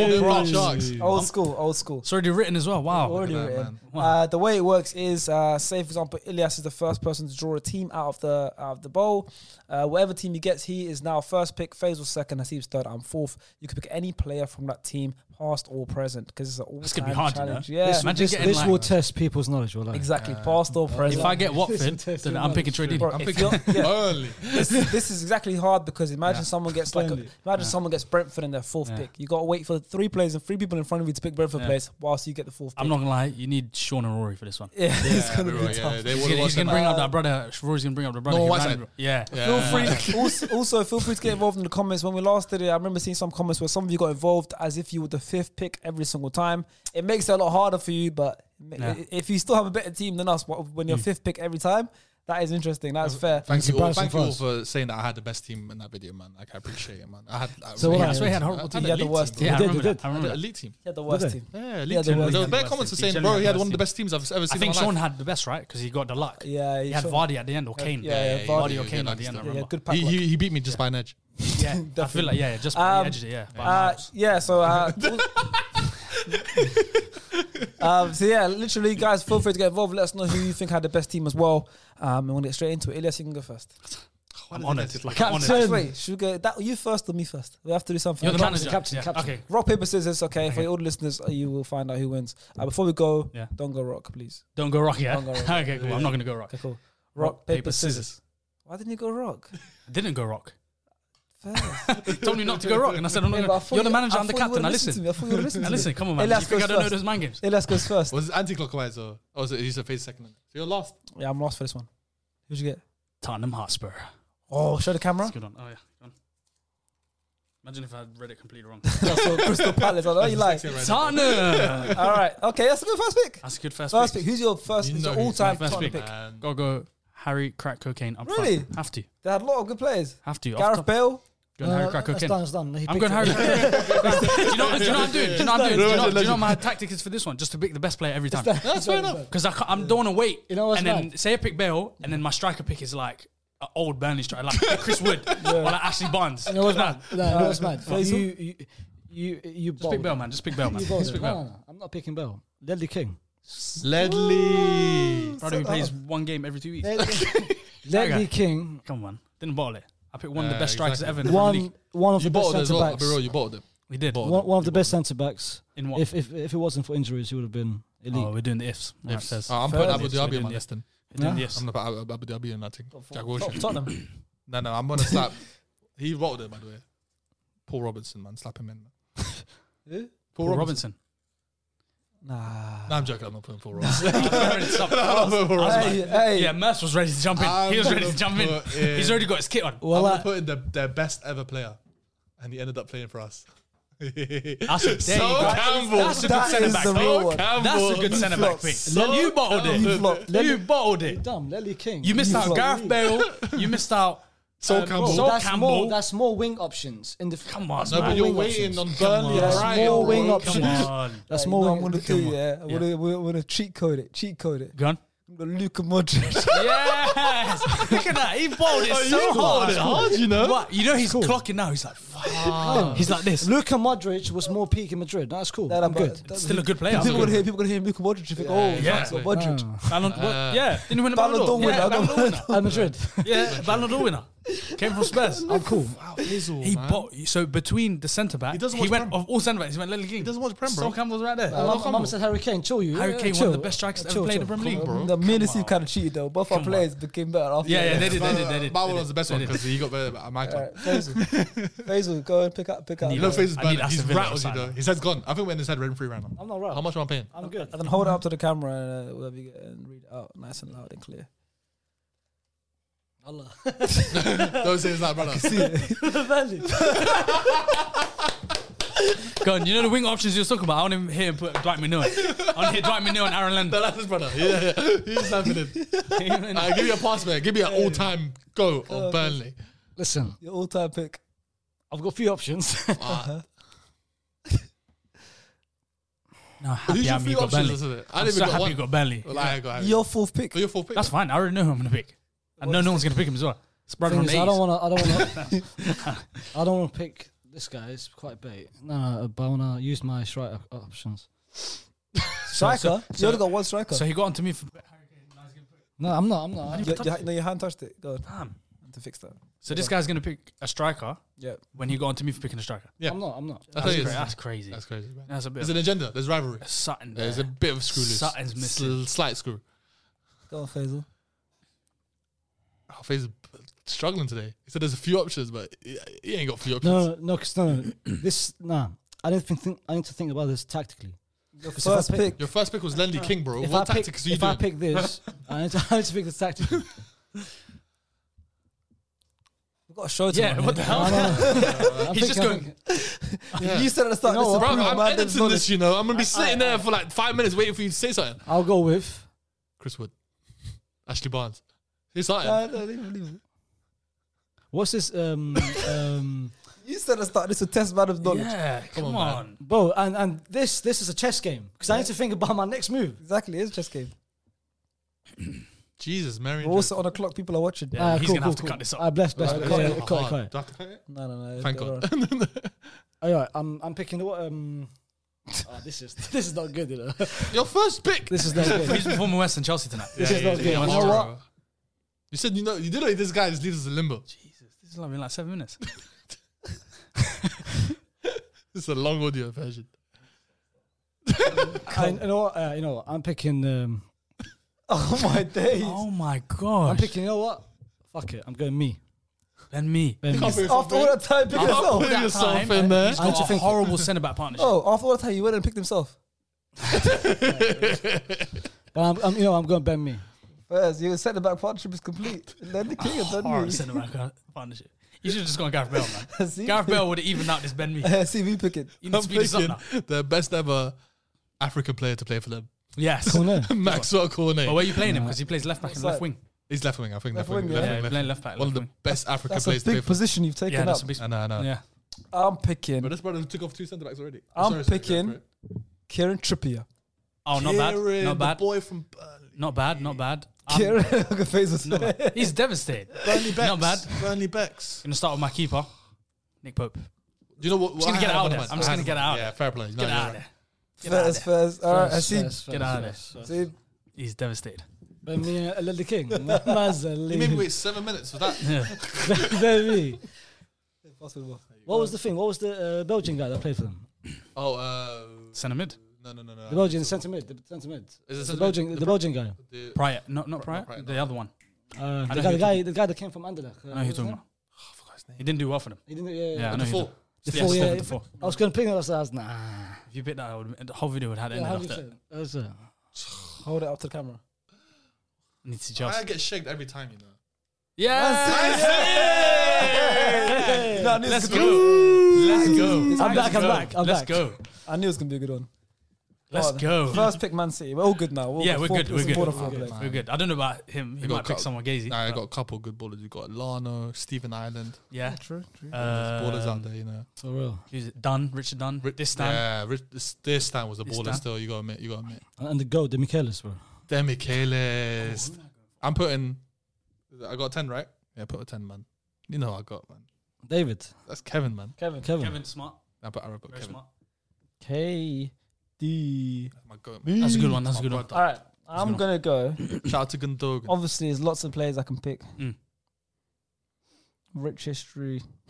Speaker 4: More Black Sharks.
Speaker 2: Old school, old school.
Speaker 3: It's already written as well. Wow.
Speaker 2: Already
Speaker 4: that,
Speaker 2: written.
Speaker 4: man.
Speaker 2: Uh, the way it works is, uh, say for example, Ilias is the first person to draw a team out of the out of the bowl. Uh, whatever team he gets, he is now first pick. Faisal second, Hasib's third, I'm fourth. You can pick any player from that team, past or present, because it's an all
Speaker 3: That's gonna be hard, you know?
Speaker 2: challenge. Yeah,
Speaker 3: This- Imagine getting
Speaker 5: This
Speaker 3: like-
Speaker 5: will test people's knowledge. Will it?
Speaker 2: exactly, past or present.
Speaker 3: If I get Watford,
Speaker 5: This is
Speaker 3: then I'm picking Troy
Speaker 2: Bro,
Speaker 3: Deeney.
Speaker 4: I'm
Speaker 2: if
Speaker 3: <laughs>
Speaker 4: picking
Speaker 2: you're- <laughs> yeah.
Speaker 4: early.
Speaker 2: this, this is exactly hard because imagine someone gets like a, imagine
Speaker 5: Stanley.
Speaker 2: someone gets Brentford in their fourth
Speaker 3: Yeah.
Speaker 2: pick. You got to wait for three players and three people in front of you to pick Brentford players whilst you get the fourth. Pick.
Speaker 3: I'm not gonna lie. You need Sean and Rory for this one.
Speaker 2: <laughs> Yeah, it's
Speaker 4: Yeah,
Speaker 2: gonna
Speaker 4: we
Speaker 2: be
Speaker 4: were,
Speaker 2: tough.
Speaker 4: yeah, they
Speaker 3: He's
Speaker 4: would've
Speaker 3: gonna, he's
Speaker 4: watched
Speaker 3: gonna
Speaker 4: that.
Speaker 3: bring up that brother. Rory's gonna bring up the brother.
Speaker 4: No,
Speaker 3: He
Speaker 4: what's
Speaker 3: ran-
Speaker 4: that?
Speaker 3: Yeah.
Speaker 2: Feel
Speaker 4: Yeah.
Speaker 2: free. Also, also, feel free to get involved in the comments. When we last did it, I remember seeing some comments where some of you got involved as if you were the fifth pick every single time. It makes it a lot harder for you, but ma-
Speaker 3: Yeah.
Speaker 2: if you still have a better team than us, wh- when you're fifth pick every time, that is interesting. That's fair.
Speaker 4: Thank you, all,
Speaker 5: surprised
Speaker 4: thank you
Speaker 5: from
Speaker 4: all
Speaker 5: us.
Speaker 4: for saying that I had the best team in that video, man. Like I appreciate it, man. I had. I
Speaker 5: So
Speaker 4: really-
Speaker 5: what
Speaker 3: That's why he had horrible
Speaker 4: I
Speaker 3: team.
Speaker 2: He had the
Speaker 4: elite
Speaker 2: worst
Speaker 3: Yeah, I
Speaker 5: He did, he
Speaker 3: remember
Speaker 5: did.
Speaker 3: that. I
Speaker 4: I had
Speaker 3: remember
Speaker 4: an
Speaker 3: that.
Speaker 4: elite team.
Speaker 2: He had the worst
Speaker 5: Did they?
Speaker 2: team.
Speaker 4: Yeah,
Speaker 2: Yeah,
Speaker 4: elite
Speaker 2: the
Speaker 4: team.
Speaker 2: worst
Speaker 4: There were
Speaker 2: team.
Speaker 4: better comments are saying,
Speaker 3: Generally
Speaker 4: bro, he
Speaker 3: the
Speaker 4: had
Speaker 3: worst
Speaker 4: one of the
Speaker 3: team.
Speaker 4: best teams I've ever seen.
Speaker 3: I
Speaker 4: in
Speaker 3: think
Speaker 4: my
Speaker 3: Sean
Speaker 4: life.
Speaker 3: had the best, right? Because he got the luck.
Speaker 2: Yeah,
Speaker 3: He had
Speaker 2: sure.
Speaker 3: Vardy at the end or Kane.
Speaker 2: yeah,
Speaker 4: yeah,
Speaker 3: Vardy or
Speaker 4: yeah,
Speaker 3: Kane
Speaker 4: yeah,
Speaker 3: at the end. I
Speaker 4: yeah,
Speaker 2: Yeah,
Speaker 3: remember.
Speaker 2: good pack.
Speaker 4: He, he, he beat me just by an edge.
Speaker 3: Yeah, I feel
Speaker 2: Definitely.
Speaker 3: like yeah, yeah, just
Speaker 2: Um,
Speaker 3: by the edge, yeah. by
Speaker 2: Uh,
Speaker 3: miles.
Speaker 2: yeah, so uh, <laughs> um, so yeah, literally, guys, feel free to get involved. Let us know who you think had the best team as well. Um, and we'll get straight into it. Ilias, you can go first.
Speaker 3: I'm honoured. Like, I'm honoured.
Speaker 5: Captain.
Speaker 2: Wait, should we go that you first or me first? We have to do something.
Speaker 3: You're the manager.
Speaker 5: captain,
Speaker 3: yeah.
Speaker 5: captain.
Speaker 3: Okay.
Speaker 2: Rock paper scissors. Okay, for all the listeners, uh, you will find out who wins. Uh, before we go,
Speaker 3: Yeah.
Speaker 2: don't go rock, please.
Speaker 3: Don't go rock, yeah?
Speaker 2: Don't go rock.
Speaker 3: okay, cool. I'm not going to go rock.
Speaker 2: Okay, cool. Rock, paper, scissors. Why didn't you go
Speaker 3: <laughs>
Speaker 2: rock?
Speaker 3: I didn't go rock. <laughs>
Speaker 2: Fair.
Speaker 3: told me not to go rock, and I said, I'm
Speaker 2: Yeah,
Speaker 3: not
Speaker 2: but I thought
Speaker 3: going to. You're the
Speaker 2: you-
Speaker 3: manager,
Speaker 2: I
Speaker 3: I'm the
Speaker 2: thought you
Speaker 3: captain.
Speaker 2: would've
Speaker 3: Now
Speaker 2: listened to
Speaker 3: listen.
Speaker 2: me. I thought you
Speaker 3: <laughs>
Speaker 2: would've listened
Speaker 3: Now
Speaker 2: to
Speaker 3: listen,
Speaker 2: me.
Speaker 3: come on,
Speaker 2: Hey,
Speaker 3: man. You
Speaker 2: let's
Speaker 3: think
Speaker 2: go
Speaker 3: I don't know
Speaker 2: first.
Speaker 3: those mind games?
Speaker 2: Ilias goes first.
Speaker 4: Was anti-clockwise or oh, was it? He's a face second. So you're last.
Speaker 2: Yeah, I'm lost for this one. Who'd you get?
Speaker 3: Tottenham Hotspur.
Speaker 2: Oh, show the camera.
Speaker 3: That's good one. Oh, yeah. Go on. Imagine if I had read it completely
Speaker 5: <laughs>
Speaker 3: wrong. <laughs>
Speaker 2: So Crystal Palace. I know you like.
Speaker 4: Second round.
Speaker 3: Tottenham!
Speaker 2: All right. Okay, that's a good first pick.
Speaker 3: That's a good first,
Speaker 2: First pick.
Speaker 3: pick.
Speaker 2: Who's your first?
Speaker 4: You
Speaker 2: who's your
Speaker 4: know who's
Speaker 2: all-time
Speaker 3: my first
Speaker 2: Tottenham
Speaker 3: pick.
Speaker 2: pick?
Speaker 4: And
Speaker 3: Gotta go Harry Crack Cocaine. I'm
Speaker 2: Really?
Speaker 3: Have to.
Speaker 2: They had a lot of good players.
Speaker 3: Have to. Off
Speaker 2: Gareth
Speaker 3: top-
Speaker 2: Bale.
Speaker 3: <clears throat> Going Harry Crack
Speaker 5: Uh, that's
Speaker 3: Cocaine.
Speaker 5: done. <laughs> It's done. He
Speaker 3: I'm
Speaker 5: picked
Speaker 3: going
Speaker 5: it.
Speaker 3: Harry. <laughs> do you know? Do you know what I'm doing? Do you know what I'm doing? Do you know, do you know what my tactic is for this one? Just to pick the best player every time.
Speaker 4: That's fair enough.
Speaker 3: Because I can't, I'm don't want to wait.
Speaker 5: You know what's
Speaker 3: and then
Speaker 5: mad?
Speaker 3: say I pick Bale, and then my striker pick is like an old Burnley striker, like Chris
Speaker 5: <laughs>
Speaker 3: Wood or like Ashley Barnes.
Speaker 5: You know what's mad? No, you know what's mad?
Speaker 2: Faisal?
Speaker 5: You, you, you, you
Speaker 3: Just pick Bale, man. Just pick Bale, man.
Speaker 5: <laughs> You
Speaker 3: Just
Speaker 5: bowled
Speaker 3: pick
Speaker 5: it.
Speaker 3: Bale.
Speaker 5: No, no, no, I'm not picking Bell. Ledley King.
Speaker 4: Ledley.
Speaker 3: Brother, he plays
Speaker 5: uh,
Speaker 3: one game every two weeks.
Speaker 5: Ledley King.
Speaker 3: <laughs> Come on, didn't bottle it. I picked one of the
Speaker 4: Yeah,
Speaker 3: best strikers
Speaker 4: exactly.
Speaker 3: ever in the Premier
Speaker 5: One,
Speaker 3: league.
Speaker 5: one of
Speaker 4: You
Speaker 5: the best
Speaker 4: bottled as
Speaker 5: centre
Speaker 4: well,
Speaker 5: backs.
Speaker 4: bro. You bottled it.
Speaker 3: We did.
Speaker 4: Bottled
Speaker 5: One, one of
Speaker 4: You
Speaker 5: the best centre backs.
Speaker 3: In what?
Speaker 5: If, if if it wasn't for injuries, he would have been elite.
Speaker 3: oh, we're doing the ifs. Alright,
Speaker 4: Ifs.
Speaker 3: says-
Speaker 4: Oh, I'm
Speaker 3: Fair
Speaker 4: putting Abu
Speaker 3: ifs, we're
Speaker 4: Dhabi
Speaker 3: doing
Speaker 4: on my
Speaker 3: the ifs.
Speaker 4: list. then.
Speaker 3: We're doing the
Speaker 5: Yeah.
Speaker 3: ifs.
Speaker 4: I'm not putting Abu Abu Dhabi in that thing. Jack
Speaker 2: Tot-
Speaker 4: Wilshere.
Speaker 2: Tottenham.
Speaker 4: No, no, I'm gonna slap. He bottled it by the way. Paul Robinson, man, slap him in. Man.
Speaker 2: <laughs>
Speaker 3: Paul
Speaker 4: <laughs>
Speaker 3: Robinson.
Speaker 2: Nah.
Speaker 4: No, I'm joking. I'm not
Speaker 2: <laughs>
Speaker 4: putting Paul Robinson. <laughs>
Speaker 3: Stop.
Speaker 2: Hey, hey.
Speaker 3: Yeah, Merce was ready to jump in.
Speaker 4: I'm
Speaker 3: he was ready
Speaker 4: gonna
Speaker 3: to jump in.
Speaker 4: put in-
Speaker 3: He's already got his kit on.
Speaker 4: I'm
Speaker 5: Well,
Speaker 4: gonna
Speaker 5: I,
Speaker 4: put in the, their best ever player, and he ended up playing for us. <laughs>
Speaker 3: That's a, there you
Speaker 4: So
Speaker 3: go.
Speaker 4: Campbell.
Speaker 3: That's a good
Speaker 2: That
Speaker 3: centre
Speaker 2: is
Speaker 3: back.
Speaker 2: the
Speaker 3: pick.
Speaker 2: real one.
Speaker 3: That's a good
Speaker 4: Campbell.
Speaker 3: centre back
Speaker 2: flops.
Speaker 3: pick.
Speaker 4: So
Speaker 3: you bottled it.
Speaker 4: Campbell.
Speaker 3: You,
Speaker 4: You flopped.
Speaker 3: bottled it.
Speaker 5: damn, Ledley King.
Speaker 3: You missed
Speaker 2: You
Speaker 3: out
Speaker 2: flopped. Oh,
Speaker 3: Gareth Bale. You missed out.
Speaker 4: So
Speaker 3: um,
Speaker 4: Campbell.
Speaker 3: So
Speaker 5: that's more.
Speaker 3: Campbell.
Speaker 5: That's more wing options in the.
Speaker 3: Come on,
Speaker 4: No,
Speaker 3: man.
Speaker 4: but you're
Speaker 5: wing
Speaker 4: waiting
Speaker 5: options.
Speaker 4: on Burnley.
Speaker 5: That's
Speaker 4: Ryan.
Speaker 5: more wing
Speaker 4: Come
Speaker 5: options.
Speaker 3: Come on.
Speaker 5: That's
Speaker 2: Hey,
Speaker 5: more.
Speaker 2: no,
Speaker 5: wing
Speaker 2: I'm gonna do yeah. I'm gonna, I'm gonna cheat code it. Cheat code it.
Speaker 3: Gone.
Speaker 2: I'm gonna Luka <laughs> Modric.
Speaker 3: Yes. <laughs> Look at that. He bowled it
Speaker 4: Oh,
Speaker 3: so
Speaker 4: you bowled
Speaker 3: hard.
Speaker 4: it hard, you know?
Speaker 3: What? You know he's clocking now. He's like, fuck. He's like this.
Speaker 5: Luka Modric was more peak in Madrid. That's cool.
Speaker 2: No, no,
Speaker 5: I'm
Speaker 2: but
Speaker 5: good.
Speaker 2: that-
Speaker 3: Still a good player.
Speaker 2: People
Speaker 3: I'm
Speaker 2: gonna hear people gonna hear Luka Modric and think, oh,
Speaker 4: yeah,
Speaker 2: that's
Speaker 4: yeah.
Speaker 2: Modric.
Speaker 5: Ah.
Speaker 3: Ballon, what? yeah, didn't he win a
Speaker 2: Ballon
Speaker 3: Ballon d'Or.
Speaker 2: d'Or
Speaker 3: Yeah,
Speaker 2: winner,
Speaker 3: Ballon
Speaker 2: no.
Speaker 3: d'Or winner.
Speaker 5: At Madrid,
Speaker 3: Yeah, Ballon d'Or winner. Came from Spurs.
Speaker 5: I'm cool.
Speaker 3: He bought, so between the centre back,
Speaker 4: He
Speaker 3: he,
Speaker 4: doesn't watch
Speaker 3: went
Speaker 4: Prem.
Speaker 3: of all centre backs. He went Lily King.
Speaker 4: doesn't watch Prem, bro.
Speaker 3: Sol Campbell's right there.
Speaker 5: My Uh, mum- my mum said Harry Kane, chill you.
Speaker 3: Harry
Speaker 5: Yeah,
Speaker 3: Kane, one
Speaker 5: chill.
Speaker 3: of the best strikers to ever
Speaker 5: Chill,
Speaker 3: play in the
Speaker 5: chill.
Speaker 3: Premier League.
Speaker 4: bro.
Speaker 2: The men and kind of cheated though. Both our players became better after.
Speaker 3: Yeah, yeah,
Speaker 2: that.
Speaker 3: they did, they did, they did.
Speaker 4: Bauer
Speaker 3: they
Speaker 4: was the uh, best
Speaker 3: did,
Speaker 4: one
Speaker 3: they did.
Speaker 4: because he got better at Michael.
Speaker 2: Alright, Faisal. Faisal, go and pick up, pick up.
Speaker 4: You know, Faze is
Speaker 3: I need
Speaker 4: bad. He's
Speaker 3: Aston Villa
Speaker 4: rattled, you
Speaker 3: outside.
Speaker 4: know. His head's gone. I think when his head ran free right now.
Speaker 5: I'm not right.
Speaker 4: How much am I
Speaker 5: <laughs>
Speaker 4: paying?
Speaker 5: I'm good.
Speaker 2: And then hold it up to the camera and uh, whatever you get and read it out nice and loud and clear.
Speaker 5: Allah.
Speaker 4: Don't say it's not, brother.
Speaker 3: Go on, you know the wing options you were talking about? I want him here and put Dwight Minot. I want to hit Dwight Minot and
Speaker 4: <laughs>
Speaker 3: Aaron Lambert.
Speaker 4: <laughs> That's
Speaker 3: <laughs>
Speaker 4: his brother. Yeah, yeah. He's happening.
Speaker 3: Even-
Speaker 4: Alright, give me a pass, man. Give me an all-time go of Burnley.
Speaker 5: Listen,
Speaker 2: Your all-time pick.
Speaker 5: I've got a few options.
Speaker 3: no, happy
Speaker 4: Who's your
Speaker 3: I'm
Speaker 4: three
Speaker 3: you got
Speaker 4: options?
Speaker 3: Burnley.
Speaker 4: Isn't it? I
Speaker 3: I'm
Speaker 4: didn't
Speaker 3: so
Speaker 4: even got
Speaker 3: happy
Speaker 4: one.
Speaker 3: you got Burnley.
Speaker 4: Well, I got
Speaker 2: Your fourth pick.
Speaker 4: For your fourth pick.
Speaker 3: That's fine. I already know who I'm going to pick. I know no one's going to pick him as well. It's brother
Speaker 5: Thing
Speaker 3: from
Speaker 5: is,
Speaker 3: the
Speaker 5: I
Speaker 3: 80s.
Speaker 5: don't want to. I don't want to. I don't want to pick this guy. It's quite bait. No, no, but I want to use my striker options.
Speaker 2: Striker. you only got one striker.
Speaker 3: So he got onto me for.
Speaker 5: No, I'm not. I'm not.
Speaker 2: You- you- no, your hand touched it. Go on.
Speaker 3: Damn.
Speaker 2: To fix that.
Speaker 3: So this guy's going to pick a striker
Speaker 2: Yeah.
Speaker 3: when he got onto me for picking a striker.
Speaker 5: I'm not. I'm not.
Speaker 4: That's,
Speaker 3: That's,
Speaker 4: it
Speaker 3: cra-
Speaker 4: is.
Speaker 3: that's crazy.
Speaker 4: That's crazy. Man.
Speaker 3: That's a bit
Speaker 4: There's
Speaker 3: of
Speaker 4: an agenda. There's rivalry.
Speaker 3: Sutton.
Speaker 4: There's a
Speaker 3: there.
Speaker 4: bit of screw loose.
Speaker 3: Sutton's missing.
Speaker 4: S- slight screw.
Speaker 2: Go on, Faisal.
Speaker 4: Oh, Faze is b- struggling today. He said there's a few options, but he, he ain't got few options.
Speaker 5: No, no, no, 'cause no, no. <clears throat> this nah. I don't think, think I need to think about this tactically.
Speaker 2: Your
Speaker 5: 'Cause if I
Speaker 2: first
Speaker 5: pick-
Speaker 2: pick.
Speaker 4: Your first pick was Lendy King, bro.
Speaker 5: if
Speaker 4: what
Speaker 5: I pick,
Speaker 4: tactics are you
Speaker 5: if
Speaker 4: doing?
Speaker 5: I pick this, I need to, <laughs> I need to pick this tactically.
Speaker 2: We've got a show tomorrow.
Speaker 3: Yeah, what the <laughs>
Speaker 5: No,
Speaker 3: hell?
Speaker 5: no, no. I'm
Speaker 3: He's just
Speaker 5: thinking-
Speaker 3: going-
Speaker 4: Yeah.
Speaker 2: You said at the start,
Speaker 5: You know
Speaker 2: this is
Speaker 5: what?
Speaker 4: bro,
Speaker 2: proof man,
Speaker 4: I'm
Speaker 2: there's
Speaker 4: editing
Speaker 2: knowledge. <laughs>
Speaker 4: this, you know. I'm going to be sitting there for like five minutes waiting for you to say something.
Speaker 5: I'll go with.
Speaker 4: Chris Wood. Ashley Barnes. Say something.
Speaker 2: No, no, leave it, leave it.
Speaker 5: What's this? Um, um,
Speaker 2: You said at the start, this is test man of knowledge.
Speaker 3: Yeah, come,
Speaker 4: Come on,
Speaker 3: on.
Speaker 5: bro, and and this this is a chess game because I need to think about my next move.
Speaker 2: Exactly, it's just game.
Speaker 4: Jesus, Mary.
Speaker 2: We're also on the clock, people are watching.
Speaker 3: Yeah.
Speaker 5: Ah,
Speaker 3: he's
Speaker 5: cool,
Speaker 3: gonna
Speaker 5: cool,
Speaker 3: have to
Speaker 5: cool.
Speaker 3: cut this up.
Speaker 5: Ah, bless, bless.
Speaker 4: Right,
Speaker 5: cut
Speaker 4: yeah,
Speaker 5: it, cut it,
Speaker 4: Oh, hard.
Speaker 5: cut it.
Speaker 4: Do I have to cut it?
Speaker 2: No, <laughs> no, no.
Speaker 4: Thank
Speaker 2: they're
Speaker 4: God.
Speaker 2: on.
Speaker 5: All right, I'm I'm picking what um. <laughs> ah, this is <laughs> this is not good, you know.
Speaker 4: <laughs> Your first pick.
Speaker 5: This is not
Speaker 3: He's
Speaker 5: good.
Speaker 3: performing West and Chelsea tonight.
Speaker 5: This is not good. You
Speaker 4: yeah,
Speaker 5: know
Speaker 4: yeah.
Speaker 5: what?
Speaker 4: You said you know you didn't know this guy just leaves us in limbo.
Speaker 3: Jesus, this is only like seven minutes.
Speaker 4: This is a long audio version.
Speaker 5: I, you know what? Uh, you know what? I'm picking um.
Speaker 2: Oh my days.
Speaker 3: <laughs> <laughs> oh my god!
Speaker 5: I'm picking. You know what? Fuck it. I'm going me.
Speaker 3: Ben
Speaker 5: <laughs>
Speaker 3: me.
Speaker 5: Ben me.
Speaker 4: After
Speaker 2: After all that time, pick yourself.
Speaker 4: put yourself
Speaker 3: time,
Speaker 4: in there.
Speaker 3: He's got
Speaker 5: I
Speaker 3: a
Speaker 5: think-
Speaker 3: horrible centre back
Speaker 5: <laughs>
Speaker 3: partnership.
Speaker 2: Oh, after all that time, you went and picked himself.
Speaker 5: But I'm, I'm Um, you know I'm going Ben me.
Speaker 2: First, your centre back partnership is
Speaker 3: <laughs>
Speaker 2: complete. And then the king has done
Speaker 3: Horrible
Speaker 2: me. <laughs>
Speaker 3: centre back partnership. You should have just gone Gareth Bale,
Speaker 4: <laughs>
Speaker 3: man.
Speaker 2: See?
Speaker 3: Gareth Bale would have evened out this Ben me.
Speaker 2: See me Uh, picking.
Speaker 3: You need to
Speaker 4: I'm
Speaker 3: speed this up
Speaker 4: picking
Speaker 3: now.
Speaker 4: the best ever African player to play for them. <laughs>
Speaker 3: Yes.
Speaker 5: Cornet.
Speaker 4: Maxwell
Speaker 3: But where
Speaker 4: Cornet.
Speaker 3: are you playing him? Because he plays left back and
Speaker 2: What's
Speaker 3: left
Speaker 2: that?
Speaker 3: wing.
Speaker 4: He's left wing, I think.
Speaker 2: Left
Speaker 4: Left wing.
Speaker 2: wing,
Speaker 4: Left
Speaker 2: yeah.
Speaker 3: Yeah, he's
Speaker 4: wing, left wing.
Speaker 3: playing left back.
Speaker 4: One
Speaker 3: left
Speaker 4: of the
Speaker 3: wing.
Speaker 4: best African
Speaker 2: That's a
Speaker 4: players to play
Speaker 2: big
Speaker 4: for.
Speaker 2: position you've taken
Speaker 3: Yeah,
Speaker 2: up.
Speaker 3: that's a big.
Speaker 4: I know, I know.
Speaker 3: Yeah.
Speaker 2: I'm
Speaker 4: But
Speaker 2: picking
Speaker 4: this brother took off two centre backs already.
Speaker 2: I'm picking- Kieran
Speaker 3: <laughs>
Speaker 2: Trippier.
Speaker 3: Oh, not bad. Not
Speaker 4: The
Speaker 3: bad.
Speaker 4: boy from Burnley.
Speaker 3: Not bad. Not bad. Um,
Speaker 2: Kieran, <laughs> look at Faisal.
Speaker 3: not
Speaker 4: <laughs>
Speaker 3: bad. He's devastated.
Speaker 4: Burnley Becks.
Speaker 3: Not bad.
Speaker 4: Burnley Becks.
Speaker 3: Gonna start with my keeper, Nick Pope.
Speaker 4: Do you know what? what
Speaker 3: gonna
Speaker 4: I
Speaker 3: get
Speaker 4: had
Speaker 3: it out
Speaker 4: on
Speaker 3: there.
Speaker 4: my-
Speaker 3: I'm just
Speaker 4: I had
Speaker 3: gonna get
Speaker 4: on
Speaker 3: it
Speaker 4: my-
Speaker 3: out
Speaker 4: Yeah,
Speaker 3: there.
Speaker 4: fair play. No,
Speaker 3: Get
Speaker 4: you're
Speaker 3: out of
Speaker 4: right.
Speaker 3: there. Get out of
Speaker 2: First,
Speaker 3: there.
Speaker 2: first. All right, I
Speaker 5: First,
Speaker 2: see.
Speaker 5: first,
Speaker 3: Get
Speaker 5: first,
Speaker 3: out of there.
Speaker 5: first, first.
Speaker 2: See,
Speaker 3: He's devastated. <laughs>
Speaker 5: Ben me uh, Lily King. Mazzali.
Speaker 4: You made me wait seven minutes for that.
Speaker 5: <laughs> Ben me.
Speaker 2: possible.
Speaker 5: What was the thing? What was the uh, Belgian guy that played for them?
Speaker 4: <laughs> Oh, uh,
Speaker 3: Centre mid.
Speaker 4: no, no, no, no.
Speaker 5: The Belgian centre mid. The centre mid.
Speaker 4: Is it
Speaker 5: The
Speaker 4: centre mid?
Speaker 5: Belgian.
Speaker 4: The
Speaker 5: The,
Speaker 4: Bra-
Speaker 5: Belgian guy.
Speaker 4: The-
Speaker 3: Pryor. No, not Pryor.
Speaker 4: Pryor,
Speaker 3: the other one.
Speaker 5: Uh,
Speaker 3: I know
Speaker 5: the
Speaker 3: who
Speaker 5: guy. The
Speaker 3: you're
Speaker 5: guy. The guy that came from Anderlecht. Uh,
Speaker 3: I know who you're
Speaker 5: what's his
Speaker 3: talking
Speaker 5: name?
Speaker 3: about.
Speaker 4: Oh,
Speaker 3: He didn't do well for them.
Speaker 5: He didn't. Yeah.
Speaker 3: Yeah, I know.
Speaker 4: The
Speaker 3: who
Speaker 4: four.
Speaker 3: you're-
Speaker 5: The
Speaker 3: Yeah,
Speaker 5: four,
Speaker 3: stop
Speaker 5: yeah.
Speaker 3: with the four.
Speaker 5: I was going to pick him. I was like, nah.
Speaker 3: If you picked that, I would've- the whole video would have
Speaker 5: Yeah,
Speaker 3: ended after.
Speaker 5: 100%. That was it.
Speaker 2: Hold it up to the camera.
Speaker 3: I need to
Speaker 4: I
Speaker 3: just.
Speaker 4: get shagged every time, you know.
Speaker 3: Yeah.
Speaker 2: No, I knew it
Speaker 3: Let's
Speaker 2: was gonna
Speaker 3: go. Let's go.
Speaker 5: I'm
Speaker 3: Let's
Speaker 5: back, I'm back,
Speaker 3: go.
Speaker 5: I'm
Speaker 3: Let's
Speaker 5: back.
Speaker 3: go.
Speaker 2: be- I knew it was gonna be a good one.
Speaker 3: Let's
Speaker 2: Alright,
Speaker 3: go.
Speaker 2: First pick, Man City. We're all good now. We're
Speaker 3: Yeah,
Speaker 2: all
Speaker 3: we're
Speaker 2: four-
Speaker 3: good, we're
Speaker 2: it's
Speaker 3: good.
Speaker 2: Quarter four
Speaker 3: We're
Speaker 2: play.
Speaker 3: We're good. I don't know about him. He
Speaker 4: got
Speaker 3: might pick
Speaker 4: cut.
Speaker 3: someone gazy.
Speaker 4: Nah, I
Speaker 3: but
Speaker 4: got a couple good ballers. You got Lano, Stephen Island.
Speaker 3: yeah.
Speaker 2: True, true.
Speaker 4: There's ballers out
Speaker 3: Um,
Speaker 4: there, you know.
Speaker 5: For real.
Speaker 3: who's it? Dunn, Richard Dunn.
Speaker 4: Ri-
Speaker 3: this time.
Speaker 4: Yeah, Rich, this, this time was a
Speaker 3: This
Speaker 4: baller
Speaker 3: time.
Speaker 4: still. You got to admit. You got to admit.
Speaker 5: And and the goat, the Michaelis, bro.
Speaker 3: Oh,
Speaker 4: Demichelis. I'm putting. I got 10, right? Yeah, I put a 10, man. You know what I got, man.
Speaker 5: David,
Speaker 4: That's Kevin, man.
Speaker 2: Kevin.
Speaker 5: Kevin.
Speaker 3: Kevin Smart,
Speaker 4: I put Arab, but
Speaker 3: very
Speaker 4: Kevin.
Speaker 3: smart.
Speaker 2: K D.
Speaker 4: That's my goat.
Speaker 3: That's a good one. That's a good one.
Speaker 2: All right. I'm gonna go.
Speaker 4: Shout out to Gundogan.
Speaker 3: Oh,
Speaker 2: Obviously, there's lots of players I can pick.
Speaker 3: Mm.
Speaker 2: Rich history,
Speaker 3: <laughs>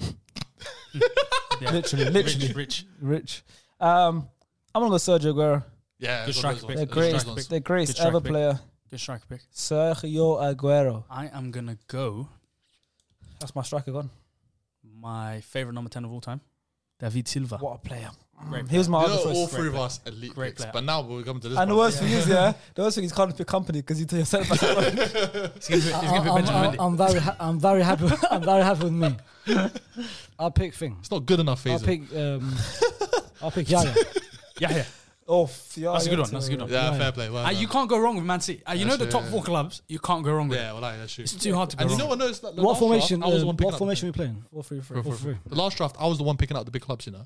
Speaker 3: Yeah.
Speaker 2: Literally, literally.
Speaker 3: Rich, rich.
Speaker 2: rich. Um, I'm gonna go Sergio Aguero.
Speaker 4: yeah,
Speaker 3: Good
Speaker 4: it's
Speaker 3: striker
Speaker 4: one
Speaker 3: pick.
Speaker 4: of
Speaker 2: The
Speaker 3: Good
Speaker 4: those ones. It's
Speaker 2: greatest,
Speaker 4: one of
Speaker 3: striker
Speaker 4: those
Speaker 2: the greatest
Speaker 3: Good strike
Speaker 2: ever
Speaker 3: pick.
Speaker 2: player,
Speaker 3: Good striker pick.
Speaker 2: Sergio Aguero.
Speaker 3: I am gonna go
Speaker 2: That's my striker gone.
Speaker 3: my favorite number ten of all time, David Silva.
Speaker 2: What a player!
Speaker 3: Great
Speaker 2: He was my
Speaker 4: ones.
Speaker 2: other
Speaker 4: You know, all
Speaker 2: first.
Speaker 4: three of
Speaker 3: Great
Speaker 4: us elite
Speaker 3: Great
Speaker 4: picks,
Speaker 3: player.
Speaker 4: but now we're coming to this.
Speaker 2: And the
Speaker 4: one.
Speaker 2: worst thing is, yeah, the worst thing is can't pick company because you tell yourself.
Speaker 3: He's gonna be,
Speaker 5: <laughs>
Speaker 3: he's gonna be
Speaker 5: I'm,
Speaker 3: Benjamin
Speaker 5: I'm,
Speaker 3: Mendy.
Speaker 5: I'm very, ha- I'm very happy. I'm very happy with me. I'll pick Thing.
Speaker 4: It's not good enough,
Speaker 5: I'll
Speaker 4: is it?
Speaker 5: pick. Um, I'll pick Yaya.
Speaker 3: Yeah, yeah.
Speaker 2: oh, f- yeah,
Speaker 3: That's a good
Speaker 2: yeah,
Speaker 3: one, that's a good one.
Speaker 4: Yeah,
Speaker 5: Yeah.
Speaker 4: fair play. well
Speaker 3: Uh, you
Speaker 4: done.
Speaker 3: can't go wrong with Man City. Uh, you know
Speaker 4: That's
Speaker 3: the top
Speaker 4: true.
Speaker 3: four clubs. You can't go wrong with.
Speaker 4: Yeah, well, that's true.
Speaker 3: It's too hard to go
Speaker 4: And you
Speaker 3: wrong.
Speaker 4: know what? No, it's like the
Speaker 5: What
Speaker 4: last draft,
Speaker 5: formation?
Speaker 4: I was
Speaker 5: uh,
Speaker 4: the one picking
Speaker 5: what
Speaker 4: up the
Speaker 5: formation we
Speaker 4: picks.
Speaker 5: playing? Four three three.
Speaker 4: Four,
Speaker 5: Four
Speaker 4: four,
Speaker 5: three.
Speaker 4: four. The last draft, I was the one picking out the big clubs, you know,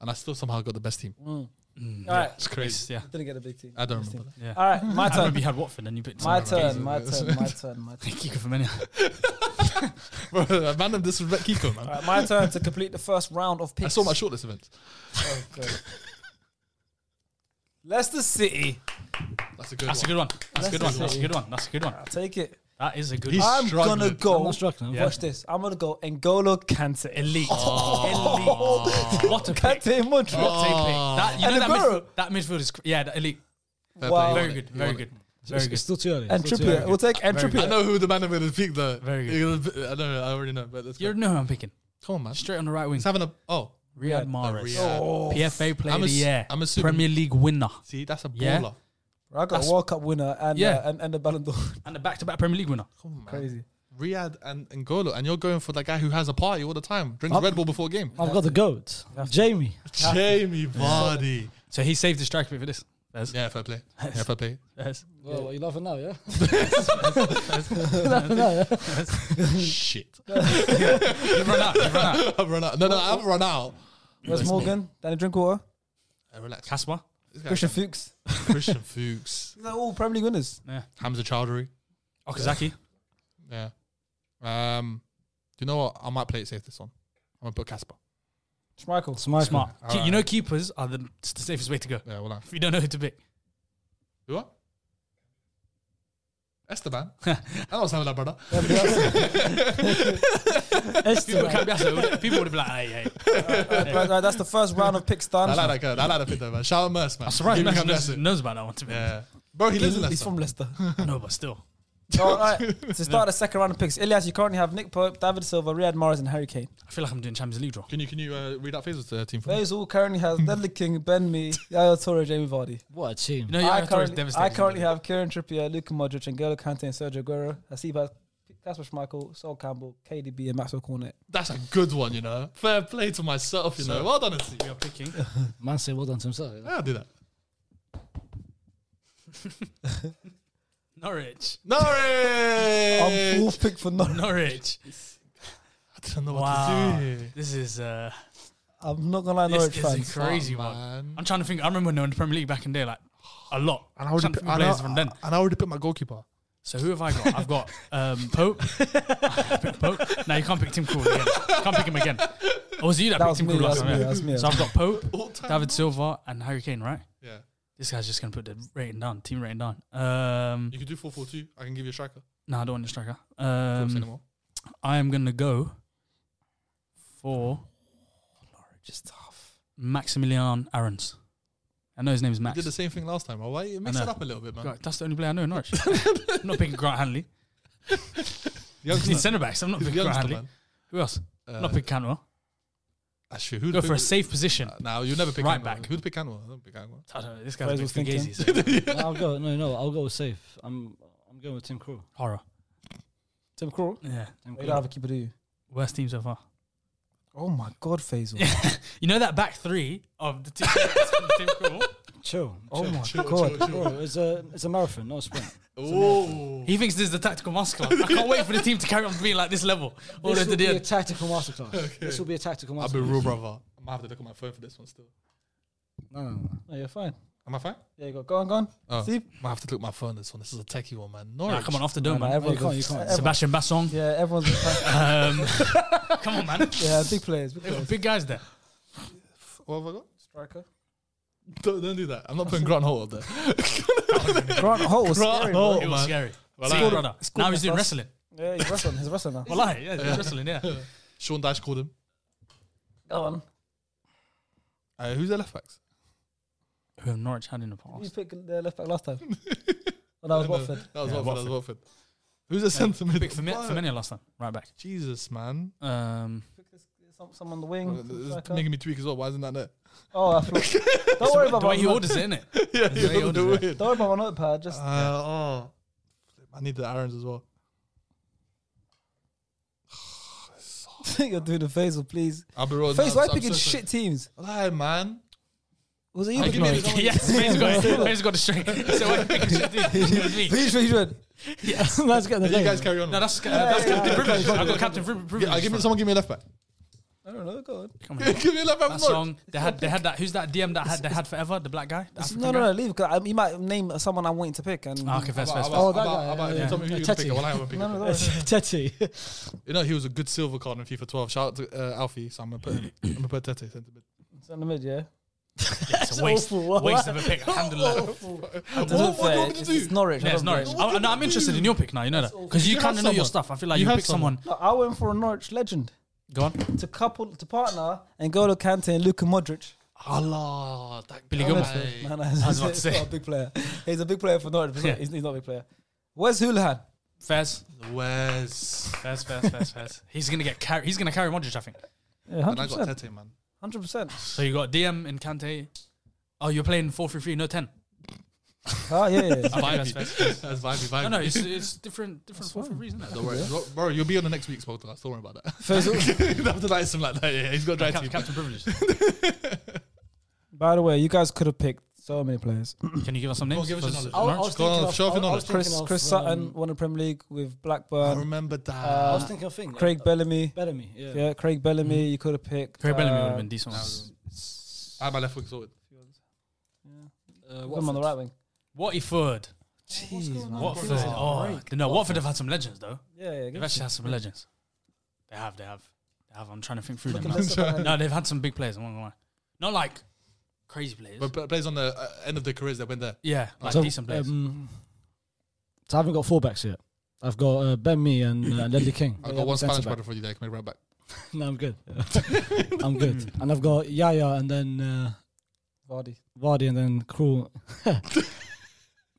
Speaker 4: and I still somehow got the best team.
Speaker 2: All
Speaker 3: Mm, yeah.
Speaker 2: right.
Speaker 4: It's crazy.
Speaker 3: Yeah,
Speaker 2: Didn't get a big team.
Speaker 4: I don't remember.
Speaker 3: yeah.
Speaker 2: All right, my
Speaker 3: I remember
Speaker 2: turn.
Speaker 3: you had Watford and you picked.
Speaker 2: My
Speaker 4: Sorry,
Speaker 2: turn. My
Speaker 4: Jesus.
Speaker 2: turn. My turn. My turn.
Speaker 3: Kiko Femenia.
Speaker 4: <laughs> Bro, man, this is Kiko, man.
Speaker 3: <laughs>
Speaker 2: All right, my turn to complete the first round of picks.
Speaker 4: I saw my shortlist event.
Speaker 2: Oh, God. Leicester City.
Speaker 4: That's a good
Speaker 3: That's a
Speaker 4: one.
Speaker 3: good one. That's a good one. That's a
Speaker 2: City.
Speaker 3: good one. That's a good one.
Speaker 2: I'll take it.
Speaker 3: That is a good.
Speaker 4: He's
Speaker 3: one.
Speaker 2: I'm
Speaker 4: struggling.
Speaker 2: gonna go.
Speaker 5: I'm not struggling. I'm
Speaker 2: Watch this. I'm gonna go N'Golo Kante.
Speaker 3: elite. Elite. What a pick.
Speaker 2: Kante Modric.
Speaker 3: What a pick. That, you
Speaker 2: And
Speaker 3: know that,
Speaker 2: Aguero.
Speaker 3: midf- that midfield is cr- yeah, that elite.
Speaker 4: Fair
Speaker 2: Wow.
Speaker 4: play, you
Speaker 3: Very
Speaker 4: won it,
Speaker 3: good.
Speaker 4: you
Speaker 3: Very
Speaker 4: won it.
Speaker 3: good. Very
Speaker 5: It's,
Speaker 3: good.
Speaker 5: it's still too early.
Speaker 2: And
Speaker 5: Still too
Speaker 2: Trippier.
Speaker 5: early.
Speaker 2: We'll take and
Speaker 3: Very good.
Speaker 4: I
Speaker 2: Trippier.
Speaker 4: know who the man of the pick though.
Speaker 3: Very
Speaker 4: good. I don't know. I already know. But let's go.
Speaker 3: You know who I'm picking.
Speaker 4: Come on, man.
Speaker 3: Straight on the right wing.
Speaker 4: He's having a oh.
Speaker 3: Riyad
Speaker 4: Oh,
Speaker 3: Mahrez.
Speaker 4: Riyad.
Speaker 3: PFA player
Speaker 4: I'm
Speaker 3: of the
Speaker 4: ass-
Speaker 3: year.
Speaker 4: I'm assuming-
Speaker 3: Premier League winner.
Speaker 4: See, that's a baller.
Speaker 3: Yeah.
Speaker 2: I got a World Cup winner and
Speaker 3: Yeah.
Speaker 2: uh, and and the Ballon d'Or.
Speaker 3: And a back to back Premier League winner.
Speaker 4: Come on, man.
Speaker 2: Crazy.
Speaker 4: Riyadh and N'Golo, and you're going for that guy who has a party all the time, drinks Red Bull before game.
Speaker 5: I've got the goat, Jamie.
Speaker 3: <laughs>
Speaker 4: Jamie Vardy.
Speaker 3: So he saved his strike for this. There's,
Speaker 4: Yeah, fair play. Yeah, fair
Speaker 3: <laughs>
Speaker 4: play.
Speaker 3: there's.
Speaker 5: Well, you laughing now? Yeah.
Speaker 3: <laughs>
Speaker 4: Shit.
Speaker 3: You've run out. You've run out.
Speaker 4: <laughs> I've run out. No, no, I've run out.
Speaker 2: Where's Morgan? Danny Drinkwater.
Speaker 4: Hey, relax.
Speaker 3: Caspar.
Speaker 4: This guy-
Speaker 2: Christian Fuchs.
Speaker 3: <laughs>
Speaker 4: Christian Fuchs.
Speaker 2: These are all "Oh, Premier League winners.
Speaker 4: Hamza Chowdhury.
Speaker 3: Okazaki.
Speaker 4: Yeah. Um, do you know what? I might play it safe this one. I'm gonna put Casper.
Speaker 2: Schmeichel.
Speaker 5: Smart.
Speaker 3: Smart.
Speaker 4: All
Speaker 3: Keep-
Speaker 4: right.
Speaker 3: You know keepers are the, it's the safest way to go.
Speaker 4: Yeah, well, I.
Speaker 3: If you don't know who to pick.
Speaker 4: Do what? Esteban. <laughs> I know some of that, brother.
Speaker 3: People can't be asked, would- people would have been like, hey, hey.
Speaker 2: Right, right, that's the first round of picks done.
Speaker 4: I like that girl. I like that fit though, man. Shout out Merce, man.
Speaker 3: I'm surprised
Speaker 4: Give him
Speaker 3: Messi
Speaker 4: some
Speaker 3: knows,
Speaker 4: blessing.
Speaker 3: knows about that one to me.
Speaker 4: Yeah. Bro, he lives
Speaker 2: <laughs>
Speaker 4: in
Speaker 2: He's, he's
Speaker 4: Leicester.
Speaker 2: from Leicester.
Speaker 3: No, but still.
Speaker 2: all right. To start the second round of picks, Ilias, you currently have Nick Pope, David Silva, Riyad Mahrez, and Harry Kane.
Speaker 3: I feel like I'm doing Champions League draw.
Speaker 4: Can you can you uh, read out phases to the team for me?
Speaker 2: Those all currently has Dudley King, Ben Mee, Yaya Torre, Jamie Vardy.
Speaker 5: <laughs> What a team.
Speaker 3: You know,
Speaker 2: I
Speaker 3: Yaya Torre is
Speaker 2: currently,
Speaker 3: devastating.
Speaker 2: I currently have Kieran Trippier, Luka Modric, Angelo Kante, and Sergio Aguero. Asiba, Casper Schmeichel, Sol Campbell, KDB, and Maxwell Cornet.
Speaker 4: That's a good one, you know. Fair play to myself, you know. Well done, Steve.
Speaker 3: We are picking.
Speaker 5: Man, say well done to himself.
Speaker 4: I'll do that.
Speaker 3: Norwich.
Speaker 2: I'm
Speaker 4: Norwich.
Speaker 2: fourth pick for Norwich.
Speaker 3: Norwich.
Speaker 4: I don't know what
Speaker 3: Wow.
Speaker 4: to do here.
Speaker 3: This is uh
Speaker 2: I'm not gonna lie,
Speaker 3: this
Speaker 2: Norwich
Speaker 3: is
Speaker 2: fans.
Speaker 3: a crazy
Speaker 4: Oh,
Speaker 3: one.
Speaker 4: man.
Speaker 3: I'm trying to think. I remember knowing the Premier League back in the day, like a lot.
Speaker 4: And
Speaker 3: I'm
Speaker 4: I already
Speaker 3: trying to
Speaker 4: put,
Speaker 3: think of
Speaker 4: and I,
Speaker 3: players from then.
Speaker 4: and I already put my goalkeeper.
Speaker 3: So who have I got? I've got um,
Speaker 4: <laughs>
Speaker 3: Pope. I picked Pope. No, you can't pick Tim Krul again. Can't pick him again. Or was it you that,
Speaker 2: That
Speaker 3: picked
Speaker 2: was
Speaker 3: Tim
Speaker 2: me,
Speaker 3: Krul
Speaker 2: that
Speaker 3: last
Speaker 2: was
Speaker 3: time?
Speaker 2: me,
Speaker 3: yeah?
Speaker 2: that was me.
Speaker 3: So I've got Pope,
Speaker 4: All-time
Speaker 3: David Silva, and Harry Kane. Right.
Speaker 4: Yeah.
Speaker 3: This guy's just gonna put the rating down, team rating down. Um,
Speaker 4: You can do 4-4-2. I can give you a striker.
Speaker 3: no, I don't want a striker.
Speaker 4: Of course,
Speaker 3: Um,
Speaker 4: anymore.
Speaker 3: I am gonna go for
Speaker 2: Norwich is tough.
Speaker 3: Maximilian Aarons. I know his name is
Speaker 4: You
Speaker 3: Max.
Speaker 4: did the same thing last time. All right, mix
Speaker 3: know.
Speaker 4: it up a little bit, man.
Speaker 3: Grant- that's the only player I know in
Speaker 4: <laughs>
Speaker 3: Norwich. I'm not picking Grant Hanley. He's
Speaker 4: Youngster.
Speaker 3: centre backs. I'm not
Speaker 4: He's a
Speaker 3: picking Grant
Speaker 4: youngster,
Speaker 3: Hanley.
Speaker 4: man.
Speaker 3: Who else?
Speaker 4: Uh,
Speaker 3: not picking Canwell.
Speaker 4: Actually, who
Speaker 3: Go
Speaker 4: the
Speaker 3: for a
Speaker 4: pick-
Speaker 3: safe position.
Speaker 4: Uh, No, you never pick
Speaker 3: Right
Speaker 4: Anwar.
Speaker 3: back.
Speaker 4: Who'd pick Anwar? I don't
Speaker 3: <laughs>
Speaker 4: pick Anwar.
Speaker 3: I don't know. This
Speaker 2: I
Speaker 3: guy's
Speaker 2: was
Speaker 3: a big
Speaker 2: thinking.
Speaker 3: Fugazi, so-
Speaker 5: No, I'll go. No, no, I'll go safe. I'm, I'm going with Tim Crew.
Speaker 3: Horror.
Speaker 2: Tim Krul.
Speaker 3: Yeah.
Speaker 2: You
Speaker 5: Tim Krul.
Speaker 2: don't have a keeper, do you?
Speaker 3: Worst team so far.
Speaker 2: Oh my God, Faisal.
Speaker 3: You know that back three of the team. <laughs> Tim Krul?
Speaker 5: Chill.
Speaker 2: Oh
Speaker 5: chill.
Speaker 2: my God.
Speaker 5: Bro, it's a, it's a marathon, not a sprint.
Speaker 4: Oh,
Speaker 3: He thinks this is the tactical master club. I can't wait for the team to carry on being like this level. Oh, All the way
Speaker 5: this
Speaker 3: to
Speaker 5: will
Speaker 3: the
Speaker 5: be a
Speaker 3: end.
Speaker 5: tactical masterclass. This will be a tactical
Speaker 4: I'll be
Speaker 5: masterclass.
Speaker 4: real, brother. I might have to look at my phone for this one still.
Speaker 5: No, no, no.
Speaker 2: No, you're fine.
Speaker 4: Am I fine?
Speaker 2: Yeah, you go. Go on, go on.
Speaker 4: Oh,
Speaker 2: Steve?
Speaker 4: might have to look at my phone. This one. This is a techie one, man.
Speaker 3: Nah,
Speaker 4: Norwich.
Speaker 3: Ah, come on, off the dome,
Speaker 2: Nah,
Speaker 3: man.
Speaker 2: everyone's
Speaker 5: you can't,
Speaker 2: a-
Speaker 5: you can't.
Speaker 2: everyone-
Speaker 3: Sebastian Bassong.
Speaker 2: Yeah, <laughs> everyone's. <laughs> a-
Speaker 3: Um, come on, man.
Speaker 2: yeah, big players. Big
Speaker 3: They got
Speaker 2: players.
Speaker 3: big guys there.
Speaker 4: What have I got?
Speaker 2: Striker.
Speaker 4: Don't, don't do that. I'm not putting Grant Holt up there.
Speaker 2: Grant Holt was
Speaker 4: Grant
Speaker 2: scary. bro.
Speaker 4: Holt,
Speaker 3: It was
Speaker 4: man.
Speaker 3: scary.
Speaker 4: Well,
Speaker 3: See,
Speaker 4: I-
Speaker 3: brother.
Speaker 2: It's good
Speaker 3: Now he's doing
Speaker 2: for us.
Speaker 3: wrestling.
Speaker 2: Yeah, he's wrestling. He's wrestling now.
Speaker 3: Well, I, yeah, he's wrestling, yeah.
Speaker 4: Sean Dash called him.
Speaker 2: Go on.
Speaker 4: Uh, who's their left backs?
Speaker 3: Who have Norwich had in the
Speaker 2: Who you
Speaker 3: past?
Speaker 2: picked the left back last time? Well, that was Watford.
Speaker 4: That was
Speaker 3: Yeah,
Speaker 4: Watford. That was Watford. Who's their centre mid?
Speaker 3: Big for
Speaker 4: What?
Speaker 3: Firmino last time, right back.
Speaker 4: Jesus, man.
Speaker 3: Um,
Speaker 2: Some, some on the
Speaker 4: Well,
Speaker 2: wing.
Speaker 4: It's
Speaker 2: Striker.
Speaker 4: making me tweak as well. Why isn't that <laughs> there?
Speaker 2: Oh, I thought. Don't worry about
Speaker 3: the way
Speaker 2: my-
Speaker 3: he orders it, innit?
Speaker 4: yeah,
Speaker 3: It's very
Speaker 4: yeah,
Speaker 3: odd,
Speaker 4: do
Speaker 3: isn't
Speaker 4: it.
Speaker 2: Don't worry about my notepad. Just
Speaker 4: Uh, oh. I need the irons as well.
Speaker 2: <laughs> you're doing the Faisal, please.
Speaker 4: I'll be rolling.
Speaker 2: Faisal,
Speaker 4: I'm-
Speaker 2: why
Speaker 4: Oh, I'm
Speaker 2: picking
Speaker 4: so sorry.
Speaker 2: shit teams?
Speaker 4: Lie, man.
Speaker 2: Was it you?
Speaker 4: I
Speaker 3: <laughs>
Speaker 2: picking
Speaker 4: know
Speaker 2: it?
Speaker 4: it.
Speaker 2: <laughs> Someone-
Speaker 3: yes, Faye's got, Faye's got the straight. <laughs> So why you picking shit, dude? It was
Speaker 2: <laughs>
Speaker 3: me.
Speaker 2: Who you- who you went? <laughs>
Speaker 3: Yes.
Speaker 5: Let's get
Speaker 4: <laughs>
Speaker 5: the
Speaker 4: You
Speaker 5: thing.
Speaker 4: guys carry on.
Speaker 3: No, that's, uh, that's
Speaker 2: yeah,
Speaker 3: Captain
Speaker 2: yeah.
Speaker 3: Privilege. I've got Captain Pri- Privilege.
Speaker 4: Yeah, uh, give me someone. Give me a left back.
Speaker 2: I don't know. Go on.
Speaker 3: Come on.
Speaker 4: <laughs> give me a
Speaker 3: That
Speaker 4: left back. from Norwich.
Speaker 3: song, they had, they had that. Who's that DM that had, they had forever? The black guy? The African
Speaker 2: No, no,
Speaker 3: guy?
Speaker 2: no. Leave. 'cause I- You might name someone I'm waiting to pick. And
Speaker 3: Ah, okay, fair, fair,
Speaker 4: How
Speaker 3: fair.
Speaker 4: about- how
Speaker 5: Oh, that
Speaker 4: about-
Speaker 5: guy,
Speaker 4: how about
Speaker 5: yeah,
Speaker 4: if you
Speaker 5: yeah.
Speaker 4: tell me who you
Speaker 5: Tete.
Speaker 4: pick up? Well, I haven't picked
Speaker 2: No, no,
Speaker 4: up. <laughs>
Speaker 2: no.
Speaker 5: Tete.
Speaker 4: You know, he was a good silver card in FIFA 12. Shout out to uh, Alfie. So I'm gonna put him. <coughs> I'm gonna put Tete. centre mid.
Speaker 2: It's in the mid, yeah.
Speaker 3: It's a waste,
Speaker 5: awful.
Speaker 3: waste of a pick. Alhamdulillah.
Speaker 4: What, what do you want me to
Speaker 2: It's-
Speaker 4: do?
Speaker 2: It's Norwich. I
Speaker 3: Yeah, it's
Speaker 2: don't
Speaker 3: Norwich.
Speaker 2: blame
Speaker 3: I, no, I'm interested in your pick now. You know that because you,
Speaker 4: You
Speaker 3: kind of
Speaker 4: have
Speaker 3: know your
Speaker 4: someone.
Speaker 3: stuff. I feel like you,
Speaker 4: You have
Speaker 3: pick someone.
Speaker 2: you. No, I went for a Norwich legend
Speaker 3: Go on,
Speaker 2: to couple to partner and go to Kante and Luka Modric.
Speaker 4: Allah, that
Speaker 3: Billy
Speaker 4: guy.
Speaker 3: Gilmore.
Speaker 4: Hey.
Speaker 2: No, no,
Speaker 3: I was about
Speaker 2: <laughs>
Speaker 3: to
Speaker 2: he's
Speaker 3: say.
Speaker 2: not a big player. He's a big player for Norwich. But he's
Speaker 3: Yeah.
Speaker 2: not- he's, he's not a big player. Where's Houlihan?
Speaker 3: Fez.
Speaker 4: Wes.
Speaker 3: Fez, Fez, Fez, Fez. He's gonna get carry. He's gonna carry Modric, I think.
Speaker 4: And I got Tete, man.
Speaker 2: Hundred percent.
Speaker 3: So you got DM in Kante. Oh, you're playing four three three, no ten.
Speaker 2: Oh yeah, yeah,
Speaker 3: <laughs>
Speaker 2: yeah.
Speaker 4: Vibey.
Speaker 3: Fez, Fez.
Speaker 4: <laughs> That's vibey,
Speaker 3: No,
Speaker 4: vibey.
Speaker 3: no, it's, it's different, different four three reason.
Speaker 4: Don't worry, Ro- bro. You'll be on the next week's podcast. Don't worry about that. <laughs>
Speaker 2: Faisal.
Speaker 4: After that, it's him like that. Yeah, he's got dry
Speaker 3: Captain,
Speaker 4: teeth.
Speaker 3: Captain privilege.
Speaker 2: By the way, you guys could have picked so many players.
Speaker 3: Can you give us some
Speaker 4: Go on,
Speaker 3: names?
Speaker 4: give us your knowledge.
Speaker 3: For
Speaker 4: I'll-
Speaker 3: Norwich?
Speaker 4: Go on, show off your knowledge.
Speaker 2: Chris
Speaker 5: thinking of,
Speaker 2: Chris
Speaker 5: um,
Speaker 2: Sutton won the Premier League with
Speaker 4: I
Speaker 2: Blackburn.
Speaker 4: remember that.
Speaker 5: I
Speaker 2: Uh,
Speaker 5: was thinking of thing.
Speaker 2: Craig Bellamy.
Speaker 5: Bellamy. Yeah.
Speaker 2: Yeah, Craig Bellamy. You could have picked.
Speaker 3: Craig Bellamy would
Speaker 2: uh,
Speaker 3: have been decent.
Speaker 4: I had my left wing sorted.
Speaker 5: Uh,
Speaker 2: Put him on the right wing.
Speaker 3: Watford.
Speaker 2: Jeez, man.
Speaker 3: Watford. Oh, no, Watford have had some legends though.
Speaker 2: Yeah, yeah.
Speaker 3: They've
Speaker 2: give
Speaker 3: actually had some legends. They have, they have, they have. I'm trying to think through
Speaker 2: Look
Speaker 3: them.
Speaker 2: at
Speaker 3: now.
Speaker 2: this guy.
Speaker 3: no, they've had some big players. I'm not gonna lie. Not like crazy players.
Speaker 4: But p- plays on the uh, end of their careers that went there.
Speaker 3: yeah, <laughs> like
Speaker 5: So,
Speaker 3: decent players.
Speaker 5: um, so I haven't got full backs yet. I've got uh, Ben Me and uh, Ledley King.
Speaker 4: I've got one
Speaker 5: Centre
Speaker 4: Spanish
Speaker 5: back.
Speaker 4: brother for you there. Can make right back.
Speaker 5: No, I'm good. <laughs> I'm good. And I've got Yaya and then uh,
Speaker 2: Vardy.
Speaker 5: Vardy and then Crew. <laughs>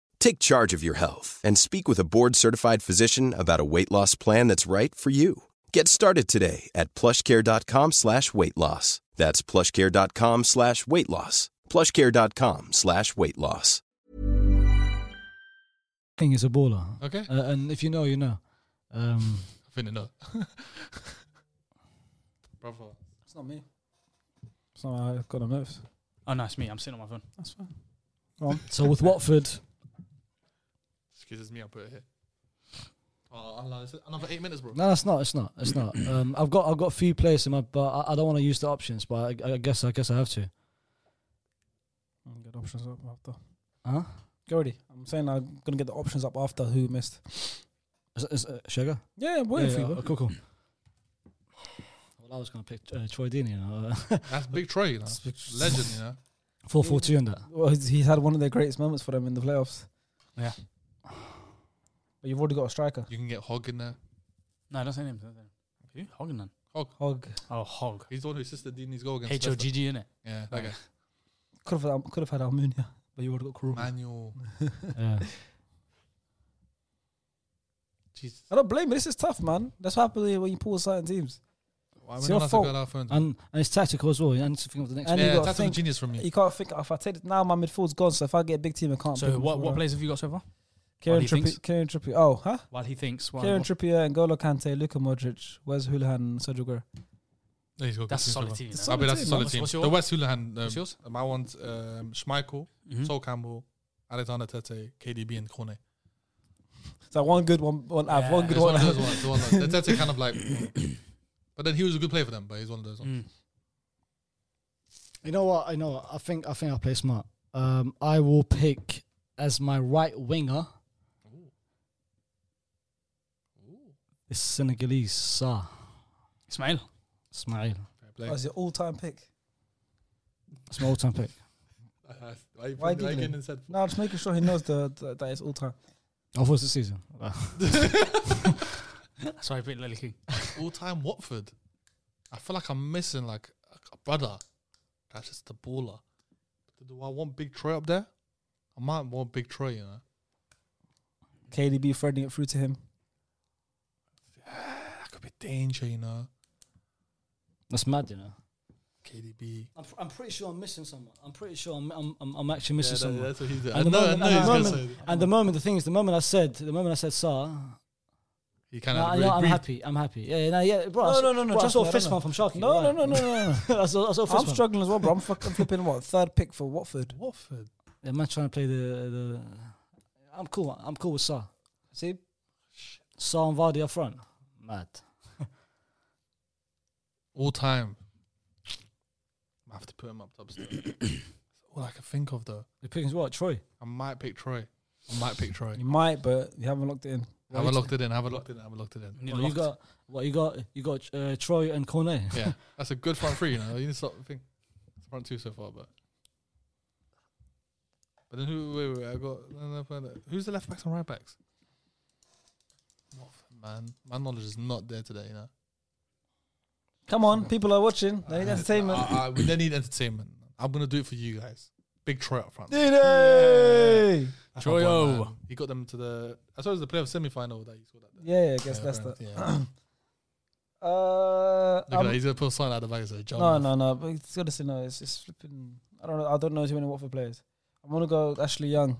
Speaker 6: Take charge of your health and speak with a board-certified physician about a weight loss plan that's right for you. Get started today at plushcare.com slash weight loss. That's plushcare.com slash weight loss. Plushcare.com slash weight loss.
Speaker 5: King is a baller.
Speaker 4: Okay.
Speaker 5: Uh, and if you know, you know. Um,
Speaker 4: I think they know. <laughs> Brother.
Speaker 2: It's not me. It's not how I got him notes.
Speaker 3: oh no, it's me. I'm sitting on my phone.
Speaker 2: That's fine.
Speaker 5: so with Watford,
Speaker 4: Excuses me, I'll put it here. Oh, Allah, is it another eight minutes,
Speaker 5: <laughs>
Speaker 4: bro.
Speaker 5: no, that's not. It's not. It's not. Um, I've got I've got a few players in my, but I, I don't want to use the options. But I, I guess I guess I have to.
Speaker 2: I'm gonna get options up after.
Speaker 5: Huh?
Speaker 2: Go ready. I'm saying I'm gonna get the options up after who missed.
Speaker 5: Is, is, uh, should I go?
Speaker 2: Yeah, I'm waiting
Speaker 5: Yeah,
Speaker 2: for
Speaker 5: yeah,
Speaker 2: you.
Speaker 5: uh, cool, cool. Well, I was gonna pick uh, <laughs> Troy Deeney, you know,
Speaker 4: That's big Troy, you know. Legend, you know.
Speaker 5: four four two and that.
Speaker 2: Well, he's, he's had one of the greatest moments for them in the playoffs.
Speaker 3: Yeah.
Speaker 2: But you've already got a striker.
Speaker 4: You can get Hog in there.
Speaker 3: No, don't say names. Don't say names. Who? Hognan.
Speaker 2: Hog
Speaker 3: Oh, Hog.
Speaker 4: He's the one who assisted Dini's goal against
Speaker 3: H O
Speaker 4: Leicester.
Speaker 3: G G in it.
Speaker 4: Yeah, that guy.
Speaker 2: could have had, could have had Almunia, but you would have got Karuma.
Speaker 4: Manuel.
Speaker 5: Yeah.
Speaker 4: Jesus.
Speaker 2: I don't blame you. This is tough, man. That's what happens when you pull certain teams.
Speaker 4: Why
Speaker 2: It's
Speaker 4: we
Speaker 2: your
Speaker 4: not
Speaker 2: fault.
Speaker 4: allowed to go on our phones?
Speaker 5: and and it's tactical as well. You need to think of the next.
Speaker 2: And
Speaker 5: one.
Speaker 2: you
Speaker 4: yeah,
Speaker 2: gotta
Speaker 4: tactical
Speaker 2: think-
Speaker 4: genius from you.
Speaker 2: You can't think if I take it now, my midfield's gone. So if I get a big team, I can't.
Speaker 3: So
Speaker 2: pick
Speaker 3: what
Speaker 2: midfielder.
Speaker 3: what players have you got so far?
Speaker 2: Kieran
Speaker 3: What do you
Speaker 2: Trippier,
Speaker 3: think's-
Speaker 2: Kieran Trippier. Oh, huh?
Speaker 3: While he thinks. While
Speaker 2: Kieran Trippier, N'Golo Kante, Luka Modric, Where's Hulahan, and Sergio Aguero.
Speaker 4: No, he's got
Speaker 3: that's a
Speaker 4: good
Speaker 3: solid
Speaker 4: team so
Speaker 3: team. you know.
Speaker 4: far. I mean, that's a solid
Speaker 3: What's-
Speaker 4: team.
Speaker 3: what's
Speaker 4: The
Speaker 3: yours?
Speaker 4: West Hulahan. Um,
Speaker 3: What's yours?
Speaker 4: My one's um, Schmeichel,
Speaker 3: Mhm.
Speaker 4: Sol Campbell, Alexander Tete, KDB, and Cornet.
Speaker 2: So one good, one one I've one good,
Speaker 4: He's
Speaker 2: <laughs>
Speaker 4: one
Speaker 2: one.
Speaker 4: of
Speaker 2: out.
Speaker 4: those ones. the one that- That's it, kind of
Speaker 5: <coughs>
Speaker 4: like. But then he was a good player for them. But he's one of those ones.
Speaker 3: Mm.
Speaker 5: You know what? I know. What, I think I think I play smart. Um, I will pick as my right winger. It's Senegalese Sa
Speaker 3: Ismail.
Speaker 5: Ismail.
Speaker 4: Fair
Speaker 2: That was
Speaker 4: play.
Speaker 2: your all-time pick.
Speaker 5: It's my all-time pick.
Speaker 4: Why you
Speaker 2: Why
Speaker 4: put that
Speaker 2: giggling?
Speaker 4: again and said?
Speaker 2: No, just making sure he knows the, the that it's all-time.
Speaker 5: Of course, this Oh, season.
Speaker 3: That's why I picked Lily King.
Speaker 4: all time Watford. I feel like I'm missing like a, a brother. That's just the baller. do I want Big Troy up there? I might want Big Troy, you know.
Speaker 2: KDB threading it through to him.
Speaker 4: That could be danger, you know.
Speaker 5: That's mad, you know.
Speaker 4: KDB.
Speaker 5: I'm, pr- I'm pretty sure I'm missing someone. I'm pretty sure I'm I'm, I'm, I'm actually missing someone.
Speaker 4: that's what he's doing.
Speaker 5: At the
Speaker 4: no,
Speaker 5: moment,
Speaker 4: no,
Speaker 5: at
Speaker 4: he's
Speaker 5: the
Speaker 4: gonna
Speaker 5: moment,
Speaker 4: say
Speaker 5: at the moment, the thing is, the moment I said, the moment I said Sa,
Speaker 4: he kind
Speaker 5: nah,
Speaker 4: of
Speaker 5: yeah, I'm
Speaker 4: agreed.
Speaker 5: happy. I'm happy. Yeah, yeah, nah, yeah bro. I
Speaker 2: No,
Speaker 5: saw-
Speaker 2: no, no, no,
Speaker 5: Bro, I
Speaker 2: trust
Speaker 5: saw
Speaker 2: me, I
Speaker 5: a fist
Speaker 2: don't
Speaker 5: bump from Sharky.
Speaker 2: No, no,
Speaker 5: right?
Speaker 2: no, no, no.
Speaker 5: I saw, I saw a fist
Speaker 2: I'm
Speaker 5: bump.
Speaker 2: struggling as well, bro. I'm fucking flipping what third pick for
Speaker 3: <laughs>
Speaker 2: Watford.
Speaker 4: Watford.
Speaker 5: Yeah, man, trying to play the the. I'm cool. I'm cool with Sa.
Speaker 2: See,
Speaker 5: Sa and Vardy up front. Mad.
Speaker 4: All time. I have to put him up top
Speaker 5: <coughs>
Speaker 4: still. That's all I can think of though.
Speaker 5: The pickings what? Troy.
Speaker 4: I might pick Troy. I might pick Troy.
Speaker 2: you might, but you haven't locked it in.
Speaker 4: Have I locked it in? Have I locked it in? Have I locked it in?
Speaker 3: Need
Speaker 5: Well, you
Speaker 3: locked.
Speaker 5: got what? You got you got uh, Troy and Cornet.
Speaker 4: Yeah, that's a good front three. You know, you need to stop thinking it's front two so far, but but then who? Wait, wait, I got no, no, no, no. who's the left backs and right backs? Watford, man, my knowledge is not there today. You know,
Speaker 2: Come on, people are watching. They need
Speaker 4: Uh,
Speaker 2: entertainment.
Speaker 4: I, I, we don't need entertainment. I'm gonna do it for you guys. Big Troy up front.
Speaker 2: Did they?
Speaker 4: That's my boy,
Speaker 3: Troyo.
Speaker 4: man. He got them to the. I suppose the playoff semi final that he scored that.
Speaker 2: Yeah, yeah, I guess that's
Speaker 4: fair
Speaker 2: <clears throat> that.
Speaker 4: enough, yeah.
Speaker 2: Uh,
Speaker 4: Look at
Speaker 2: um,
Speaker 4: that. He's gonna put a sign out the back and say, "John."
Speaker 2: no, no, no. But it's got to say no. It's, it's flipping. I don't know. I don't know too many Watford players. I'm gonna go Ashley Young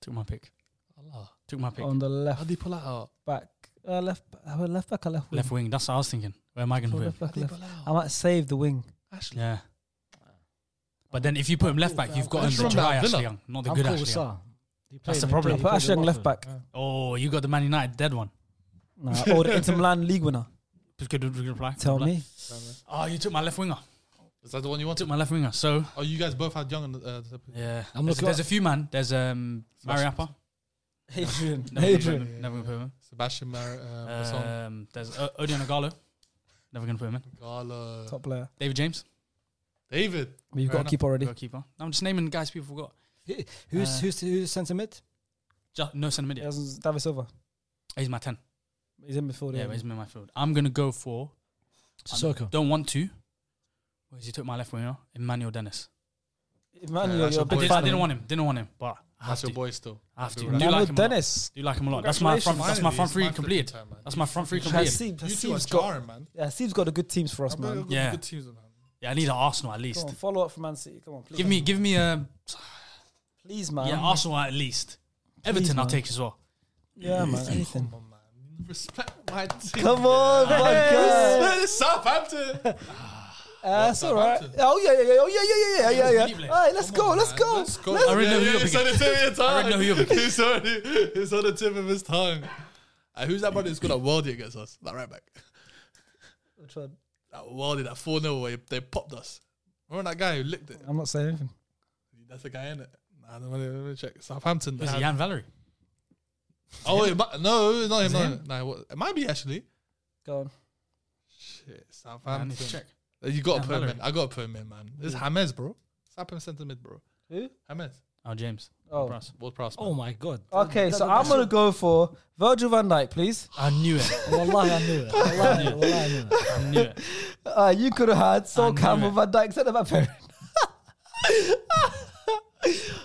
Speaker 3: Took my pick.
Speaker 4: Allah.
Speaker 3: Took my pick.
Speaker 2: on the
Speaker 4: How
Speaker 2: left
Speaker 4: do you pull that out?
Speaker 2: back. Uh, left, uh, left back or left wing.
Speaker 3: Left wing. That's what I was thinking. Where am I going
Speaker 2: So
Speaker 3: to put him?
Speaker 2: left back,
Speaker 4: How do you
Speaker 2: left.
Speaker 4: pull that
Speaker 2: I
Speaker 4: out?
Speaker 2: might save the wing.
Speaker 4: Ashley.
Speaker 3: Yeah. But then if you put him left back, you've got
Speaker 4: I
Speaker 3: him
Speaker 4: just
Speaker 3: the
Speaker 4: remember
Speaker 3: dry
Speaker 4: that
Speaker 3: Ashley
Speaker 4: Villa.
Speaker 3: Young, not the
Speaker 5: I'm
Speaker 3: good
Speaker 5: cool
Speaker 3: Ashley
Speaker 5: with
Speaker 3: Young.
Speaker 5: Sa. He
Speaker 3: That's
Speaker 5: played-
Speaker 3: the
Speaker 5: he
Speaker 3: problem.
Speaker 2: I
Speaker 5: played- he
Speaker 2: put
Speaker 5: played
Speaker 2: Ashley Young
Speaker 5: well
Speaker 2: left
Speaker 5: for
Speaker 2: back.
Speaker 3: Oh, you got the Man United dead one.
Speaker 2: Nah, or the Inter Milan league winner.
Speaker 3: Good, good reply.
Speaker 2: Tell
Speaker 3: Good reply.
Speaker 2: me.
Speaker 3: Oh, you took my left winger.
Speaker 4: Is that the one you wanted?
Speaker 3: Took my left winger. So
Speaker 4: Oh, you guys both had young. And, uh, the-
Speaker 3: yeah,
Speaker 5: I'm
Speaker 3: there's,
Speaker 5: looking
Speaker 3: there's a
Speaker 5: up-
Speaker 3: few man. There's um Mariappa. <laughs>
Speaker 2: Adrian.
Speaker 3: Never gonna put
Speaker 2: Adrian.
Speaker 3: him in. Never gonna put him.
Speaker 4: Sebastian Mar-
Speaker 3: in.
Speaker 4: uh, Masson,
Speaker 3: Um, there's o- Odion Agallo. Never gonna put him in.
Speaker 4: Gala,
Speaker 2: Top player.
Speaker 3: David James.
Speaker 4: David.
Speaker 2: But you've
Speaker 4: Fair
Speaker 2: got to keep already.
Speaker 3: Goalkeeper. I'm just naming guys people forgot.
Speaker 5: Who- Who's
Speaker 3: Uh,
Speaker 5: who's who's centre mid?
Speaker 3: Just, no centre mid.
Speaker 2: Yeah, that's David Silva.
Speaker 3: He's my ten.
Speaker 2: He's in midfield.
Speaker 3: Yeah, but he's in my field. I'm gonna go for. I
Speaker 5: Sissoko.
Speaker 3: Don't want to. Whereas you took my left winger, Emmanuel Dennis.
Speaker 2: Emmanuel,
Speaker 4: Yeah, that's
Speaker 2: you're a
Speaker 3: I
Speaker 4: your
Speaker 2: big
Speaker 4: boy.
Speaker 3: didn't,
Speaker 2: fan
Speaker 3: I
Speaker 2: of
Speaker 3: didn't
Speaker 2: him.
Speaker 3: want him. Didn't want him. But I have
Speaker 4: That's your
Speaker 3: to.
Speaker 4: boy still.
Speaker 3: I have to. Do
Speaker 4: Do that.
Speaker 3: like
Speaker 2: Emmanuel
Speaker 3: him. a lot.
Speaker 2: Dennis.
Speaker 3: Do like him a lot. That's my front. That's my
Speaker 4: Finally,
Speaker 3: front
Speaker 4: it's
Speaker 3: three
Speaker 4: my flipping
Speaker 3: completed.
Speaker 4: time, man.
Speaker 3: That's my front three completed.
Speaker 2: Hasib,
Speaker 4: You two are
Speaker 2: Hasib's got,
Speaker 4: jarring, man.
Speaker 2: Hasib's got the good teams for us,
Speaker 4: I've got
Speaker 2: man.
Speaker 4: good-
Speaker 3: Yeah.
Speaker 4: good teams, man.
Speaker 3: Yeah, I need an Arsenal at least.
Speaker 2: Come on, follow up from Man City. Come on, please.
Speaker 3: Give me, give me a
Speaker 2: please, man.
Speaker 3: yeah Arsenal at least. Everton I'll
Speaker 2: man.
Speaker 3: take as well.
Speaker 2: Yeah, man. Anything.
Speaker 4: Come on, man. Respect my team.
Speaker 2: Come on, my guy.
Speaker 4: <laughs> This is Southampton.
Speaker 2: That's all right.
Speaker 4: Southampton.
Speaker 2: Oh yeah, yeah, yeah, oh yeah, yeah, <laughs> yeah, yeah, yeah,
Speaker 3: Deep
Speaker 2: yeah.
Speaker 3: lane.
Speaker 2: All right, let's go, let's go.
Speaker 4: Let's go.
Speaker 3: I already know who you're
Speaker 4: He's on the tip of his tongue.
Speaker 3: I already know who you're picking.
Speaker 4: <laughs> He's already- It's on the tip of his tongue. Uh, who's that brother who scored that worldie against us? That right back.
Speaker 2: Which one?
Speaker 4: That worldie, that 4 0 where they popped us. Remember that guy who licked it?
Speaker 2: I'm not saying anything.
Speaker 4: That's the guy, in it? Nah, let me, let me check. Southampton.
Speaker 3: Who's
Speaker 4: they
Speaker 3: it,
Speaker 4: had-
Speaker 3: Jan Valery?
Speaker 4: Oh, it might, no, it's not him.
Speaker 3: Is it
Speaker 4: No,
Speaker 3: him?
Speaker 4: no, it wa- it might be actually.
Speaker 2: Go on.
Speaker 4: Shit,
Speaker 3: I
Speaker 4: Southampton. Uh,
Speaker 3: need to check.
Speaker 4: You got to
Speaker 3: Yeah,
Speaker 4: put him in.
Speaker 3: Valerie.
Speaker 4: I got to put him in, man. This is James, bro. Stop him centre mid, bro.
Speaker 2: Who?
Speaker 4: James.
Speaker 3: Oh, James.
Speaker 2: Oh.
Speaker 3: Prowse.
Speaker 4: World prospect. <laughs>
Speaker 5: Oh my god.
Speaker 2: Okay, so I'm gonna go for Virgil Van Dyke, please.
Speaker 3: I knew it.
Speaker 5: Wallahi, I knew it. Wallahi, wallahi, I knew it.
Speaker 3: I knew it.
Speaker 2: Uh, you could have had Sol
Speaker 3: knew
Speaker 2: Campbell,
Speaker 3: it.
Speaker 2: Van Dyke, centre back <laughs> pairing.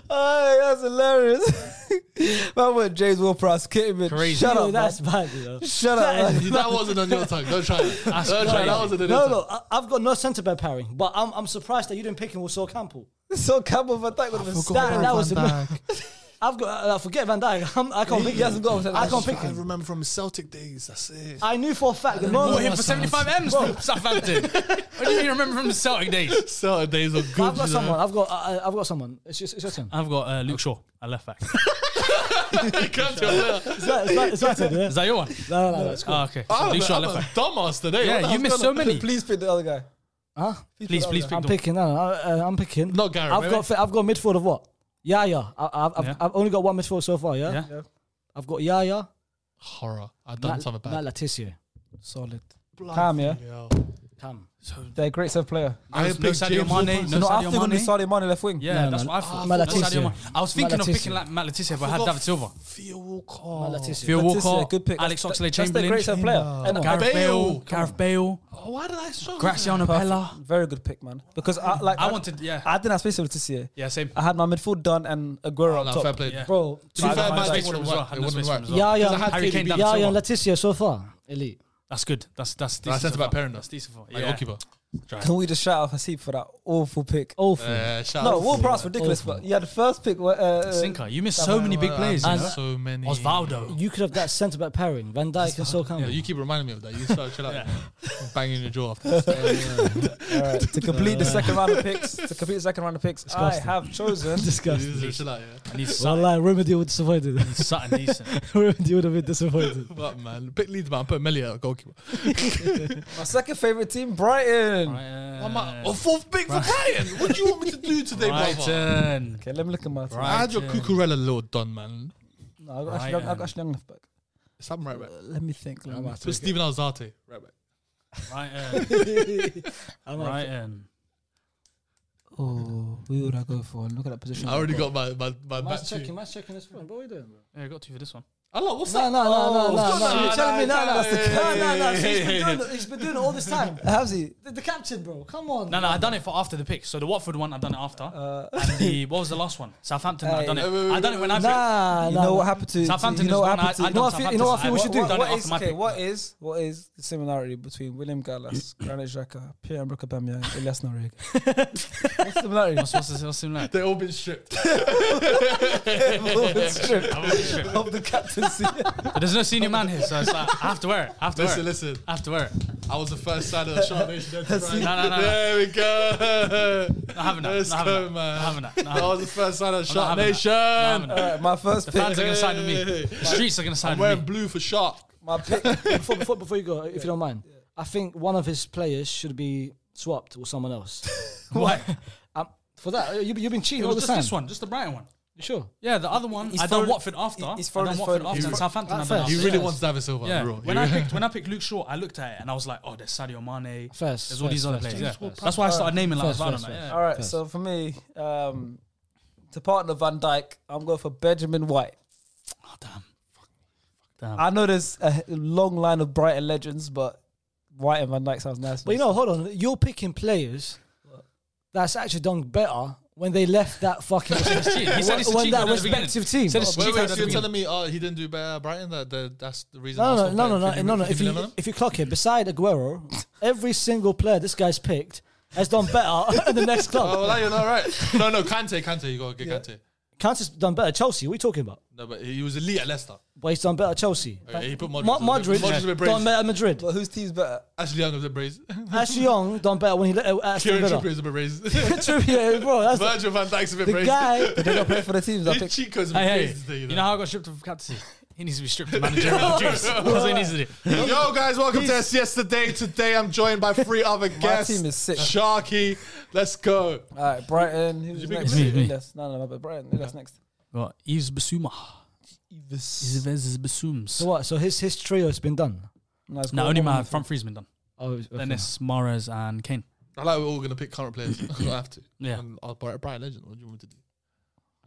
Speaker 2: Ay, that's hilarious. <laughs> that was James Ward-Prowse kidding me.
Speaker 3: Crazy.
Speaker 2: Shut
Speaker 5: Yo,
Speaker 2: up,
Speaker 5: that's
Speaker 2: that's
Speaker 5: bad, you know.
Speaker 2: shut up. <laughs> man.
Speaker 4: that wasn't on your tongue. Don't try it. Don't
Speaker 3: That's
Speaker 4: try it. That
Speaker 3: crazy.
Speaker 4: wasn't on your
Speaker 5: No,
Speaker 4: tongue.
Speaker 5: no, I, I've got no centre back pairing, but I'm, I'm surprised that you didn't pick him with Sol Campbell.
Speaker 2: <laughs> Sol Campbell, Van Dyke would have been
Speaker 5: That,
Speaker 2: stacked.
Speaker 5: that was I've got. Uh, forget Van Dijk. <laughs> I'm, I can't pick.
Speaker 2: He hasn't got. him.
Speaker 5: I can't pick him.
Speaker 4: remember from Celtic days. That's it.
Speaker 5: I knew for a fact that no
Speaker 3: Bought
Speaker 5: one
Speaker 3: him for 75 M's from <laughs> Southampton. what do you mean you remember from the Celtic days?
Speaker 4: Celtic days are good.
Speaker 5: I've got someone. I've got. I, I've got someone. It's just. It's
Speaker 2: <laughs>
Speaker 5: your turn.
Speaker 3: I've got uh, Luke Shaw, I left back.
Speaker 5: It's not. It's not. It's not turn. Yeah?
Speaker 2: <laughs>
Speaker 3: Is that your one?
Speaker 5: No, no, no. It's cool.
Speaker 3: Oh, okay. So
Speaker 4: I'm,
Speaker 3: Luke
Speaker 4: a,
Speaker 3: Shaw,
Speaker 4: I'm a
Speaker 3: left back.
Speaker 4: dumbass today. What the
Speaker 3: Yeah, you
Speaker 4: hell's
Speaker 3: missed
Speaker 4: going
Speaker 3: so
Speaker 4: on?
Speaker 3: many.
Speaker 2: Please pick the other guy.
Speaker 5: Huh?
Speaker 3: Please, please pick
Speaker 5: I'm
Speaker 3: them.
Speaker 5: picking. No, no. I, uh, I'm picking.
Speaker 4: Not Gary.
Speaker 5: I've got. I've got midfield of what? Yaya. I, I've, I've,
Speaker 3: Yeah.
Speaker 5: I've only got one midfield so far. Yeah.
Speaker 3: Yeah.
Speaker 5: I've got Yaya.
Speaker 4: horror. I've done
Speaker 5: Matt,
Speaker 4: something
Speaker 5: Matt
Speaker 4: bad.
Speaker 5: Letitia.
Speaker 2: Solid. Calm, yeah.
Speaker 4: Yeah.
Speaker 5: Come.
Speaker 2: They're a great set player.
Speaker 4: I
Speaker 3: No,
Speaker 4: picked
Speaker 3: no Sadio
Speaker 4: James
Speaker 3: Mane. No
Speaker 4: Wilson.
Speaker 2: No, I
Speaker 3: Sadio
Speaker 2: think it'll be
Speaker 3: Mane.
Speaker 2: Sadio Mane left wing.
Speaker 3: Yeah,
Speaker 5: No,
Speaker 3: that's
Speaker 5: no.
Speaker 3: what I thought.
Speaker 5: Matt
Speaker 3: No,
Speaker 5: Letizia.
Speaker 3: Sadio Mane. I was thinking of
Speaker 5: Matt
Speaker 3: picking
Speaker 5: Letizia.
Speaker 3: like Matt Letizia, but I had David Silva.
Speaker 4: Theo
Speaker 5: Matt
Speaker 4: Walcott.
Speaker 5: Letitia.
Speaker 3: Theo
Speaker 2: That's a
Speaker 3: Walcott,
Speaker 2: good pick.
Speaker 3: Alex
Speaker 2: That's-
Speaker 3: Oxlade
Speaker 2: That's
Speaker 3: Chamberlain,
Speaker 2: a great set player. And
Speaker 3: Gareth Bale,
Speaker 4: Bale.
Speaker 3: Gareth Bale,
Speaker 4: Oh, why did I struggle?
Speaker 3: Graziano
Speaker 2: Perfect.
Speaker 3: Pella.
Speaker 2: Very good pick, man. Because I like
Speaker 3: I wanted, yeah.
Speaker 2: I didn't have space for Letizia.
Speaker 3: Yeah, same.
Speaker 2: I had my midfield done and Aguero on
Speaker 4: No,
Speaker 2: top.
Speaker 4: fair play.
Speaker 3: Yeah.
Speaker 5: Bro.
Speaker 4: To be
Speaker 3: I
Speaker 4: fair,
Speaker 3: had
Speaker 4: my
Speaker 3: space
Speaker 4: space
Speaker 3: for
Speaker 4: would
Speaker 3: him
Speaker 4: have
Speaker 3: as well. I
Speaker 4: worked.
Speaker 3: had
Speaker 4: It
Speaker 3: no
Speaker 4: wouldn't
Speaker 3: space for him
Speaker 4: work.
Speaker 3: as well.
Speaker 5: Yaya.
Speaker 4: Because I had
Speaker 3: Harry Kane,
Speaker 4: KDB.
Speaker 3: David
Speaker 5: Yaya
Speaker 3: Silva.
Speaker 5: and Oh, Letitia so far elite.
Speaker 3: That's good. That's that's decent.
Speaker 4: That's
Speaker 3: so
Speaker 4: centre back
Speaker 3: far.
Speaker 4: pairing, though.
Speaker 3: That's decent. for-
Speaker 4: Like
Speaker 3: Yeah.
Speaker 4: goalkeeper.
Speaker 2: Can we just shout out Hasib for that awful pick?
Speaker 5: Awful.
Speaker 4: Uh, shout
Speaker 2: no,
Speaker 4: out
Speaker 2: Will
Speaker 4: to-
Speaker 2: Prowse ridiculous, but you had the first pick. wha- Uh,
Speaker 3: Sinker. You missed so many big players. You
Speaker 4: And
Speaker 3: know?
Speaker 4: so many.
Speaker 3: Osvaldo.
Speaker 5: you could have that centre back pairing. Van Dijk and Sol
Speaker 4: Yeah,
Speaker 5: Campbell. <laughs>
Speaker 4: you keep reminding me of that. You start
Speaker 3: <laughs>
Speaker 4: chill out. I'm Banging your jaw after this.
Speaker 2: all right, to complete the second round of picks, to complete the second round of picks, I
Speaker 5: Disgusting.
Speaker 2: have
Speaker 5: <laughs>
Speaker 2: chosen.
Speaker 5: Disgusting.
Speaker 4: You chill out, yeah.
Speaker 3: I need Sutton.
Speaker 5: Wallahi, Remedy
Speaker 4: <laughs>
Speaker 5: would disappointed. <laughs>
Speaker 3: Sutton decent.
Speaker 5: Remedy would have been disappointed.
Speaker 4: But man, pick Leeds man, put Melia at goalkeeper.
Speaker 2: My second favorite team, Brighton.
Speaker 3: Uh,
Speaker 4: I'm at a fourth pick for Brighton. What do you want me to do today, brother?
Speaker 3: Brighton.
Speaker 2: Okay, let me look at
Speaker 3: uh,
Speaker 2: my team.
Speaker 4: I had your
Speaker 3: Brighton.
Speaker 4: Cucurella little done, man.
Speaker 2: No, I got Ashley Young, I got Ashley Young left back.
Speaker 4: It's happened right back.
Speaker 2: Let me think. Let me
Speaker 4: Put Steven Alzate right back.
Speaker 3: Brighton. <laughs>
Speaker 5: I'm not-
Speaker 3: Brighton.
Speaker 2: Oh, who would I go for? Look at that position.
Speaker 4: I already got my my my back
Speaker 5: Man's
Speaker 4: two.
Speaker 5: checking, man's checking his phone. What are you doing, bro?
Speaker 3: Yeah, I got two for this one.
Speaker 4: Allah, what's
Speaker 5: No,
Speaker 4: that?
Speaker 5: no, no, no, no,
Speaker 4: what's going
Speaker 5: no.
Speaker 4: Oh, on?
Speaker 5: You're telling me, no, no,
Speaker 4: Hey, hey,
Speaker 5: no, no, no.
Speaker 4: hey,
Speaker 5: so He's
Speaker 4: hey,
Speaker 5: been
Speaker 4: hey.
Speaker 5: doing, he's been doing it all this
Speaker 4: <laughs>
Speaker 5: time.
Speaker 2: How's he?
Speaker 5: The, the captain, bro. Come on.
Speaker 3: No, no, I done it for after the pick. So the Watford one, I done it after. and the what was the last one? Southampton. I done it.
Speaker 4: Hey. Wait, wait,
Speaker 3: I done it when I picked.
Speaker 5: Nah,
Speaker 2: You
Speaker 5: nah,
Speaker 2: know
Speaker 5: nah.
Speaker 2: what happened to
Speaker 3: Southampton
Speaker 2: You know
Speaker 3: is
Speaker 2: what
Speaker 3: one.
Speaker 2: happened
Speaker 3: I-
Speaker 2: to
Speaker 3: I
Speaker 2: you know
Speaker 3: done
Speaker 2: what I feel- you know what I feel we should do.
Speaker 3: Southampton. I've done it
Speaker 2: What
Speaker 3: after
Speaker 2: is
Speaker 3: my
Speaker 2: okay?
Speaker 3: pick.
Speaker 2: What is what is the similarity between William <coughs> Gallas, Granit Xhaka, Pierre Emerick Aubameyang, Elias Norrig? What's the similarity?
Speaker 3: What's what's the- what's the similar?
Speaker 4: They all been stripped. <laughs>
Speaker 2: Everyone's stripped
Speaker 3: But
Speaker 2: <laughs> of the <laughs> captaincy.
Speaker 3: there's no senior man here, so it's like, I have to wear it. I have to
Speaker 4: Listen,
Speaker 3: wear it.
Speaker 4: listen.
Speaker 3: I have to wear it.
Speaker 4: I was the first side of the shot nation.
Speaker 3: <laughs>
Speaker 4: No,
Speaker 3: No, no, no, no.
Speaker 4: There we go.
Speaker 3: Not having that.
Speaker 4: Let's
Speaker 3: Not having that.
Speaker 4: go, man. Oh,
Speaker 3: Not having that. Not
Speaker 4: That
Speaker 3: having
Speaker 4: was the first side of
Speaker 3: that.
Speaker 4: Shark
Speaker 3: Not having
Speaker 4: Nation.
Speaker 3: that. Not having that.
Speaker 2: Alright, my first
Speaker 3: The
Speaker 2: pick.
Speaker 3: fans are gonna side with me. The streets are gonna side
Speaker 4: I'm
Speaker 3: with
Speaker 4: wearing
Speaker 3: me.
Speaker 4: blue for Shark.
Speaker 2: My pick.
Speaker 5: <laughs> Before, before, before you go, if you don't mind, I think one of his players should be swapped with
Speaker 4: <laughs>
Speaker 5: someone else.
Speaker 3: Why?
Speaker 5: <laughs> um, for that, you, you've been cheating
Speaker 3: It
Speaker 5: all
Speaker 3: was just
Speaker 5: the time.
Speaker 3: this one, just the Brighton one.
Speaker 5: You sure?
Speaker 3: Yeah, the other one.
Speaker 2: He's
Speaker 3: I done
Speaker 2: foreign-
Speaker 3: Watford after.
Speaker 2: he's
Speaker 3: I
Speaker 2: foreign
Speaker 3: done
Speaker 2: as
Speaker 3: Watford
Speaker 2: well.
Speaker 3: after and
Speaker 2: He's-
Speaker 3: Southampton. I
Speaker 5: that's
Speaker 3: done
Speaker 5: fair.
Speaker 3: after.
Speaker 4: He really
Speaker 5: Yes.
Speaker 4: wants David Silva.
Speaker 3: Yeah.
Speaker 4: bro.
Speaker 3: When I picked when I picked Luke Shaw, I looked at it and I was like, oh, there's Sadio Mane.
Speaker 5: First,
Speaker 3: There's all these other players. Yeah.
Speaker 4: James Ward-Prowse.
Speaker 3: That's why I started naming like
Speaker 5: First,
Speaker 3: Varane.
Speaker 5: first,
Speaker 3: like,
Speaker 5: first.
Speaker 3: yeah.
Speaker 2: All right, so for me, um, to partner Van Dyke, I'm going for Benjamin White.
Speaker 3: Oh, Damn.
Speaker 2: I know there's a long line of Brighton legends, but White and Van Dyke sounds nice.
Speaker 5: But you know, hold on. You're picking players that's actually done better when they left that fucking.
Speaker 3: It's cheap. <laughs> He said it's
Speaker 5: when
Speaker 3: cheap
Speaker 5: that
Speaker 3: at the beginning.
Speaker 5: respective team.
Speaker 3: He said it's
Speaker 4: Wait,
Speaker 3: cheap
Speaker 4: wait,
Speaker 3: at
Speaker 4: so
Speaker 3: the
Speaker 4: you're
Speaker 3: beginning.
Speaker 4: telling me uh, he didn't do better at Brighton? That, that that's the reason.
Speaker 5: No, no,
Speaker 4: Arsenal
Speaker 5: no, no,
Speaker 4: played
Speaker 5: no,
Speaker 4: 50
Speaker 5: no, no, no. If
Speaker 4: 50
Speaker 5: you
Speaker 4: million?
Speaker 5: if you clock it, beside Aguero, every single player this guy's picked has done better <laughs> at the next
Speaker 4: Oh, well,
Speaker 5: club.
Speaker 4: now you're
Speaker 3: <laughs>
Speaker 4: not right. No, no, Kante, Kante, you gotta get Kante.
Speaker 5: Kante's done better. at Chelsea. What are you talking about?
Speaker 4: No, but he was elite at Leicester.
Speaker 5: But he's done better. at Chelsea.
Speaker 4: Okay, Oh, he put Modric.
Speaker 5: Ma- Madrid,
Speaker 4: Modric was a bit
Speaker 5: done
Speaker 4: brave.
Speaker 5: better. at Madrid.
Speaker 2: but whose team's better?
Speaker 4: Ashley Young was a bit brave.
Speaker 5: Ashley Young done better when he left at Aston
Speaker 4: <laughs> Kieran Trippier
Speaker 5: Villa. <laughs>
Speaker 4: was a
Speaker 3: <laughs>
Speaker 4: bit brave.
Speaker 5: Trippier, bro, that's the,
Speaker 4: Virgil van Dijk's a bit
Speaker 5: the
Speaker 4: brave.
Speaker 5: guy.
Speaker 2: They don't play for the teams. <laughs> I
Speaker 4: His
Speaker 2: pick.
Speaker 4: <laughs> Chico's a bit
Speaker 3: Hey,
Speaker 4: brave
Speaker 3: hey,
Speaker 4: today,
Speaker 3: you
Speaker 4: you
Speaker 3: know how I got stripped of captaincy? He needs to be stripped of
Speaker 4: <laughs>
Speaker 3: managerial duties. That's what he needs to do.
Speaker 4: know. Yo, guys, welcome to us yesterday. Today, I'm joined by
Speaker 2: <laughs>
Speaker 4: three other guests.
Speaker 2: team is sick.
Speaker 4: Sharky, let's go.
Speaker 2: All right, Brighton. Who's next?
Speaker 3: me, me.
Speaker 2: Yes, no, no, no, but Brighton. Who's next?
Speaker 3: Got Yves Basuma. Yves
Speaker 5: So
Speaker 3: Basums.
Speaker 5: what? So his his trio has been done.
Speaker 2: No, it's
Speaker 3: Now
Speaker 2: got
Speaker 3: only
Speaker 2: one
Speaker 3: my
Speaker 2: midfield.
Speaker 3: front three's been done.
Speaker 5: Oh, okay.
Speaker 3: Then it's Mares and Kane.
Speaker 4: I like we're all gonna pick current players. <laughs> I have to.
Speaker 3: Yeah.
Speaker 4: And I'll buy a Brighton legend. What do you want me to do?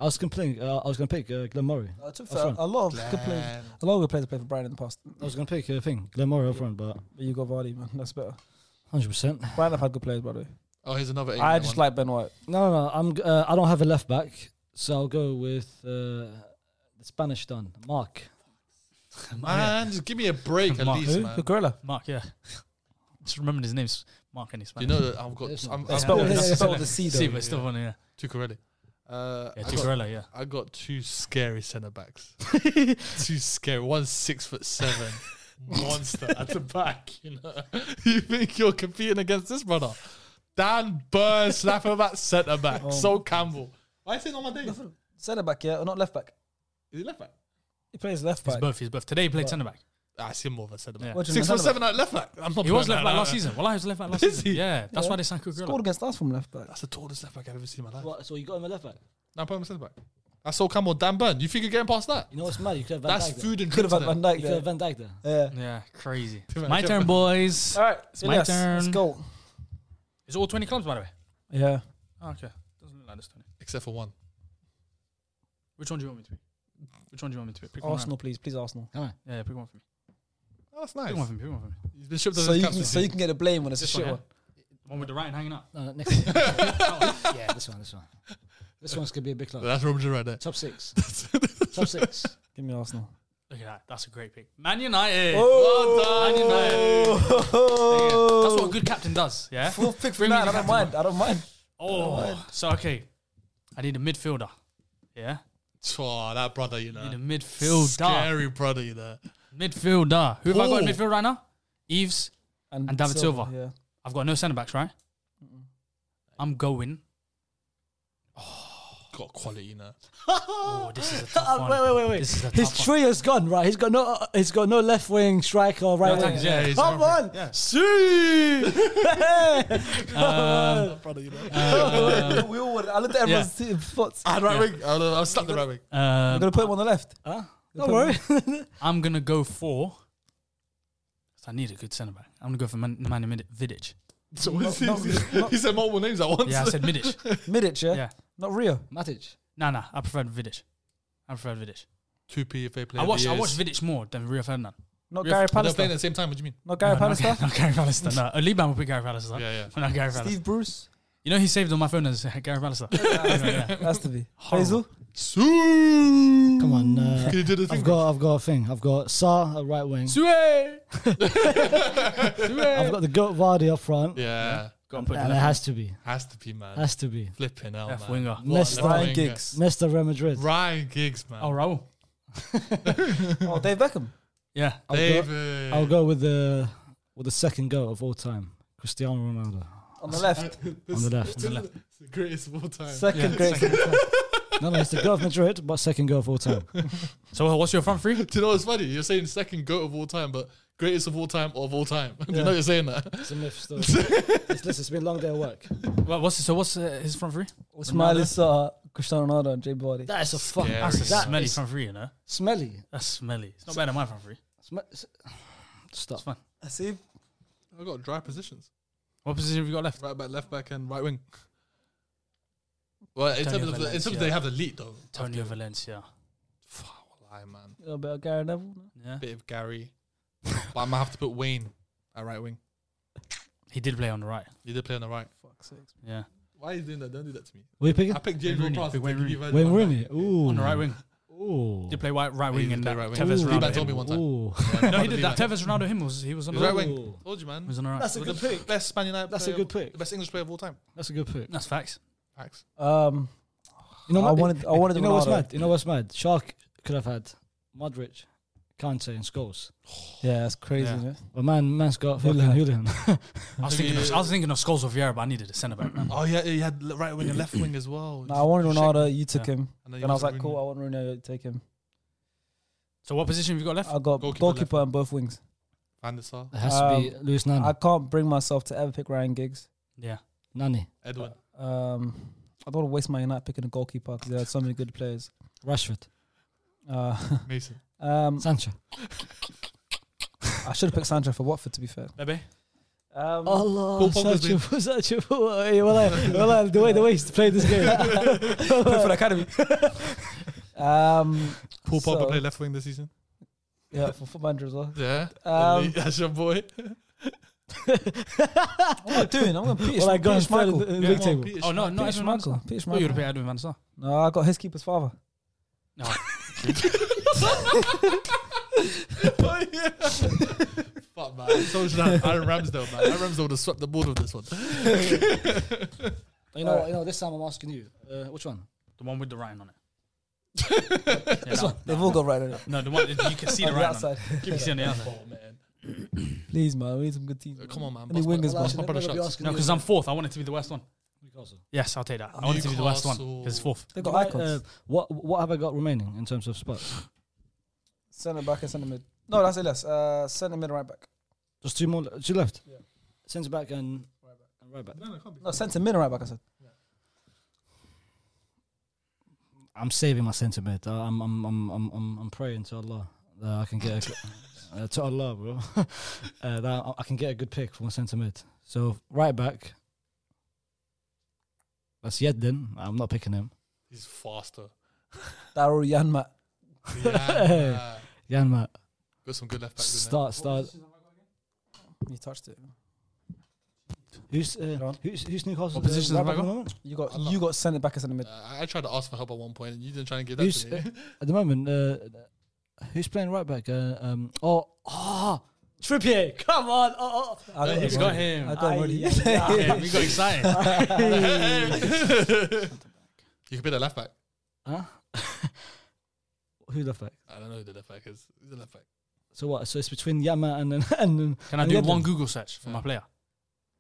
Speaker 5: I was complaining. Uh, I was going to pick uh, Glenn Murray.
Speaker 2: Uh, to be
Speaker 5: up
Speaker 2: fair,
Speaker 5: front.
Speaker 2: a lot of good players, a lot of good players played for Brighton in the past.
Speaker 5: I was going to pick uh, thing Glenn Murray up front, but
Speaker 2: But you got Vardy, man. That's better.
Speaker 5: hundred percent.
Speaker 2: Brighton have had good players, by the way.
Speaker 4: Oh, here's another.
Speaker 2: I
Speaker 4: ignorant
Speaker 2: just
Speaker 4: one.
Speaker 2: like Ben White.
Speaker 5: No, no, no, I'm. g- Uh, I don't have a left back, so I'll go with uh, the Spanish Don Mark.
Speaker 4: man. Just give me a break at
Speaker 3: Mark,
Speaker 4: least,
Speaker 3: who?
Speaker 4: man.
Speaker 2: The gorilla.
Speaker 3: Oh, Mark, yeah. <laughs> Just remember his name's Mark and his
Speaker 4: You know that I've got.
Speaker 5: It's
Speaker 4: I'm,
Speaker 5: not-
Speaker 4: I'm
Speaker 2: That's spelled
Speaker 5: yeah,
Speaker 2: with
Speaker 5: yeah, yeah.
Speaker 2: spelled the C though.
Speaker 3: See, but still on yeah.
Speaker 4: Tucarelli. Uh,
Speaker 3: Yeah,
Speaker 4: I got-
Speaker 3: Tucarella, yeah.
Speaker 4: I got two scary
Speaker 2: <laughs>
Speaker 4: centre backs. two scary. One's six foot seven, monster at the back. You
Speaker 2: <laughs>
Speaker 4: know, you think you're competing against this brother? Dan Burns, slapper back centre back.
Speaker 2: Oh.
Speaker 4: Sol Campbell. Why is it not my day? Is
Speaker 2: Centre back, yeah, or not left back.
Speaker 4: he left back?
Speaker 2: He plays left
Speaker 3: He's
Speaker 2: back.
Speaker 3: both. He's both. Today he played centre back.
Speaker 4: Ah, I see him more of a centre back.
Speaker 3: Yeah.
Speaker 2: What do you mean,
Speaker 4: Six foot
Speaker 2: centre
Speaker 4: seven at left back. I'm not.
Speaker 3: He was left
Speaker 4: putting
Speaker 3: back
Speaker 4: that
Speaker 3: last
Speaker 4: out.
Speaker 3: season. Well, I
Speaker 2: <laughs>
Speaker 3: was left back last
Speaker 4: Is
Speaker 3: season.
Speaker 4: he?
Speaker 3: Yeah, that's
Speaker 2: Yeah.
Speaker 3: why they signed Cucurella.
Speaker 2: Scored against us from left back.
Speaker 4: That's the tallest left back I've ever seen in my life.
Speaker 5: What, so you got him a left back.
Speaker 4: Now put him centre back. That's Sol Campbell, Dan Burn. You think you're getting past that?
Speaker 5: You know what's mad? You could have Van
Speaker 4: That's
Speaker 5: Dijk there.
Speaker 4: food and
Speaker 2: Could have had
Speaker 4: drinks,
Speaker 2: Van Dijk
Speaker 4: innit?
Speaker 5: You could
Speaker 2: there.
Speaker 5: have Van Dijk there.
Speaker 2: Yeah.
Speaker 3: Yeah,
Speaker 2: <laughs>
Speaker 3: crazy.
Speaker 4: man,
Speaker 3: My
Speaker 4: come
Speaker 3: turn,
Speaker 4: on.
Speaker 3: boys.
Speaker 2: All right,
Speaker 3: my
Speaker 2: Elias, Let's
Speaker 3: turn.
Speaker 2: go.
Speaker 3: It's all 20 clubs, by the way.
Speaker 2: Yeah.
Speaker 3: Oh, okay. Doesn't look like this, Tony.
Speaker 4: Except for one.
Speaker 3: Which one do you want me to be? Which one do you want me to be? Pick one
Speaker 2: Arsenal, please, please, Arsenal.
Speaker 5: Come on.
Speaker 3: round. Yeah, yeah, pick one for me.
Speaker 4: Oh, that's
Speaker 3: Pick
Speaker 4: nice.
Speaker 3: one for me. Pick one for me.
Speaker 4: He's been stripped of
Speaker 2: So
Speaker 4: his
Speaker 2: you can,
Speaker 4: captaincy.
Speaker 2: so you can get the blame when it's a
Speaker 3: This
Speaker 2: shit
Speaker 3: one,
Speaker 2: one.
Speaker 3: yeah? The one with the Ryan hanging up.
Speaker 5: No, no, next. one. <laughs> yeah, this one. This one. This one's gonna be a big club.
Speaker 4: That's Robinson right there.
Speaker 5: Top <laughs> six. Top six.
Speaker 2: Give me Arsenal.
Speaker 3: Look at that. That's a great pick. Man United.
Speaker 2: Oh!
Speaker 3: Well done, Man United.
Speaker 2: Oh.
Speaker 3: That's what a good captain does. Yeah.
Speaker 2: Full pick for
Speaker 3: Bring me
Speaker 2: that.
Speaker 3: the
Speaker 2: I don't
Speaker 3: captain,
Speaker 2: mind. I don't mind.
Speaker 3: Oh, so okay. I need a midfielder. Yeah.
Speaker 4: Oh, that brother, you know.
Speaker 3: Need a midfielder.
Speaker 4: Scary brother, you know.
Speaker 3: Midfielder. Who have I got in
Speaker 4: Ooh.
Speaker 3: midfield right now? Eves. And David Silva.
Speaker 2: Yeah.
Speaker 3: I've got no centre backs, right? I'm going.
Speaker 4: Got quality, you know.
Speaker 3: Oh, this
Speaker 5: <laughs>
Speaker 3: is a tough one.
Speaker 5: wait, wait, wait, wait.
Speaker 3: This is a
Speaker 5: His
Speaker 3: tough one.
Speaker 5: trio's gone, right? He's got no. Uh, he's got no left wing striker or right wing.
Speaker 3: attackers, yeah, he's
Speaker 5: Come
Speaker 3: right
Speaker 5: on. <laughs> See. <laughs>
Speaker 3: Uh,
Speaker 4: brother, you know.
Speaker 2: we all would. I looked at
Speaker 3: Yeah.
Speaker 2: everyone's yeah. thoughts.
Speaker 4: I had Ah, right wing. I will slap the right wing.
Speaker 2: I'm
Speaker 3: um,
Speaker 2: gonna put him on the left.
Speaker 5: Don't worry.
Speaker 3: I'm gonna go for. 'cause I need a good centre back. I'm gonna go for Man- Nemanja Mid- Vidic.
Speaker 4: So what's he, <laughs> he said multiple names at once.
Speaker 3: Yeah, I said Vidic.
Speaker 2: <laughs> Midic, yeah?
Speaker 3: Yeah.
Speaker 2: Not Rio.
Speaker 5: Matic.
Speaker 3: Nah, nah. I prefer Vidic. I prefer Vidic.
Speaker 4: <laughs> two P if they play.
Speaker 3: I watched I watched Vidic more than Rio Ferdinand.
Speaker 2: Not
Speaker 3: Rio
Speaker 2: Gary
Speaker 3: Fer-
Speaker 4: They're playing at
Speaker 2: Pallister.
Speaker 4: the same time. What do you mean?
Speaker 2: Not Gary
Speaker 3: No, not Gary-
Speaker 2: Pallister.
Speaker 3: <laughs> Not Gary Pallister. No, Oliban will pick Gary Pallister.
Speaker 4: Yeah, yeah.
Speaker 3: But not Gary Pallister.
Speaker 2: Steve Bruce.
Speaker 3: You know he saved on my phone as Gary
Speaker 4: <laughs>
Speaker 3: Pallister.
Speaker 4: Oh,
Speaker 3: yeah.
Speaker 2: Has to be.
Speaker 3: <laughs> Horrible.
Speaker 2: Hazel.
Speaker 4: Sue.
Speaker 5: Come on. Uh,
Speaker 4: He did the
Speaker 5: I've
Speaker 4: thing.
Speaker 5: got. I've got a thing. I've got Sa at right wing.
Speaker 3: Sue!
Speaker 5: I've got the goat Vardy up front,
Speaker 4: Yeah.
Speaker 3: Got to put
Speaker 5: and it
Speaker 3: left-
Speaker 5: has to be.
Speaker 4: Has to be, man.
Speaker 5: Has to be.
Speaker 4: Flipping out,
Speaker 3: left
Speaker 4: man.
Speaker 3: winger.
Speaker 4: What a
Speaker 5: Next
Speaker 4: left
Speaker 5: Ryan
Speaker 4: winger.
Speaker 2: Giggs.
Speaker 5: Mr. Real Madrid.
Speaker 4: Ryan Giggs, man.
Speaker 3: Oh, Raul.
Speaker 2: Oh, Dave Beckham.
Speaker 3: Yeah.
Speaker 4: David.
Speaker 5: I'll go with the with the second goat of all time, Cristiano Ronaldo
Speaker 2: On the left.
Speaker 5: on the left.
Speaker 4: It's the greatest of all time.
Speaker 2: Second great.
Speaker 5: no, no, it's the goat of Madrid, but second goat of all time.
Speaker 3: So what's your front three?
Speaker 4: <laughs> Do you know what's funny? You're saying second goat of all time, but greatest of all time of all time. <laughs> Do you know you're saying that?
Speaker 5: It's a myth still. it's, listen, it's been a long day of work.
Speaker 3: Well, what's so what's uh, his front three?
Speaker 2: Smiley Saar, Cristiano Ronaldo, and Jay Vardy.
Speaker 5: That is a fuck.
Speaker 4: Scary.
Speaker 5: That's a
Speaker 4: That
Speaker 3: smelly
Speaker 5: is
Speaker 3: front three, you know.
Speaker 5: smelly.
Speaker 3: That's smelly. It's not better than my front three.
Speaker 5: Sm- s- Stop.
Speaker 3: It's fine.
Speaker 2: See,
Speaker 4: I got dry positions.
Speaker 3: What position have you got left?
Speaker 4: Right back, left back, and right wing. Well, in
Speaker 3: Antonio
Speaker 4: terms of the, in terms of
Speaker 3: Valencia.
Speaker 4: they have the lead though.
Speaker 3: Antonio Valencia.
Speaker 4: Wallahi, man.
Speaker 2: a little bit of Gary Neville.
Speaker 3: Yeah.
Speaker 4: Bit of Gary, <laughs> but I'm gonna have to put Wayne at right wing.
Speaker 3: He did play on the right.
Speaker 4: He did play on the right.
Speaker 3: Yeah.
Speaker 4: Why are you doing that? Don't do that to me.
Speaker 5: What are you picking?
Speaker 4: I picked James
Speaker 3: Wayne Rooney,
Speaker 4: Ward-Prowse.
Speaker 3: pick Wayne
Speaker 4: Give me
Speaker 3: Rooney.
Speaker 4: Van-
Speaker 5: Wayne
Speaker 4: Van-
Speaker 5: Rooney. Ooh.
Speaker 3: On the right wing.
Speaker 5: Ooh.
Speaker 3: Did play right, right
Speaker 4: He
Speaker 3: wing
Speaker 4: did
Speaker 3: and
Speaker 4: play
Speaker 3: that
Speaker 4: right wing.
Speaker 3: Tevez
Speaker 4: Ooh.
Speaker 3: Ronaldo.
Speaker 4: Liban told me one time.
Speaker 5: Ooh. <laughs>
Speaker 4: Yeah,
Speaker 3: No, he
Speaker 4: Van
Speaker 3: did
Speaker 4: Liban.
Speaker 3: that. Tevez Ronaldo him was he was on
Speaker 4: He
Speaker 3: the
Speaker 4: was right
Speaker 3: right.
Speaker 4: wing. Told you, man.
Speaker 3: He was on the right.
Speaker 5: That's a
Speaker 4: The
Speaker 5: good pick.
Speaker 4: Best Man United.
Speaker 5: That's a
Speaker 4: player
Speaker 5: good
Speaker 4: of-
Speaker 5: pick.
Speaker 4: The best English player of all time.
Speaker 5: That's a good pick.
Speaker 3: That's facts.
Speaker 4: Facts.
Speaker 2: Um,
Speaker 5: You know
Speaker 2: I
Speaker 5: what?
Speaker 2: wanted- I wanted
Speaker 5: You know what's
Speaker 2: Ronaldo.
Speaker 5: mad? You know what's mad? Shark could have had Modric, Kante, and Scholes.
Speaker 2: yeah, that's crazy.
Speaker 3: Yeah.
Speaker 2: Isn't it?
Speaker 5: But man, man's got fucking
Speaker 2: Hulihan.
Speaker 5: Hulihan.
Speaker 3: I was thinking of, I
Speaker 4: uh,
Speaker 3: was thinking of Scholes or Vieira, but I needed a centre back. Man.
Speaker 4: Oh yeah, he had right wing and left wing as well.
Speaker 2: No, I wanted Ronaldo. You took
Speaker 3: Yeah.
Speaker 2: him, and
Speaker 4: And then
Speaker 2: I
Speaker 4: you
Speaker 2: was
Speaker 4: took
Speaker 2: like, cool. I want
Speaker 4: Rooney.
Speaker 2: Ronaldo to take him.
Speaker 3: So what position have you got left?
Speaker 2: I got
Speaker 4: Goalkeeper,
Speaker 2: goalkeeper, on both wings.
Speaker 4: Van der
Speaker 2: <laughs>
Speaker 4: Sar,
Speaker 5: It has to
Speaker 2: Um,
Speaker 5: be Luis Nani.
Speaker 2: I can't bring myself to ever pick Ryan Giggs.
Speaker 3: yeah.
Speaker 5: Nani.
Speaker 4: Edwin.
Speaker 2: Um, I don't want to waste my night picking a goalkeeper because they had so many good players.
Speaker 5: Rashford.
Speaker 2: Uh, <laughs>
Speaker 4: Mason.
Speaker 2: um,
Speaker 5: Sancho.
Speaker 2: I should have picked Sancho for Watford. To be fair,
Speaker 3: Lebe.
Speaker 2: Uh, Um,
Speaker 5: Allah,
Speaker 4: Paul Pogba's
Speaker 5: such a <laughs> fool, such a fool. Hey, wallah, <laughs> wallah, the way the way he's playing this
Speaker 2: <laughs>
Speaker 5: game.
Speaker 2: for
Speaker 5: <laughs>
Speaker 2: academy. um,
Speaker 4: Paul Pogba
Speaker 2: So-
Speaker 4: play left wing this season.
Speaker 2: yeah, for foot manager as well.
Speaker 4: Yeah,
Speaker 2: Um,
Speaker 4: <laughs> that's your boy.
Speaker 2: What am I doing? <laughs> I'm going to Peter
Speaker 5: Well, I
Speaker 2: Peter
Speaker 5: got his
Speaker 2: Schmeichel.
Speaker 5: third, uh,
Speaker 4: Yeah,
Speaker 5: league
Speaker 4: come on,
Speaker 5: table.
Speaker 4: Peter
Speaker 3: Oh no,
Speaker 4: Schmeichel.
Speaker 3: not
Speaker 2: Peter Schmeichel. Peter
Speaker 3: Edwin Van Sar. Oh, you would have
Speaker 2: Schmeichel.
Speaker 3: paid Edwin Van Sar.
Speaker 2: No, I got his keeper's father.
Speaker 3: No,
Speaker 4: <laughs> Fuck man, so should I. Aaron Ramsdale, man. Aaron Ramsdale would have swept the board with this one. <laughs>
Speaker 5: You know, you know. This time I'm asking you, uh, which one?
Speaker 3: the one with the writing on it. Yeah, no,
Speaker 2: They've all got right in it.
Speaker 3: no, the one you can see the
Speaker 2: On <laughs> the
Speaker 3: writing. On
Speaker 2: outside.
Speaker 3: it. You can see on the outside.
Speaker 2: Please, man. We need some good teams.
Speaker 4: Uh, Come on, man.
Speaker 2: Any wingers,
Speaker 5: Well, I
Speaker 2: man.
Speaker 5: should
Speaker 4: Pop
Speaker 5: never
Speaker 4: the
Speaker 5: be
Speaker 4: shots.
Speaker 5: asking
Speaker 3: No,
Speaker 5: you.
Speaker 3: because I'm fourth. I want it to be the worst one.
Speaker 5: Newcastle.
Speaker 3: Yes, I'll take that. I want it to be the worst one because it's fourth.
Speaker 2: They've got
Speaker 5: Right, uh,
Speaker 2: icons.
Speaker 5: what what have I got remaining in terms of spots?
Speaker 2: Centre back and centre mid. No, that's Elias. Uh, centre mid, right back.
Speaker 5: Just two more, two left. Centre back and and right back.
Speaker 2: No, centre mid, and right back. I said.
Speaker 5: I'm saving my sentiment. I- I'm I'm I'm I'm I'm, I'm praying to Allah that I can get a, uh, to Allah, bro. <laughs> uh, that I- I can get a good pick for my sentiment. So right back. That's Yedlin. I'm not picking him.
Speaker 4: He's faster.
Speaker 2: Daryl Yanmat.
Speaker 4: Yeah, man.
Speaker 5: Jan Mat,
Speaker 4: got some good left back. didn't they?
Speaker 5: start start.
Speaker 2: You touched it.
Speaker 5: Who's
Speaker 2: Go
Speaker 5: uh,
Speaker 2: on.
Speaker 5: who's who's Newcastle's
Speaker 3: What position
Speaker 5: uh,
Speaker 3: is
Speaker 5: right back at
Speaker 3: Maguire?
Speaker 5: the moment?
Speaker 2: You got you got centre back and centre mid.
Speaker 4: Uh, I- I tried to ask for help at one point, and you didn't try and give that
Speaker 5: Who's
Speaker 4: to me.
Speaker 5: uh, at the moment? Uh, who's playing right back? Uh, um, oh, oh, Trippier. Come on. Oh,
Speaker 3: <laughs>
Speaker 5: oh.
Speaker 2: I
Speaker 3: He's
Speaker 2: it
Speaker 3: got
Speaker 2: right.
Speaker 3: him.
Speaker 2: I got him already.
Speaker 3: Yeah, we got excited.
Speaker 4: <laughs> you could be the left back.
Speaker 5: <laughs> Huh? <laughs> Who left back?
Speaker 4: I don't know who the left back is. Who's the left back?
Speaker 5: So what? So it's between Yama and and, <laughs> and
Speaker 3: Can I
Speaker 5: and
Speaker 3: do
Speaker 5: Yedlin?
Speaker 3: one Google search for my player?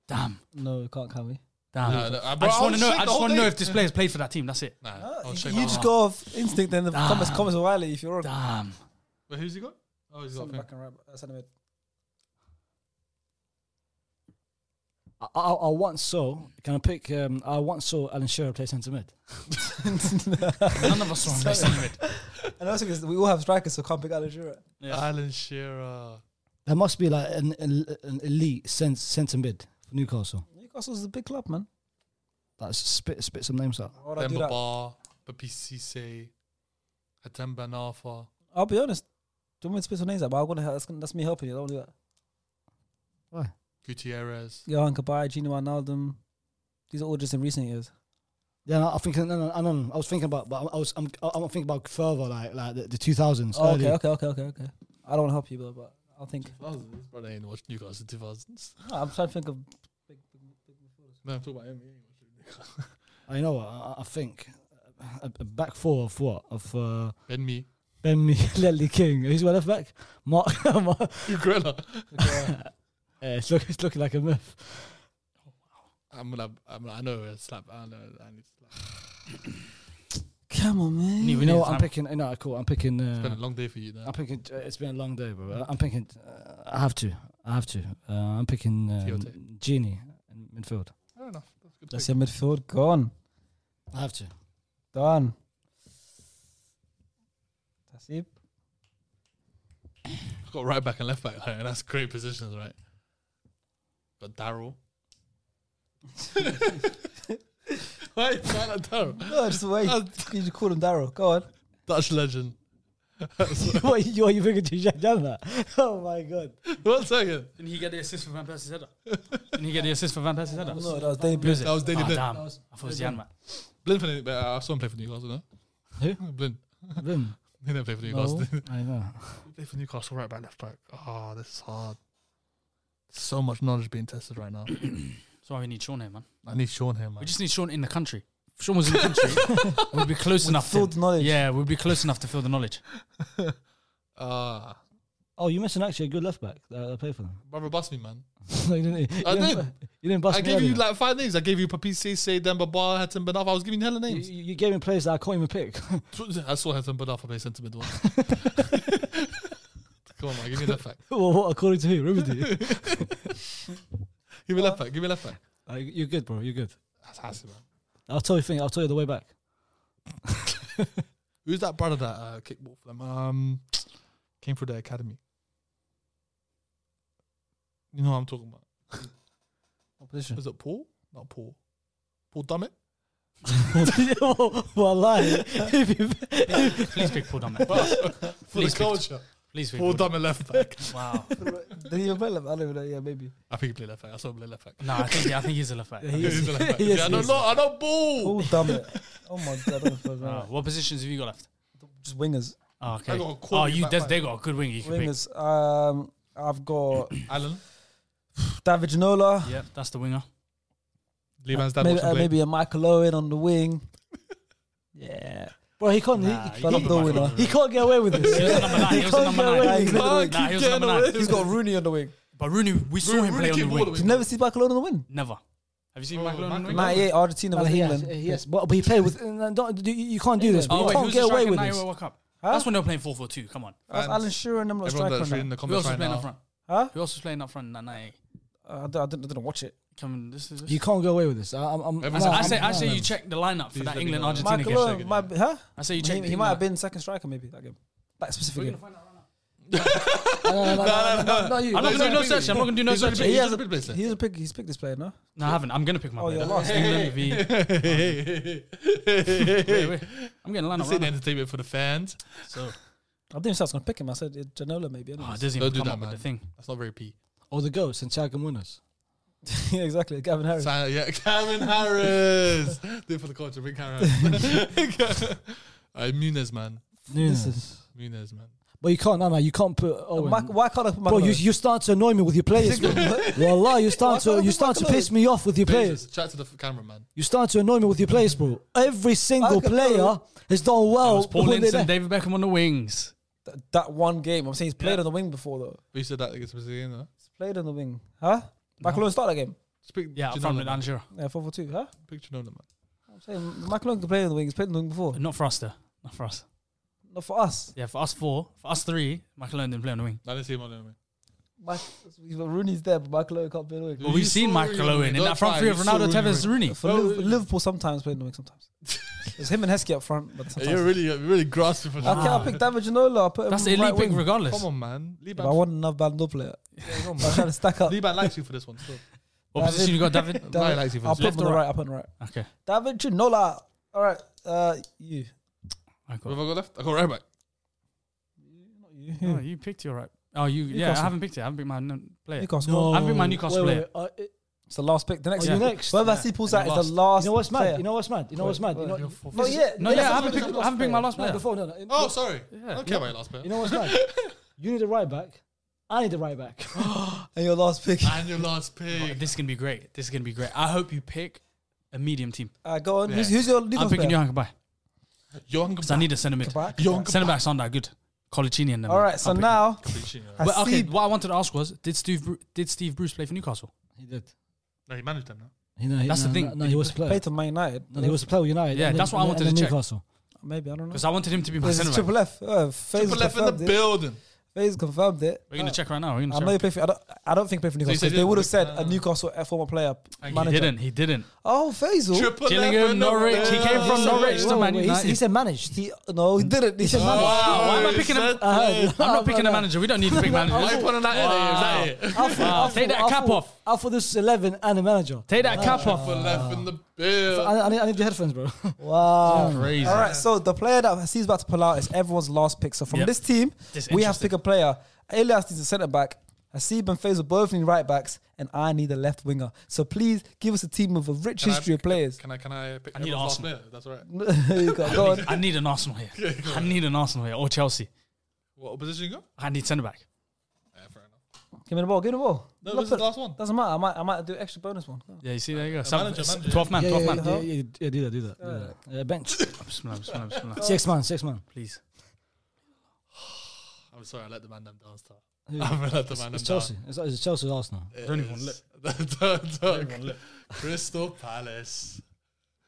Speaker 3: Damn,
Speaker 2: No, we can't, can we?
Speaker 3: damn.
Speaker 4: No, no,
Speaker 3: I
Speaker 4: bro,
Speaker 3: just
Speaker 4: I'll
Speaker 3: want to know.
Speaker 4: shake
Speaker 3: I
Speaker 4: the
Speaker 3: just
Speaker 4: whole
Speaker 3: want to know
Speaker 4: thing.
Speaker 3: if this player's played for that team. That's it.
Speaker 4: Nah,
Speaker 2: Ah, You,
Speaker 3: Oh,
Speaker 4: I'll shake
Speaker 2: you
Speaker 4: that
Speaker 2: just
Speaker 4: one.
Speaker 2: go off instinct and the
Speaker 3: Damn.
Speaker 2: comments comments wildly if you're wrong.
Speaker 3: Damn.
Speaker 4: Wait, who's he got? Oh, he's got. a
Speaker 2: Centre
Speaker 4: thing.
Speaker 2: back and right back, uh, centre mid.
Speaker 3: <laughs>
Speaker 5: I, I, I want so. Can I pick? Um, I want so. Alan Shearer play centre mid.
Speaker 3: None of us were on the same mid.
Speaker 2: <laughs> And also because we all have strikers, so can't pick Alan Shearer.
Speaker 4: Alan Shearer.
Speaker 5: There must be like an an, an elite cent, centre mid for Newcastle.
Speaker 2: Newcastle's a big club, man.
Speaker 5: That's spit spit some names out.
Speaker 2: Why would I do
Speaker 4: Demba
Speaker 2: that?
Speaker 4: Ba, Papi Cisse, Hatem Ben Arfa.
Speaker 2: I'll be honest. Don't want me to spit some names out, but I'm gonna that's, gonna- that's me helping you. Don't do that.
Speaker 5: Why?
Speaker 4: Gutierrez.
Speaker 2: Johan Kabay, Gino Wijnaldum. These are all just in recent years.
Speaker 5: Yeah, no, I think no, no, no, no, I was thinking about, but I was I'm I'm thinking about further like like the two thousands.
Speaker 2: Oh, okay, okay, okay, okay, okay. I don't want to help you, but, but I'll think.
Speaker 4: This brother ain't watched Newcastle 2000s.
Speaker 2: No, I'm trying to think of.
Speaker 4: Man, I'm talking about him. he ain't watched
Speaker 5: I know. what, I, I think uh, a, a back four of what of uh,
Speaker 4: it. Ben Me. <laughs>
Speaker 5: Ben Me, <laughs> Lely King. Who's my left back? Mark. <laughs> Mark
Speaker 4: Ugrella.
Speaker 5: <laughs> Yeah, it's, look, it's looking like a myth.
Speaker 4: I'm gonna, I'm gonna, I know a slap. I know, I need to slap.
Speaker 2: Come on, man.
Speaker 3: We
Speaker 5: You
Speaker 3: need
Speaker 5: know
Speaker 3: the
Speaker 5: what? I'm
Speaker 3: time.
Speaker 5: picking. No, cool. I'm picking.
Speaker 4: It's been a
Speaker 5: Uh,
Speaker 4: long day for you now.
Speaker 5: I'm picking. uh, It's been a long day, bro. I'm picking. Uh, I have to. I have to. Uh, I'm picking um,
Speaker 4: Tiote.
Speaker 5: Genie in midfield.
Speaker 4: Fair enough. That's a good.
Speaker 2: That's
Speaker 4: pick.
Speaker 2: your midfield gone.
Speaker 4: <laughs>
Speaker 5: I have to.
Speaker 2: Done. That's it.
Speaker 4: I've got right back and left back, and that's great positions, right? Got Daryl. <laughs> Why is that not Daryl?
Speaker 2: No, just <laughs> wait. you just call him Daryl. Go on. <laughs>
Speaker 4: Dutch legend.
Speaker 5: what you are you thinking? You
Speaker 2: <laughs>
Speaker 5: done that? Oh my god!
Speaker 4: One second.
Speaker 3: Didn't he get the assist for Van Persie's header? Didn't he get the assist for Van Persie's header?
Speaker 2: No, that was Danny
Speaker 3: Who is it?
Speaker 4: That was Daily
Speaker 3: oh,
Speaker 4: Blind.
Speaker 3: damn. I thought it was Jan, man.
Speaker 4: Blin played, but I saw him play for Newcastle. No,
Speaker 5: Who?
Speaker 4: Blin.
Speaker 5: Vim.
Speaker 4: He didn't play for Newcastle.
Speaker 5: No, I know.
Speaker 4: He played for Newcastle right back, left back. Oh, this is hard. So much knowledge being tested right now.
Speaker 3: That's why we need Sean here, man.
Speaker 4: I need Sean here, man.
Speaker 3: We just need Sean in the country. If Sean was in the country, we'd be close enough.
Speaker 2: filled
Speaker 3: to,
Speaker 2: knowledge.
Speaker 3: Yeah, we'd be close enough to fill the knowledge.
Speaker 4: Ah,
Speaker 5: Oh, you missing actually a good left back. Uh, I play
Speaker 4: <laughs>
Speaker 5: for them.
Speaker 4: brother, bust me, man.
Speaker 5: no, you didn't. You
Speaker 4: I
Speaker 5: didn't,
Speaker 4: did.
Speaker 5: You didn't bust
Speaker 4: I
Speaker 5: me
Speaker 4: gave you
Speaker 5: earlier.
Speaker 4: like five names. I gave you Papi Cisse, Demba Ba, Hatem Ben Arfa. I was giving you hella
Speaker 5: You-
Speaker 4: names.
Speaker 5: you, you gave me players that I can't
Speaker 4: <laughs>
Speaker 5: even pick. <laughs>
Speaker 4: I saw Hatem Ben Arfa play centre
Speaker 2: <laughs>
Speaker 4: mid once. Come on, man. Give me left back.
Speaker 5: well, what according to who? Remedy.
Speaker 4: Give me left back. Give me left back.
Speaker 5: uh, you're good, bro. You're good.
Speaker 4: That's Hassan, man.
Speaker 5: I'll tell you thing. I'll tell you the way back. <laughs>
Speaker 4: Who's that brother that uh, kicked ball for them? Um, came through the academy. You know what I'm talking about.
Speaker 2: Opposition.
Speaker 4: Is it Paul? Not Paul. Paul Dummett. <laughs>
Speaker 5: Wallahi. If you-
Speaker 3: Please pick
Speaker 2: <laughs>
Speaker 3: Paul Dummett.
Speaker 4: For the
Speaker 3: Please pick-
Speaker 4: culture.
Speaker 3: Please pick
Speaker 4: Paul Dummett left back.
Speaker 3: Wow.
Speaker 2: Did he play left? I don't even know. Yeah, <laughs> maybe.
Speaker 4: I think he played left back. I saw him play left back.
Speaker 3: No,
Speaker 4: <laughs>
Speaker 3: I think I think he's a left back.
Speaker 4: Yeah, he's a left
Speaker 2: <laughs>
Speaker 4: back.
Speaker 2: Yes,
Speaker 4: yeah, I
Speaker 2: he
Speaker 4: don't
Speaker 2: is.
Speaker 4: know. I don't ball.
Speaker 2: Oh, damn it. Oh, my God. I don't know if I-
Speaker 3: Wow. What positions have you got left?
Speaker 2: Just wingers.
Speaker 3: Oh, okay.
Speaker 4: I got a
Speaker 3: oh,
Speaker 4: quality
Speaker 3: you
Speaker 4: back
Speaker 3: that's-
Speaker 4: line.
Speaker 3: they got a good wing. You can pick.
Speaker 2: Wingers. Um, I've got <coughs>
Speaker 4: Alan.
Speaker 2: David Ginola.
Speaker 3: Yeah, that's the winger.
Speaker 4: Lee Man's dad
Speaker 2: Maybe,
Speaker 4: also
Speaker 2: uh,
Speaker 4: played.
Speaker 2: maybe a Michael Owen on the wing. Yeah.
Speaker 5: Bro, he can't.
Speaker 3: Nah,
Speaker 5: he,
Speaker 3: you
Speaker 5: he,
Speaker 2: Philip
Speaker 3: got
Speaker 2: Owen.
Speaker 3: Michael
Speaker 5: he can't get away with
Speaker 3: He
Speaker 4: <laughs>
Speaker 3: was
Speaker 5: this. <laughs>
Speaker 3: a number nine. He was a number
Speaker 5: can't get away
Speaker 3: nine.
Speaker 5: with
Speaker 3: Nah,
Speaker 2: it.
Speaker 3: he was a number nine.
Speaker 2: He's got Rooney on the wing.
Speaker 3: But Rooney, we saw him
Speaker 4: Rooney
Speaker 3: play on the
Speaker 4: came all the
Speaker 3: wing.
Speaker 4: way.
Speaker 2: Did you never see Michael Owen on the wing?
Speaker 3: Never. Have you seen
Speaker 4: Oh,
Speaker 3: Michael on the
Speaker 4: Michael
Speaker 3: wing?
Speaker 4: Owen.
Speaker 2: 98, Argentina was
Speaker 5: yes,
Speaker 2: England.
Speaker 5: yes, but, but he played with. Uh, don't, you, you can't do this.
Speaker 3: Oh,
Speaker 5: you
Speaker 3: wait,
Speaker 5: can't
Speaker 3: who's the
Speaker 5: get away
Speaker 3: striker in
Speaker 5: with
Speaker 3: that
Speaker 5: this.
Speaker 3: World Cup? That's when they were playing 4 4 2. Come on.
Speaker 2: That's
Speaker 4: Fans.
Speaker 2: Alan Shearer and them lot
Speaker 4: Everyone
Speaker 2: striker
Speaker 4: that's reading
Speaker 2: on
Speaker 4: the
Speaker 2: that.
Speaker 3: Who else
Speaker 4: comments
Speaker 3: was
Speaker 4: right
Speaker 3: playing up
Speaker 4: now.
Speaker 3: front?
Speaker 2: Huh?
Speaker 3: Who else was playing up front in that 98?
Speaker 2: I d- I didn't, I didn't watch it.
Speaker 3: Come on, this is.
Speaker 5: You can't get away with this. I, I'm, I'm,
Speaker 4: Everyone-
Speaker 5: nah,
Speaker 3: I say,
Speaker 5: I'm-
Speaker 3: I say
Speaker 5: nah,
Speaker 3: you
Speaker 5: man.
Speaker 3: check the lineup for
Speaker 4: Please
Speaker 3: that
Speaker 4: let me
Speaker 3: England
Speaker 4: know.
Speaker 3: Argentina
Speaker 2: Michael
Speaker 3: game.
Speaker 2: Owen, might be- huh?
Speaker 3: I say you
Speaker 2: He,
Speaker 3: check.
Speaker 2: he might have been second striker maybe that game. That specific game.
Speaker 5: No, no, no, no, no, you.
Speaker 3: I'm not gonna do
Speaker 4: He's
Speaker 3: no
Speaker 4: already
Speaker 3: search. I'm not gonna do no
Speaker 4: He's already
Speaker 3: search.
Speaker 4: picked-
Speaker 2: He
Speaker 4: he's
Speaker 2: has
Speaker 4: already picked
Speaker 2: a,
Speaker 4: Blazer.
Speaker 2: he's a pick. He's picked this player, no?
Speaker 3: No, I haven't. I'm gonna pick my.
Speaker 2: Oh,
Speaker 3: player.
Speaker 2: you're lost.
Speaker 3: England v. Wait, wait. I'm getting a lineup.
Speaker 4: This ain't
Speaker 3: right now.
Speaker 4: entertainment for the fans.
Speaker 3: So,
Speaker 2: I didn't say I was going to pick him. I said uh, Janola maybe. I don't
Speaker 3: oh,
Speaker 2: know.
Speaker 3: it doesn't
Speaker 4: Don't
Speaker 3: even
Speaker 4: do
Speaker 3: come
Speaker 4: that,
Speaker 3: up with the
Speaker 4: man.
Speaker 3: thing.
Speaker 4: That's not very P.
Speaker 5: Or the goat, Santiago Munoz.
Speaker 2: <laughs> yeah, exactly. Gavin Harris.
Speaker 4: Sign- yeah, <laughs> Karen Harris. Do it for the culture. Bring Karen Harris. <laughs> uh, Munez, man.
Speaker 5: Nunes.
Speaker 4: Munez, man.
Speaker 5: But you can't. No, no, you can't put. Owen.
Speaker 2: Mike- why can't I put
Speaker 5: Bro,
Speaker 2: Michael
Speaker 5: you,
Speaker 2: Owen?
Speaker 5: you start to annoy me with your players.
Speaker 3: <laughs>
Speaker 5: bro. <laughs> Wallah, you start
Speaker 2: Why
Speaker 5: to
Speaker 2: can't
Speaker 5: you
Speaker 2: I
Speaker 5: start
Speaker 2: put
Speaker 5: to
Speaker 2: Michael
Speaker 5: piss me off with your
Speaker 4: Blazers,
Speaker 5: players.
Speaker 4: Chat to the f- camera, man.
Speaker 5: You start to annoy me with your players, bro. Every single
Speaker 2: Michael
Speaker 5: player
Speaker 2: Owen.
Speaker 5: has done well.
Speaker 3: It was Paul
Speaker 5: when they
Speaker 3: Ince and
Speaker 5: left.
Speaker 3: David Beckham on the wings.
Speaker 2: Th- that one game. I'm saying he's played
Speaker 4: Yeah.
Speaker 2: on the wing before though.
Speaker 4: But you said that against Brazil, no?
Speaker 2: He's played on the wing. Huh? Michael Owen started that game.
Speaker 4: Speak
Speaker 3: Yeah, up
Speaker 4: Ginola,
Speaker 3: front with
Speaker 4: man.
Speaker 3: Angela.
Speaker 2: Yeah, 4 4 2. Huh?
Speaker 4: Speak Ginola, man.
Speaker 2: I'm saying Michael Owen can play on the wing. He's played on the wing before.
Speaker 3: Not for us, though. Not for us.
Speaker 2: Not for us.
Speaker 3: Yeah, for us four, for us three, Michael Owen didn't play on the wing.
Speaker 4: I didn't see him on there, man.
Speaker 2: Mike, Rooney's there, but Michael Owen can't play on the wing.
Speaker 3: But we've
Speaker 4: saw
Speaker 3: seen Michael
Speaker 4: Rooney on the
Speaker 3: Owen
Speaker 4: wing.
Speaker 3: in
Speaker 4: Don't
Speaker 3: that front
Speaker 4: try.
Speaker 3: three
Speaker 4: You
Speaker 3: of
Speaker 4: saw
Speaker 3: Ronaldo,
Speaker 4: Rooney on
Speaker 3: Tevez,
Speaker 4: the
Speaker 3: Rooney.
Speaker 2: For Liv- Liverpool sometimes played on the wing
Speaker 4: <laughs>
Speaker 2: sometimes. it's him and Heskey up front, but sometimes.
Speaker 4: You're really, you're really grasping for
Speaker 2: I can't
Speaker 4: that.
Speaker 2: pick David Ginola. I put him
Speaker 3: That's
Speaker 2: on
Speaker 3: elite
Speaker 2: right
Speaker 3: pick
Speaker 2: wing.
Speaker 3: regardless.
Speaker 4: Come on, man. Lee
Speaker 2: But I
Speaker 4: Ban
Speaker 2: want another Ballon d'Or player.
Speaker 4: come
Speaker 2: I'm trying to stack up.
Speaker 4: Lee Ban likes you for this one. Still.
Speaker 3: What position you got, David?
Speaker 4: David
Speaker 2: David,
Speaker 4: likes you for
Speaker 2: I'll
Speaker 4: this
Speaker 2: put
Speaker 4: one.
Speaker 2: him on the
Speaker 3: or
Speaker 2: right. I'll put him on the right.
Speaker 3: Okay.
Speaker 2: David Ginola. All right. Uh, you.
Speaker 3: I
Speaker 4: What
Speaker 3: got,
Speaker 4: have I got left? I got right back.
Speaker 2: Not you.
Speaker 3: oh,
Speaker 2: Who?
Speaker 3: you picked your right. Oh, you. Yeah, I
Speaker 2: Newcastle.
Speaker 3: haven't picked it. I haven't picked my no- player.
Speaker 2: Newcastle.
Speaker 5: No.
Speaker 3: I've been my Newcastle
Speaker 5: Wait,
Speaker 3: player.
Speaker 5: wait, wait. Uh, it-
Speaker 2: It's the last pick. The next.
Speaker 5: Oh, you're
Speaker 2: pick.
Speaker 5: next.
Speaker 2: Whoever
Speaker 5: Yeah.
Speaker 2: yeah. pulls out
Speaker 4: And
Speaker 2: is
Speaker 4: last.
Speaker 2: the last.
Speaker 5: you know what's
Speaker 2: player.
Speaker 5: mad? You know what's mad? You know what's mad? You know,
Speaker 3: You're
Speaker 5: you
Speaker 3: four-
Speaker 2: No, yeah.
Speaker 3: No, yeah, I
Speaker 2: that's-
Speaker 3: haven't picked. I haven't picked my last
Speaker 5: no,
Speaker 3: player.
Speaker 5: before no, no. you
Speaker 4: Oh,
Speaker 5: know-
Speaker 4: sorry. I don't care about your last bit.
Speaker 5: You know what's mad? You need a right back. I need a right back.
Speaker 2: <gasps> And your last pick.
Speaker 4: <laughs> and your last
Speaker 3: Oh,
Speaker 4: pick.
Speaker 3: This is gonna be great. This is gonna be great. I hope you pick a medium team.
Speaker 2: Uh, go on. Who's,
Speaker 4: Yeah.
Speaker 2: who's your Newcastle
Speaker 3: I'm picking
Speaker 2: player?
Speaker 3: Johan Kabay
Speaker 4: Young
Speaker 3: because I <laughs> need a centre mid.
Speaker 2: Kabak.
Speaker 3: Centre back sound that good. Colicini and them.
Speaker 2: All right. So
Speaker 3: I'll pick him.
Speaker 2: now, I
Speaker 3: Well, okay.
Speaker 2: see.
Speaker 3: What I wanted to ask was, did Steve Bru- did Steve Bruce play for Newcastle?
Speaker 5: he did.
Speaker 4: No, he managed them now.
Speaker 5: He, no, he,
Speaker 3: That's the
Speaker 5: no,
Speaker 3: thing.
Speaker 5: No, no, he was a player.
Speaker 2: Played to Man United.
Speaker 5: No, he was a player with United.
Speaker 3: Yeah,
Speaker 5: and then-
Speaker 3: that's what I
Speaker 5: and
Speaker 3: wanted
Speaker 5: then
Speaker 3: to check.
Speaker 5: Newcastle.
Speaker 2: Maybe I don't know.
Speaker 3: Because I wanted him to be my
Speaker 2: This is
Speaker 3: centre back.
Speaker 2: triple F. Uh, Faze
Speaker 4: Triple F in the
Speaker 2: confirmed it.
Speaker 4: building.
Speaker 2: Faze confirmed it.
Speaker 3: We're gonna check right now. We're
Speaker 2: I
Speaker 3: gonna
Speaker 2: know he
Speaker 3: check.
Speaker 2: played for. I don't, I don't think he played for
Speaker 4: you
Speaker 2: Newcastle.
Speaker 4: said
Speaker 2: they
Speaker 4: you-
Speaker 2: would have said
Speaker 4: uh,
Speaker 2: a Newcastle uh, former player manager.
Speaker 3: He didn't. He didn't.
Speaker 2: Oh, Faisal.
Speaker 4: Triple
Speaker 3: Gillingham,
Speaker 4: F in the
Speaker 3: Norwich. He came from
Speaker 4: building.
Speaker 3: Norwich to
Speaker 5: Wait,
Speaker 3: Man
Speaker 5: wait, he s- He
Speaker 3: United.
Speaker 5: said managed.
Speaker 2: He, no, he didn't. He said
Speaker 4: Oh,
Speaker 2: manager.
Speaker 3: why am I
Speaker 4: he
Speaker 3: picking him?
Speaker 4: said Oh,
Speaker 5: Uh,
Speaker 3: I'm not picking a manager. We don't need to
Speaker 4: <laughs>
Speaker 3: pick
Speaker 4: Why you
Speaker 3: managers.
Speaker 4: putting that in? Is that it?
Speaker 5: Alpha,
Speaker 3: Wow. Take that cap off.
Speaker 5: Alpha, this is 11 and a manager.
Speaker 3: Take that cap off.
Speaker 4: Triple F in the building.
Speaker 5: I, I, need, I need your headphones, bro.
Speaker 2: Wow.
Speaker 3: Crazy.
Speaker 2: All right, so the player that he's about to pull out is everyone's last pick. So from
Speaker 3: Yep.
Speaker 2: this team,
Speaker 3: This is
Speaker 2: we have to
Speaker 3: interesting.
Speaker 2: pick a player. Elias needs a centre back. Hasib and Faisal both need right backs, and I need a left winger. So please give us a team with a rich
Speaker 4: Can I
Speaker 2: history of
Speaker 4: pick-
Speaker 2: players.
Speaker 4: Can I? Can I pick
Speaker 3: I need
Speaker 4: everyone's last
Speaker 3: Arsenal.
Speaker 4: player? That's all
Speaker 2: <laughs>
Speaker 4: right.
Speaker 2: You got- go
Speaker 3: <laughs>
Speaker 2: on.
Speaker 3: I need an Arsenal here. I need an Arsenal here or Chelsea.
Speaker 4: What position you got?
Speaker 3: I need centre back.
Speaker 4: Yeah, fair enough.
Speaker 2: Give me the ball. Give me the ball.
Speaker 4: No,
Speaker 2: Look
Speaker 4: this is
Speaker 2: at-
Speaker 4: the last one.
Speaker 2: Doesn't matter. I might, I might do extra bonus one.
Speaker 3: Yeah, you see, there you go.
Speaker 4: manager, manager.
Speaker 3: 12 man,
Speaker 5: yeah,
Speaker 3: 12
Speaker 5: yeah,
Speaker 3: man.
Speaker 5: yeah, yeah, yeah, do that, do that. Yeah. Uh, bench.
Speaker 3: Bismillah, bismillah, bismillah.
Speaker 5: six man, six man.
Speaker 3: Please.
Speaker 4: I'm sorry, I let the man down down start. <laughs> I let the man
Speaker 5: It's
Speaker 4: down.
Speaker 5: Chelsea. It's, it's Chelsea or Arsenal.
Speaker 4: Don't even look. Don't don't look. Crystal Palace.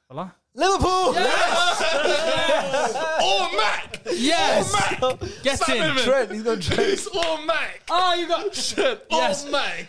Speaker 3: Voila.
Speaker 2: Liverpool.
Speaker 4: Or Mac.
Speaker 3: Yes!
Speaker 4: Mac.
Speaker 3: Get in.
Speaker 4: Simon.
Speaker 2: Trent. He's
Speaker 4: <laughs>
Speaker 2: going to Trent.
Speaker 4: It's all Mac.
Speaker 3: Oh, you got.
Speaker 4: Shit.
Speaker 3: Yes.
Speaker 4: All Mac.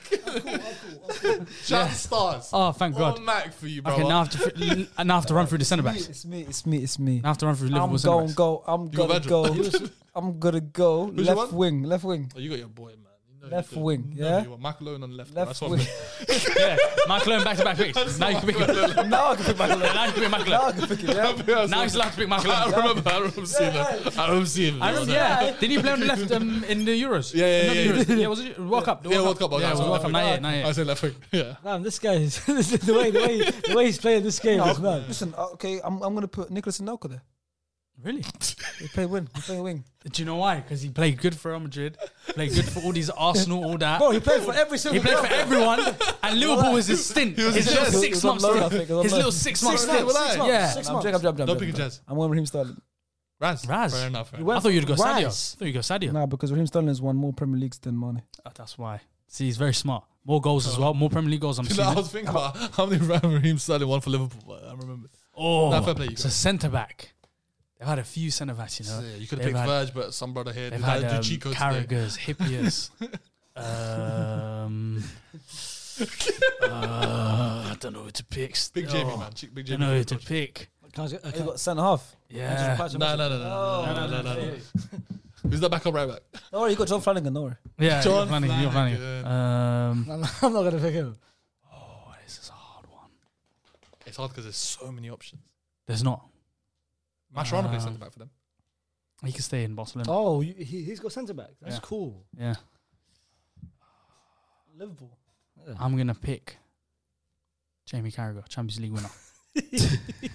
Speaker 4: Shout stars.
Speaker 3: Oh, thank
Speaker 4: All
Speaker 3: God.
Speaker 4: Mac for you, bro.
Speaker 3: Okay, now I have to, fi- l- now I have to run through the centre backs.
Speaker 2: It's me. It's me. It's me.
Speaker 3: Now I have to run through
Speaker 2: I'm
Speaker 3: Liverpool centre
Speaker 2: going
Speaker 3: backs.
Speaker 2: go. I'm
Speaker 4: got
Speaker 2: gonna
Speaker 4: Virgil.
Speaker 2: go. I'm gonna go
Speaker 4: your
Speaker 2: left
Speaker 4: one?
Speaker 2: wing. Left wing.
Speaker 4: Oh, you got your boy, man. You No, you
Speaker 2: Left
Speaker 4: didn't.
Speaker 2: wing,
Speaker 4: No,
Speaker 2: yeah?
Speaker 4: you want McAlone on left.
Speaker 2: Left
Speaker 4: That's what
Speaker 2: wing.
Speaker 4: I'm
Speaker 3: yeah, McLaren back to back
Speaker 4: <laughs>
Speaker 3: picks. Now you can pick him.
Speaker 2: now I can pick my
Speaker 3: Now you can pick
Speaker 2: Now I
Speaker 3: McLaren.
Speaker 2: can pick it. Yeah.
Speaker 3: Now he's allowed to pick
Speaker 4: I
Speaker 3: McLaren.
Speaker 4: remember. I remember seeing that. I remember seeing that.
Speaker 3: I remember, yeah. Didn't he play on the left um, in the Euros?
Speaker 4: Yeah, yeah,
Speaker 3: Not
Speaker 4: yeah,
Speaker 3: the
Speaker 4: yeah.
Speaker 3: Euros. Yeah, was it World Cup? the
Speaker 4: Yeah, World Cup, okay,
Speaker 3: Yeah, it was
Speaker 4: so
Speaker 3: World
Speaker 4: left
Speaker 3: Cup.
Speaker 4: wing.
Speaker 3: Not yet, not
Speaker 4: I
Speaker 3: yet.
Speaker 4: said left wing. <laughs> Yeah.
Speaker 5: Damn, this guy is <laughs> the way the way the way he's playing this game is mad.
Speaker 2: Listen, uh, okay, I'm, I'm gonna put Nicholas Anelka there.
Speaker 3: Really?
Speaker 2: He play wing. He play wing.
Speaker 3: Do you know why? Because he played good for Real Madrid, played good for all these Arsenal, all that.
Speaker 2: Bro, he played for every single.
Speaker 3: He played for
Speaker 2: club.
Speaker 3: everyone, and Liverpool was his stint.
Speaker 4: He was
Speaker 3: his
Speaker 4: on
Speaker 3: little
Speaker 4: loan.
Speaker 2: He
Speaker 3: six
Speaker 2: was on
Speaker 3: months.
Speaker 2: loan, I think. He was
Speaker 3: His
Speaker 2: on
Speaker 3: little
Speaker 2: loan.
Speaker 3: six
Speaker 4: Six
Speaker 3: months.
Speaker 4: months,
Speaker 3: stint.
Speaker 4: six months.
Speaker 3: Yeah.
Speaker 2: Six months. I'm, I'm, I'm,
Speaker 4: Don't pick a jazz.
Speaker 2: I'm going Raheem Sterling.
Speaker 4: Raz.
Speaker 3: Raz.
Speaker 4: Fair enough. eh? fair
Speaker 2: You went
Speaker 3: I thought you'd go Sadio. I
Speaker 2: Rice.
Speaker 3: thought you'd go Sadio.
Speaker 2: Nah, because Raheem Sterling has won more Premier Leagues than Mane.
Speaker 3: Oh, that's why. See, he's very smart. More goals
Speaker 4: Oh.
Speaker 3: as well. More Premier League goals.
Speaker 4: <laughs>
Speaker 3: I'm
Speaker 4: enough. I
Speaker 3: seeing.
Speaker 4: was thinking about how many Raheem Sterling won for Liverpool. but I remember.
Speaker 3: Oh,
Speaker 4: Nah, fair play, you
Speaker 3: it's
Speaker 4: go.
Speaker 3: a centre back. They've had a few centre backs, you know.
Speaker 4: Yeah, you could have
Speaker 3: They've
Speaker 4: picked
Speaker 3: had-
Speaker 4: Verge, but some brother here
Speaker 3: They've
Speaker 4: did
Speaker 3: had
Speaker 4: that
Speaker 3: um,
Speaker 4: to Chico today. <laughs>
Speaker 3: Carragher's, Hippias. um, uh, I don't know who to pick.
Speaker 4: Big
Speaker 3: still.
Speaker 4: Jamie, man. Chick- Big
Speaker 3: Oh. I
Speaker 4: Jamie.
Speaker 3: don't know who to
Speaker 4: coach.
Speaker 3: pick.
Speaker 5: Can I just-
Speaker 2: He
Speaker 5: okay.
Speaker 2: got centre half.
Speaker 3: Yeah.
Speaker 5: Patch him
Speaker 4: No,
Speaker 5: up.
Speaker 4: no, no,
Speaker 3: Oh,
Speaker 4: no, no, no, no, no, no. <laughs> Who's that backup right back?
Speaker 2: No, he got John Flanagan. No, worry.
Speaker 3: Yeah, you're
Speaker 4: John
Speaker 3: funny. You're funny.
Speaker 4: Flanagan.
Speaker 3: Um,
Speaker 5: I'm not- I'm not gonna pick him.
Speaker 3: oh, this is a hard one.
Speaker 4: It's hard because there's so many options.
Speaker 3: There's not.
Speaker 4: Mascherano plays
Speaker 3: Uh,
Speaker 4: centre back for them.
Speaker 3: He can stay in Barcelona.
Speaker 5: Oh, you- he, he's got centre back. That's
Speaker 3: Yeah.
Speaker 5: cool.
Speaker 3: Yeah,
Speaker 5: Liverpool.
Speaker 3: I'm gonna pick Jamie Carragher, Champions League
Speaker 4: <laughs>
Speaker 3: winner.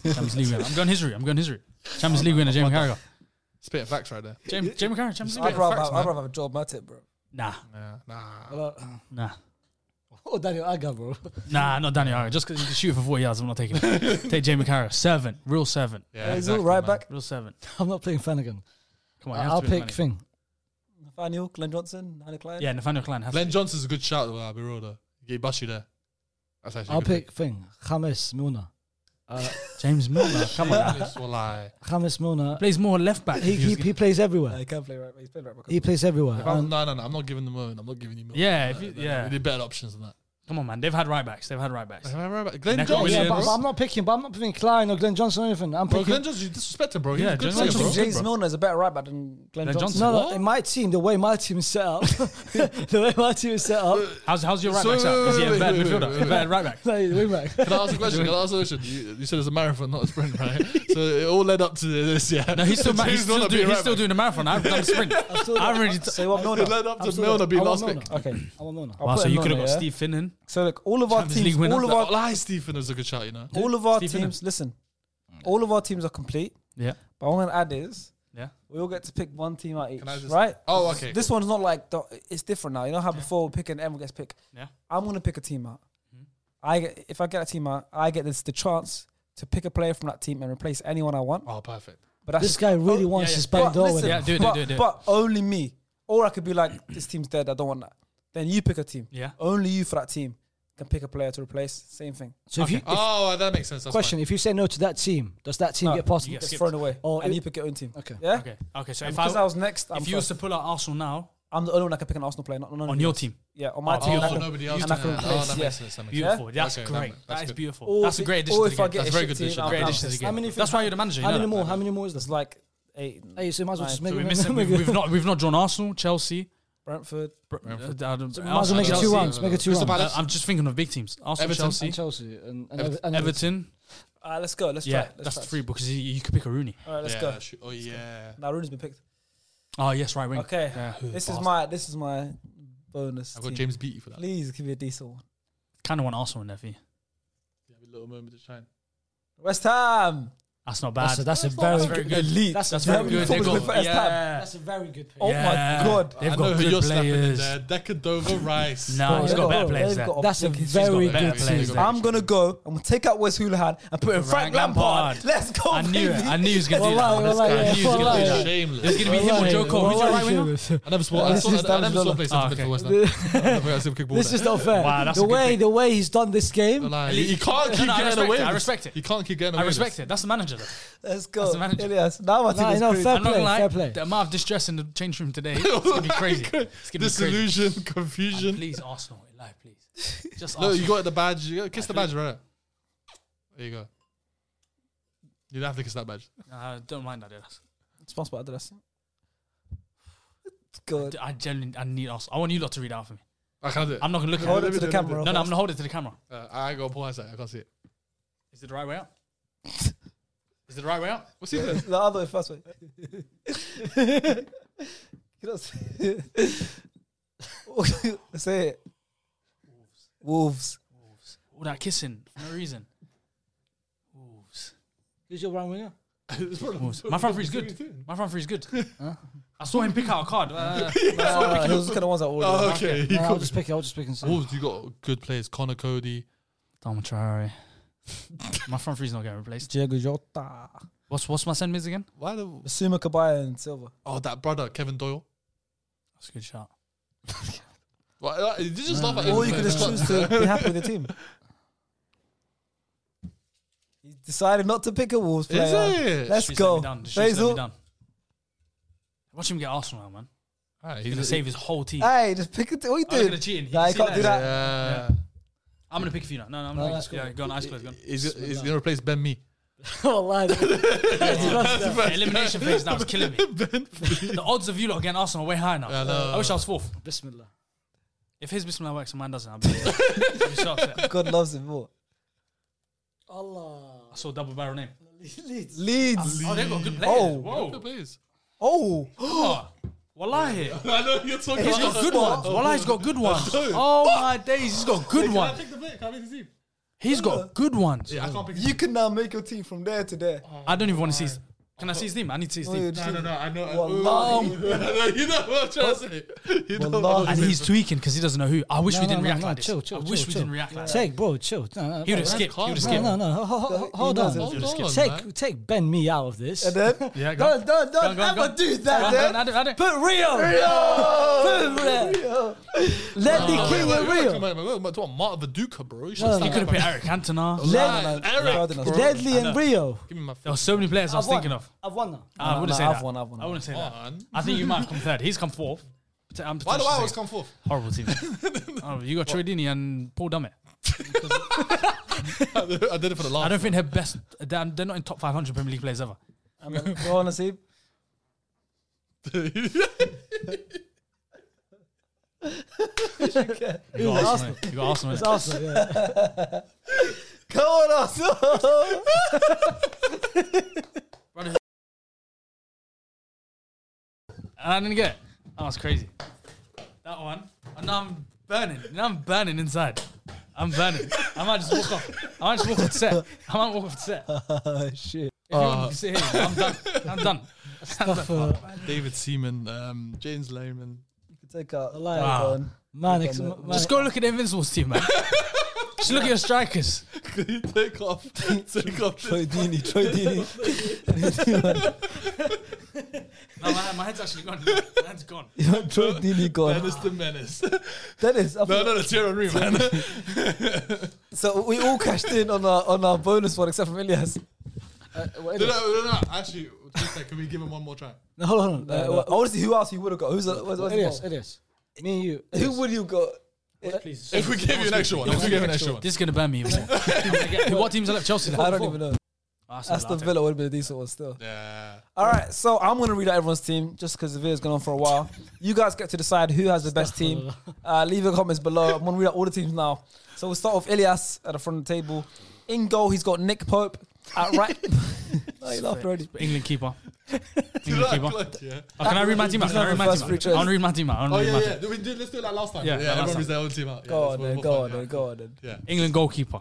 Speaker 3: Champions League winner. I'm going history. I'm going history. Champions League winner, Jamie
Speaker 4: <laughs>
Speaker 3: Carragher.
Speaker 4: Spitting facts right there.
Speaker 3: Jamie, Jamie Carragher, Champions League
Speaker 2: I'd
Speaker 3: winner.
Speaker 2: rather,
Speaker 4: facts,
Speaker 2: have,
Speaker 4: man.
Speaker 2: I'd rather have Joel Matip, bro.
Speaker 3: Nah,
Speaker 4: Yeah, nah.
Speaker 5: Hello.
Speaker 3: nah.
Speaker 5: <laughs> Oh, Daniel Agger, bro. <laughs>
Speaker 3: Nah, not Danny Ira. Just because you can shoot for 40 yards, I'm not taking it. Take Jamie Carragher. Servant. Real servant.
Speaker 4: Yeah,
Speaker 2: he's all right back.
Speaker 3: Real servant.
Speaker 5: I'm not playing Flanagan.
Speaker 3: Come on, you have
Speaker 5: I'll
Speaker 3: to win
Speaker 5: pick
Speaker 3: money.
Speaker 5: Thing.
Speaker 2: Nathaniel, Glenn Johnson, Hannah Klein.
Speaker 3: Yeah, Nathaniel Klein. Has
Speaker 4: Glenn Johnson's a good shout, though. I'll be real, though. He bust you there. That's actually a
Speaker 5: I'll
Speaker 4: good
Speaker 5: pick Thing. James Milner.
Speaker 3: Uh, James Milner. <laughs> Come on.
Speaker 4: <laughs>
Speaker 3: now.
Speaker 4: This will lie.
Speaker 5: James Milner.
Speaker 3: Plays more left back.
Speaker 5: He, he, he plays
Speaker 2: Uh,
Speaker 5: everywhere.
Speaker 2: he can play right. He's played right back.
Speaker 5: He plays everywhere.
Speaker 4: If I'm,
Speaker 5: And
Speaker 4: no, no, no. I'm not giving them Owen. I'm not giving you Milner.
Speaker 3: Um, Yeah,
Speaker 4: No,
Speaker 3: if you-
Speaker 4: no, no,
Speaker 3: yeah.
Speaker 4: We need better options than that.
Speaker 3: Come on, man. They've had right backs. They've had right backs.
Speaker 4: Am I right back? Glenn
Speaker 3: Neck
Speaker 4: Johnson.
Speaker 5: yeah,
Speaker 3: Williams.
Speaker 5: but, but I'm not picking. But I'm not picking Klein or Glenn Johnson or anything. I'm
Speaker 4: Bro,
Speaker 5: picking.
Speaker 4: Glenn Johnson, you disrespect him, bro. He's
Speaker 3: Yeah,
Speaker 4: a
Speaker 3: Glenn
Speaker 4: good player, bro.
Speaker 3: Johnson.
Speaker 2: James
Speaker 3: bro.
Speaker 2: Milner is a better right back than
Speaker 5: <laughs>
Speaker 2: Glenn,
Speaker 3: Glenn
Speaker 2: Johnson.
Speaker 3: Johnson.
Speaker 5: no, no.
Speaker 3: What?
Speaker 5: In my team, the way my team is set up, <laughs> the way my team is set up,
Speaker 3: How's, how's your right
Speaker 4: So
Speaker 3: back? set up? Is he a
Speaker 4: wait,
Speaker 3: bad
Speaker 4: wait, wait,
Speaker 3: midfielder?
Speaker 4: wait,
Speaker 3: Is he a bad right back?
Speaker 5: like, the wing back.
Speaker 4: Can I ask a question? Can I ask a question? You, you said it's a marathon, not a sprint, right?
Speaker 3: <laughs>
Speaker 4: so it all led up to this, yeah.
Speaker 3: No, he's still, ma- he's
Speaker 4: <laughs> James
Speaker 3: still,
Speaker 4: Milner
Speaker 3: doing,
Speaker 4: being
Speaker 3: he's
Speaker 4: right
Speaker 3: still
Speaker 4: back.
Speaker 3: doing the marathon. I've done the sprint.
Speaker 5: still-
Speaker 3: I've already. T-
Speaker 2: So you want Milner?
Speaker 4: It led up
Speaker 5: I'm
Speaker 4: to
Speaker 5: still-
Speaker 4: Milner
Speaker 5: I
Speaker 4: being
Speaker 5: want
Speaker 4: last pick.
Speaker 5: Milner.
Speaker 2: Okay.
Speaker 5: I want Milner.
Speaker 2: I'll
Speaker 3: wow,
Speaker 2: put
Speaker 3: so you
Speaker 2: Milner,
Speaker 3: could have got
Speaker 2: yeah?
Speaker 3: Steve Finnan.
Speaker 2: So look, all of our
Speaker 3: Champions League
Speaker 2: teams,
Speaker 3: winner.
Speaker 2: all of
Speaker 4: Like,
Speaker 2: our,
Speaker 4: Lie, Stephen was a good shot, you know.
Speaker 2: all of our
Speaker 3: Steve Finnan.
Speaker 2: teams. Listen, all of our teams are complete.
Speaker 3: Yeah.
Speaker 2: But what I'm gonna add is
Speaker 3: Yeah.
Speaker 2: we all get to pick one team out each,
Speaker 4: Can I just-
Speaker 2: right?
Speaker 4: Oh, okay.
Speaker 2: This one's not like the, it's different now. You know how before we pick and everyone gets picked.
Speaker 3: Yeah.
Speaker 2: I'm gonna pick a team out.
Speaker 3: Mm-hmm.
Speaker 2: I get, if I get a team out, I get this the chance to pick a player from that team and replace anyone I want.
Speaker 4: Oh, perfect.
Speaker 2: But that's
Speaker 5: This guy really
Speaker 2: Oh,
Speaker 5: wants
Speaker 3: yeah,
Speaker 5: his
Speaker 3: yeah.
Speaker 5: Ballon
Speaker 2: But,
Speaker 5: d'Or.
Speaker 2: listen,
Speaker 5: winner.
Speaker 3: Yeah, do it, do
Speaker 2: but,
Speaker 3: it, do it, do it.
Speaker 2: but only me. Or I could be like, this team's dead. I don't want that. Then you pick a team.
Speaker 3: Yeah.
Speaker 2: Only you for that team can pick a player to replace. Same thing.
Speaker 5: So if you
Speaker 4: Oh, that makes sense. That's
Speaker 5: question, if you say no to that team, does that team
Speaker 2: No,
Speaker 5: get past?
Speaker 3: you get
Speaker 2: It's
Speaker 3: skipped.
Speaker 2: thrown away.
Speaker 5: Oh,
Speaker 2: and
Speaker 5: it-
Speaker 2: you pick your own team.
Speaker 5: Okay.
Speaker 2: Yeah.
Speaker 3: Okay. Okay. So
Speaker 2: And
Speaker 3: if I,
Speaker 2: because I, was next, I'm,
Speaker 3: if you was
Speaker 2: first.
Speaker 3: to pull out Arsenal now
Speaker 2: I'm the only one that can pick an Arsenal player. Not, none of
Speaker 3: on
Speaker 2: you
Speaker 3: your
Speaker 2: guys.
Speaker 3: team,
Speaker 2: Yeah, on my team.
Speaker 3: Oh,
Speaker 4: fine.
Speaker 2: and I
Speaker 4: Oh,
Speaker 2: can-
Speaker 4: nobody
Speaker 2: and
Speaker 4: else.
Speaker 2: I
Speaker 4: can-
Speaker 2: can
Speaker 4: Oh,
Speaker 2: replace,
Speaker 4: that
Speaker 2: yeah.
Speaker 4: makes sense. That makes sense.
Speaker 3: beautiful. That's
Speaker 4: Okay, that-
Speaker 3: great.
Speaker 4: that's
Speaker 3: That is
Speaker 4: good.
Speaker 3: beautiful.
Speaker 2: Or
Speaker 3: that's
Speaker 2: if
Speaker 3: a great
Speaker 2: it- or
Speaker 3: addition to the
Speaker 2: if I
Speaker 3: game.
Speaker 2: get
Speaker 4: That's
Speaker 2: a
Speaker 4: very
Speaker 2: shit
Speaker 4: good
Speaker 2: team,
Speaker 4: addition.
Speaker 2: I'll-
Speaker 3: Great
Speaker 2: I'll
Speaker 3: addition to the
Speaker 2: pick-
Speaker 3: game.
Speaker 5: How many?
Speaker 3: That's why you're the manager. You
Speaker 5: How
Speaker 3: know
Speaker 5: many
Speaker 3: that.
Speaker 5: more? How many more is this?
Speaker 2: There's like eight.
Speaker 5: Hey, so we might as well just make.
Speaker 3: So we
Speaker 5: it-
Speaker 3: missed, we've,
Speaker 5: make it-
Speaker 3: we've not we've not drawn Arsenal, Chelsea.
Speaker 2: Brentford.
Speaker 3: Br-
Speaker 4: Brentford.
Speaker 3: uh, I don't-
Speaker 5: So we might as well make it
Speaker 3: Chelsea.
Speaker 5: two rounds. Make it two
Speaker 4: Crystal
Speaker 5: rounds.
Speaker 3: Uh, I'm just thinking of big teams: Arsenal,
Speaker 4: Everton.
Speaker 3: Chelsea,
Speaker 5: And Chelsea and, and
Speaker 4: Everton.
Speaker 5: Ever- and
Speaker 3: Everton.
Speaker 2: Uh, let's go. Let's
Speaker 3: Yeah,
Speaker 2: try. it, Let's
Speaker 3: that's
Speaker 2: try.
Speaker 3: three because you, you could pick a Rooney.
Speaker 2: All right, let's
Speaker 4: yeah,
Speaker 2: go.
Speaker 4: shoot. Oh, yeah.
Speaker 2: Now Rooney's been picked.
Speaker 3: Oh yes, right wing.
Speaker 2: Okay.
Speaker 3: Yeah.
Speaker 2: This is my this is my bonus.
Speaker 4: I've got
Speaker 2: team.
Speaker 4: James Beattie for that.
Speaker 2: Please give me a decent one.
Speaker 3: Kind of want Arsenal in there. for you.
Speaker 4: Have a little moment to shine.
Speaker 2: West Ham.
Speaker 3: That's not bad.
Speaker 5: That's a, that's a
Speaker 3: That's
Speaker 5: very
Speaker 3: very
Speaker 5: good.
Speaker 3: good.
Speaker 2: Elite.
Speaker 5: That's
Speaker 3: That's
Speaker 5: a
Speaker 3: very
Speaker 5: very
Speaker 3: good.
Speaker 5: good
Speaker 3: They've
Speaker 2: performance
Speaker 3: got,
Speaker 2: with West Ham.
Speaker 3: yeah.
Speaker 5: That's a very good pick.
Speaker 2: Oh my
Speaker 3: Yeah.
Speaker 2: God.
Speaker 3: They've
Speaker 4: I
Speaker 3: got
Speaker 4: know who
Speaker 3: good
Speaker 4: you're slapping in
Speaker 3: players.
Speaker 4: there. Decadova Rice.
Speaker 3: No, he's
Speaker 2: They've
Speaker 3: got better
Speaker 2: they've
Speaker 3: players there.
Speaker 2: got
Speaker 5: That's a
Speaker 2: big-
Speaker 5: very
Speaker 4: He's got
Speaker 5: good
Speaker 4: better
Speaker 5: pick.
Speaker 4: players.
Speaker 3: there.
Speaker 2: I'm gonna go. I'm gonna take out Wes Houlihan and put in Frank,
Speaker 3: Frank
Speaker 2: Lampard.
Speaker 3: Lampard.
Speaker 2: Let's go.
Speaker 3: I knew it.
Speaker 2: baby.
Speaker 3: I knew he was gonna do
Speaker 5: Wallahi,
Speaker 3: that. This
Speaker 5: wallahi,
Speaker 3: guy. I knew he was
Speaker 4: He's
Speaker 3: gonna do
Speaker 5: wallahi.
Speaker 3: that. There's
Speaker 4: shameless.
Speaker 3: gonna be him or
Speaker 5: Wallahi,
Speaker 3: Joe Cole. Who's your
Speaker 5: wallahi,
Speaker 3: right winger?
Speaker 5: Seamus.
Speaker 4: I never saw. I
Speaker 2: This
Speaker 4: saw
Speaker 2: is
Speaker 4: that. I never
Speaker 2: Damian
Speaker 4: saw
Speaker 3: Lillard.
Speaker 4: play centre mid for
Speaker 3: Ah,
Speaker 4: West Ham. <laughs> I saw him kick ball
Speaker 5: This
Speaker 4: there.
Speaker 5: is not fair.
Speaker 3: Wow, that's
Speaker 5: the
Speaker 3: a good
Speaker 5: way
Speaker 3: pick.
Speaker 5: the way he's done this game.
Speaker 3: uh,
Speaker 4: Like, you, you can't
Speaker 3: No,
Speaker 4: keep
Speaker 3: no, I
Speaker 4: getting
Speaker 3: respect
Speaker 4: away.
Speaker 3: it, I
Speaker 4: with
Speaker 3: respect
Speaker 4: this.
Speaker 3: it.
Speaker 4: You can't keep getting away.
Speaker 3: I respect it. That's the manager. Though.
Speaker 2: Let's go.
Speaker 3: That's the manager.
Speaker 2: Elias. Now I
Speaker 5: Nah,
Speaker 2: think
Speaker 5: no,
Speaker 2: it's
Speaker 5: fair
Speaker 3: I'm not gonna
Speaker 5: play,
Speaker 3: lie.
Speaker 5: fair play.
Speaker 3: The amount of distress in the change room today. It's
Speaker 5: <laughs>
Speaker 3: gonna be crazy. It's gonna be crazy.
Speaker 4: Disillusion, <laughs>
Speaker 3: And
Speaker 4: confusion.
Speaker 3: please, Arsenal, like, please.
Speaker 5: <laughs>
Speaker 3: Just
Speaker 4: No,
Speaker 3: Arsenal.
Speaker 4: you got the badge. You got, kiss the badge, right? There you go. You don't have to kiss that badge.
Speaker 3: <sighs> Nah, I don't mind that. Adidas.
Speaker 2: Sponsored by Adidas. Good.
Speaker 3: I genuinely I need us. I want you lot to read it out for me.
Speaker 4: I can't do it.
Speaker 3: I'm not gonna look
Speaker 2: Hold
Speaker 3: at
Speaker 2: it
Speaker 3: it.
Speaker 2: to the camera.
Speaker 3: No, no, I'm gonna hold it to the camera.
Speaker 4: Uh, I ain't got a poor eyesight. I can't see it.
Speaker 3: Is it the right way out? Is it the right way out?
Speaker 4: What's he doing?
Speaker 2: <laughs> The other way, first way. You don't say- <laughs> Say it. Wolves.
Speaker 3: All that kissing for no reason. Wolves.
Speaker 5: Who's your right winger?
Speaker 3: Wolves. My front three's good. My front three's good. I saw him pick out a card.
Speaker 5: <laughs>
Speaker 3: Uh,
Speaker 2: Uh, those are kind of ones that ordered.
Speaker 4: Oh, okay. <laughs> He
Speaker 5: No, I'll
Speaker 4: called
Speaker 5: just pick it. I'll just pick and see.
Speaker 4: Wolves, you got good players. Connor Cody.
Speaker 3: Dom Traore. my front three's not getting replaced.
Speaker 2: Diego Jota.
Speaker 3: What's what's my send mids again?
Speaker 4: Why the?
Speaker 2: Suma Kabaya and Silva.
Speaker 4: Oh, that brother Kevin Doyle.
Speaker 3: That's a good shot.
Speaker 4: Why- why- Did you just laugh at him?
Speaker 2: Or you could just
Speaker 4: Fuck.
Speaker 2: choose <laughs> to be happy with the team. He decided not to pick a Wolves player.
Speaker 4: Is it?
Speaker 2: Let's
Speaker 3: Streets let
Speaker 2: go.
Speaker 3: me down. The streets let me
Speaker 2: Basil.
Speaker 3: down. Watch him get Arsenal now, man.
Speaker 4: Alright,
Speaker 3: He's gonna save his whole team.
Speaker 4: Ah.
Speaker 2: Hey, just pick it. What are you
Speaker 3: Oh, look
Speaker 2: doing?
Speaker 3: at the cheating. He
Speaker 2: Nah,
Speaker 3: can
Speaker 2: you
Speaker 3: see
Speaker 2: can't
Speaker 3: that.
Speaker 2: do that.
Speaker 4: Yeah.
Speaker 3: I'm gonna pick a few now. No, no, I'm gonna
Speaker 5: that's
Speaker 3: pick, yeah,
Speaker 5: cool.
Speaker 3: go on, ice close, go on.
Speaker 4: He's, he's gonna replace Ben <laughs> Me.
Speaker 5: oh,
Speaker 3: <laughs>
Speaker 5: lie.
Speaker 3: The elimination phase now is killing
Speaker 4: <laughs>
Speaker 3: me. the odds of you lot getting Arsenal are way high now.
Speaker 4: Yeah, I know.
Speaker 3: I wish I was fourth.
Speaker 5: Bismillah.
Speaker 3: If his Bismillah works and mine doesn't, I'll be,
Speaker 4: <laughs>
Speaker 3: I'll be so upset.
Speaker 2: God loves him more.
Speaker 5: Allah.
Speaker 3: I saw double barrel name.
Speaker 2: Leeds.
Speaker 3: Oh, they got good players.
Speaker 2: Oh.
Speaker 4: Good
Speaker 3: Whoa.
Speaker 4: players.
Speaker 2: Oh,
Speaker 3: Oh. Wallahi.
Speaker 4: <laughs> I know you're talking.
Speaker 3: He's got good ones. Wallahi's got good ones. Oh my days, he's got good ones.
Speaker 4: the player? Can I pick the team?
Speaker 3: He's got good ones.
Speaker 4: Yeah, I can't pick.
Speaker 2: you can now make your team from there to there.
Speaker 3: I don't even want to see his. Can I see his name? I need to see his name.
Speaker 4: Oh, No, no, no. I know. <laughs>
Speaker 2: Wallahi.
Speaker 4: you know what I'm trying to say. You know
Speaker 2: Wallahi.
Speaker 4: what I'm
Speaker 3: And
Speaker 4: saying.
Speaker 3: he's tweaking because he doesn't know who. I wish
Speaker 5: No,
Speaker 3: we
Speaker 5: no,
Speaker 3: didn't
Speaker 5: no,
Speaker 3: react
Speaker 5: no,
Speaker 3: like this.
Speaker 5: chill, chill,
Speaker 3: I
Speaker 5: chill,
Speaker 3: wish we
Speaker 5: chill.
Speaker 3: didn't react like this.
Speaker 5: Take, bro, chill. No, no,
Speaker 3: He would
Speaker 5: bro.
Speaker 3: have skipped. He would have
Speaker 5: No,
Speaker 3: skipped.
Speaker 5: no, no. ho- ho- ho- Hold
Speaker 2: He knows
Speaker 5: on.
Speaker 2: it.
Speaker 4: Hold on, man.
Speaker 5: Take, take Ben me out of this.
Speaker 2: Then,
Speaker 3: Yeah, go.
Speaker 2: don't, don't,
Speaker 3: Go on,
Speaker 2: don't
Speaker 3: go on, go
Speaker 2: ever
Speaker 3: on.
Speaker 2: do
Speaker 3: Go on,
Speaker 2: that.
Speaker 3: go on,
Speaker 2: Then.
Speaker 3: I don't- I don't-
Speaker 2: Put Rio. Put Rio. Let the
Speaker 4: Oh, wait,
Speaker 2: king
Speaker 4: wait,
Speaker 2: with
Speaker 4: wait,
Speaker 2: Rio.
Speaker 4: wait, wait, wait, wait, what, Marta Viduka, bro. You should
Speaker 5: no,
Speaker 4: start
Speaker 3: He could have
Speaker 4: back.
Speaker 3: picked Eric Cantona.
Speaker 4: Nah,
Speaker 2: Let-
Speaker 4: Eric,
Speaker 2: Ferdinand.
Speaker 4: bro.
Speaker 5: Deadly
Speaker 3: I
Speaker 5: and
Speaker 3: know.
Speaker 5: Rio.
Speaker 4: Give me my
Speaker 3: There
Speaker 4: phone.
Speaker 3: were so many players I was
Speaker 5: I've won.
Speaker 3: thinking of. Ah,
Speaker 5: I've won now.
Speaker 3: I wouldn't say
Speaker 2: I've
Speaker 3: that.
Speaker 2: won, I've won,
Speaker 3: I
Speaker 2: I've
Speaker 3: wouldn't say that.
Speaker 4: man.
Speaker 3: I think you might have come third. He's come fourth. Pot- I'm
Speaker 4: Why do
Speaker 3: potentially
Speaker 4: I always
Speaker 3: second.
Speaker 4: come fourth?
Speaker 3: Horrible
Speaker 4: <laughs>
Speaker 3: team. oh, you got Troy Deeney and Paul Dummett.
Speaker 4: I did <laughs> I did it for
Speaker 3: <laughs>
Speaker 4: the
Speaker 3: I
Speaker 4: last.
Speaker 3: don't think they're best. They're they're not in top 500 Premier League players ever.
Speaker 2: I mean, Go on, Nasib.
Speaker 3: You got Arsenal. innit? You got Arsenal. innit?
Speaker 5: Arsenal, yeah.
Speaker 2: Come on, Arsenal.
Speaker 3: And I didn't get it. That was Oh, crazy. That one. And now I'm burning. Now I'm burning inside. I'm burning. I might just walk off. I might just walk off the set. I might walk off the set. If <laughs>
Speaker 2: Shit.
Speaker 3: you want to sit here, I'm done. I'm done.
Speaker 4: <laughs> David Seaman, um, James Lehman. <laughs>
Speaker 2: You can take out.
Speaker 5: Wow.
Speaker 2: Go on.
Speaker 5: Ah. Man, ex-
Speaker 2: Come
Speaker 5: man,
Speaker 2: on,
Speaker 3: <laughs> Just go look at the Invincibles team, man. Just look at your strikers.
Speaker 4: Could you take off?
Speaker 3: <laughs>
Speaker 4: Take off.
Speaker 2: Troy
Speaker 4: this-
Speaker 2: Deeney. Troy
Speaker 5: <laughs>
Speaker 2: Deeney. <laughs>
Speaker 3: No, my, my head's actually gone. My head's <laughs> gone.
Speaker 2: You want Troy Deeney gone.
Speaker 4: Menace the menace. <laughs>
Speaker 2: Dennis. I
Speaker 4: No,
Speaker 2: feel-
Speaker 4: no, no, Thierry Henry, man.
Speaker 3: <laughs>
Speaker 2: So we all cashed in on our on our bonus one except for Ilias.
Speaker 4: No, no, no, no. Actually, just like, can we give him one more try?
Speaker 5: No, hold on, hold on.
Speaker 2: Uh, I want to see who else you would have got. Who's the, what's, what's
Speaker 5: It is, it is. Me and you.
Speaker 2: Who would you got?
Speaker 3: Please.
Speaker 4: If we gave you an extra one, if we gave an extra one.
Speaker 3: This is going to burn me even more. I'm gonna <laughs> get- what teams are left? Chelsea.
Speaker 2: I don't even know.
Speaker 3: That's
Speaker 2: Aston Villa would have been a decent one still.
Speaker 4: Yeah.
Speaker 2: All right, so I'm going to read out everyone's team just because the video's gone on for a while. You guys get to decide who has the best team. Uh, leave your comments below. I'm going to read out all the teams now. So we'll start off Ilias at the front of the table. In goal, he's got Nick Pope. At right. <laughs> oh, he laughed already.
Speaker 3: England <laughs> keeper.
Speaker 4: Do
Speaker 3: England
Speaker 4: that,
Speaker 3: keeper.
Speaker 4: like, yeah.
Speaker 3: Oh, can I read my team out? Can I read my
Speaker 2: First
Speaker 3: team
Speaker 2: free
Speaker 3: out?
Speaker 2: choice.
Speaker 3: I want to read my team out. I want to
Speaker 4: Oh,
Speaker 3: read
Speaker 4: yeah,
Speaker 3: my
Speaker 4: yeah.
Speaker 3: team.
Speaker 4: Did we do, let's do it like last time.
Speaker 3: Yeah, like
Speaker 4: yeah
Speaker 3: last
Speaker 4: everyone reads
Speaker 3: time.
Speaker 4: their own team out. Yeah,
Speaker 2: Go
Speaker 4: that's
Speaker 2: on
Speaker 4: more-
Speaker 2: then,
Speaker 4: more
Speaker 2: go
Speaker 4: fun,
Speaker 2: on
Speaker 4: yeah.
Speaker 2: then, go on then.
Speaker 4: Yeah. <laughs>
Speaker 3: England goalkeeper.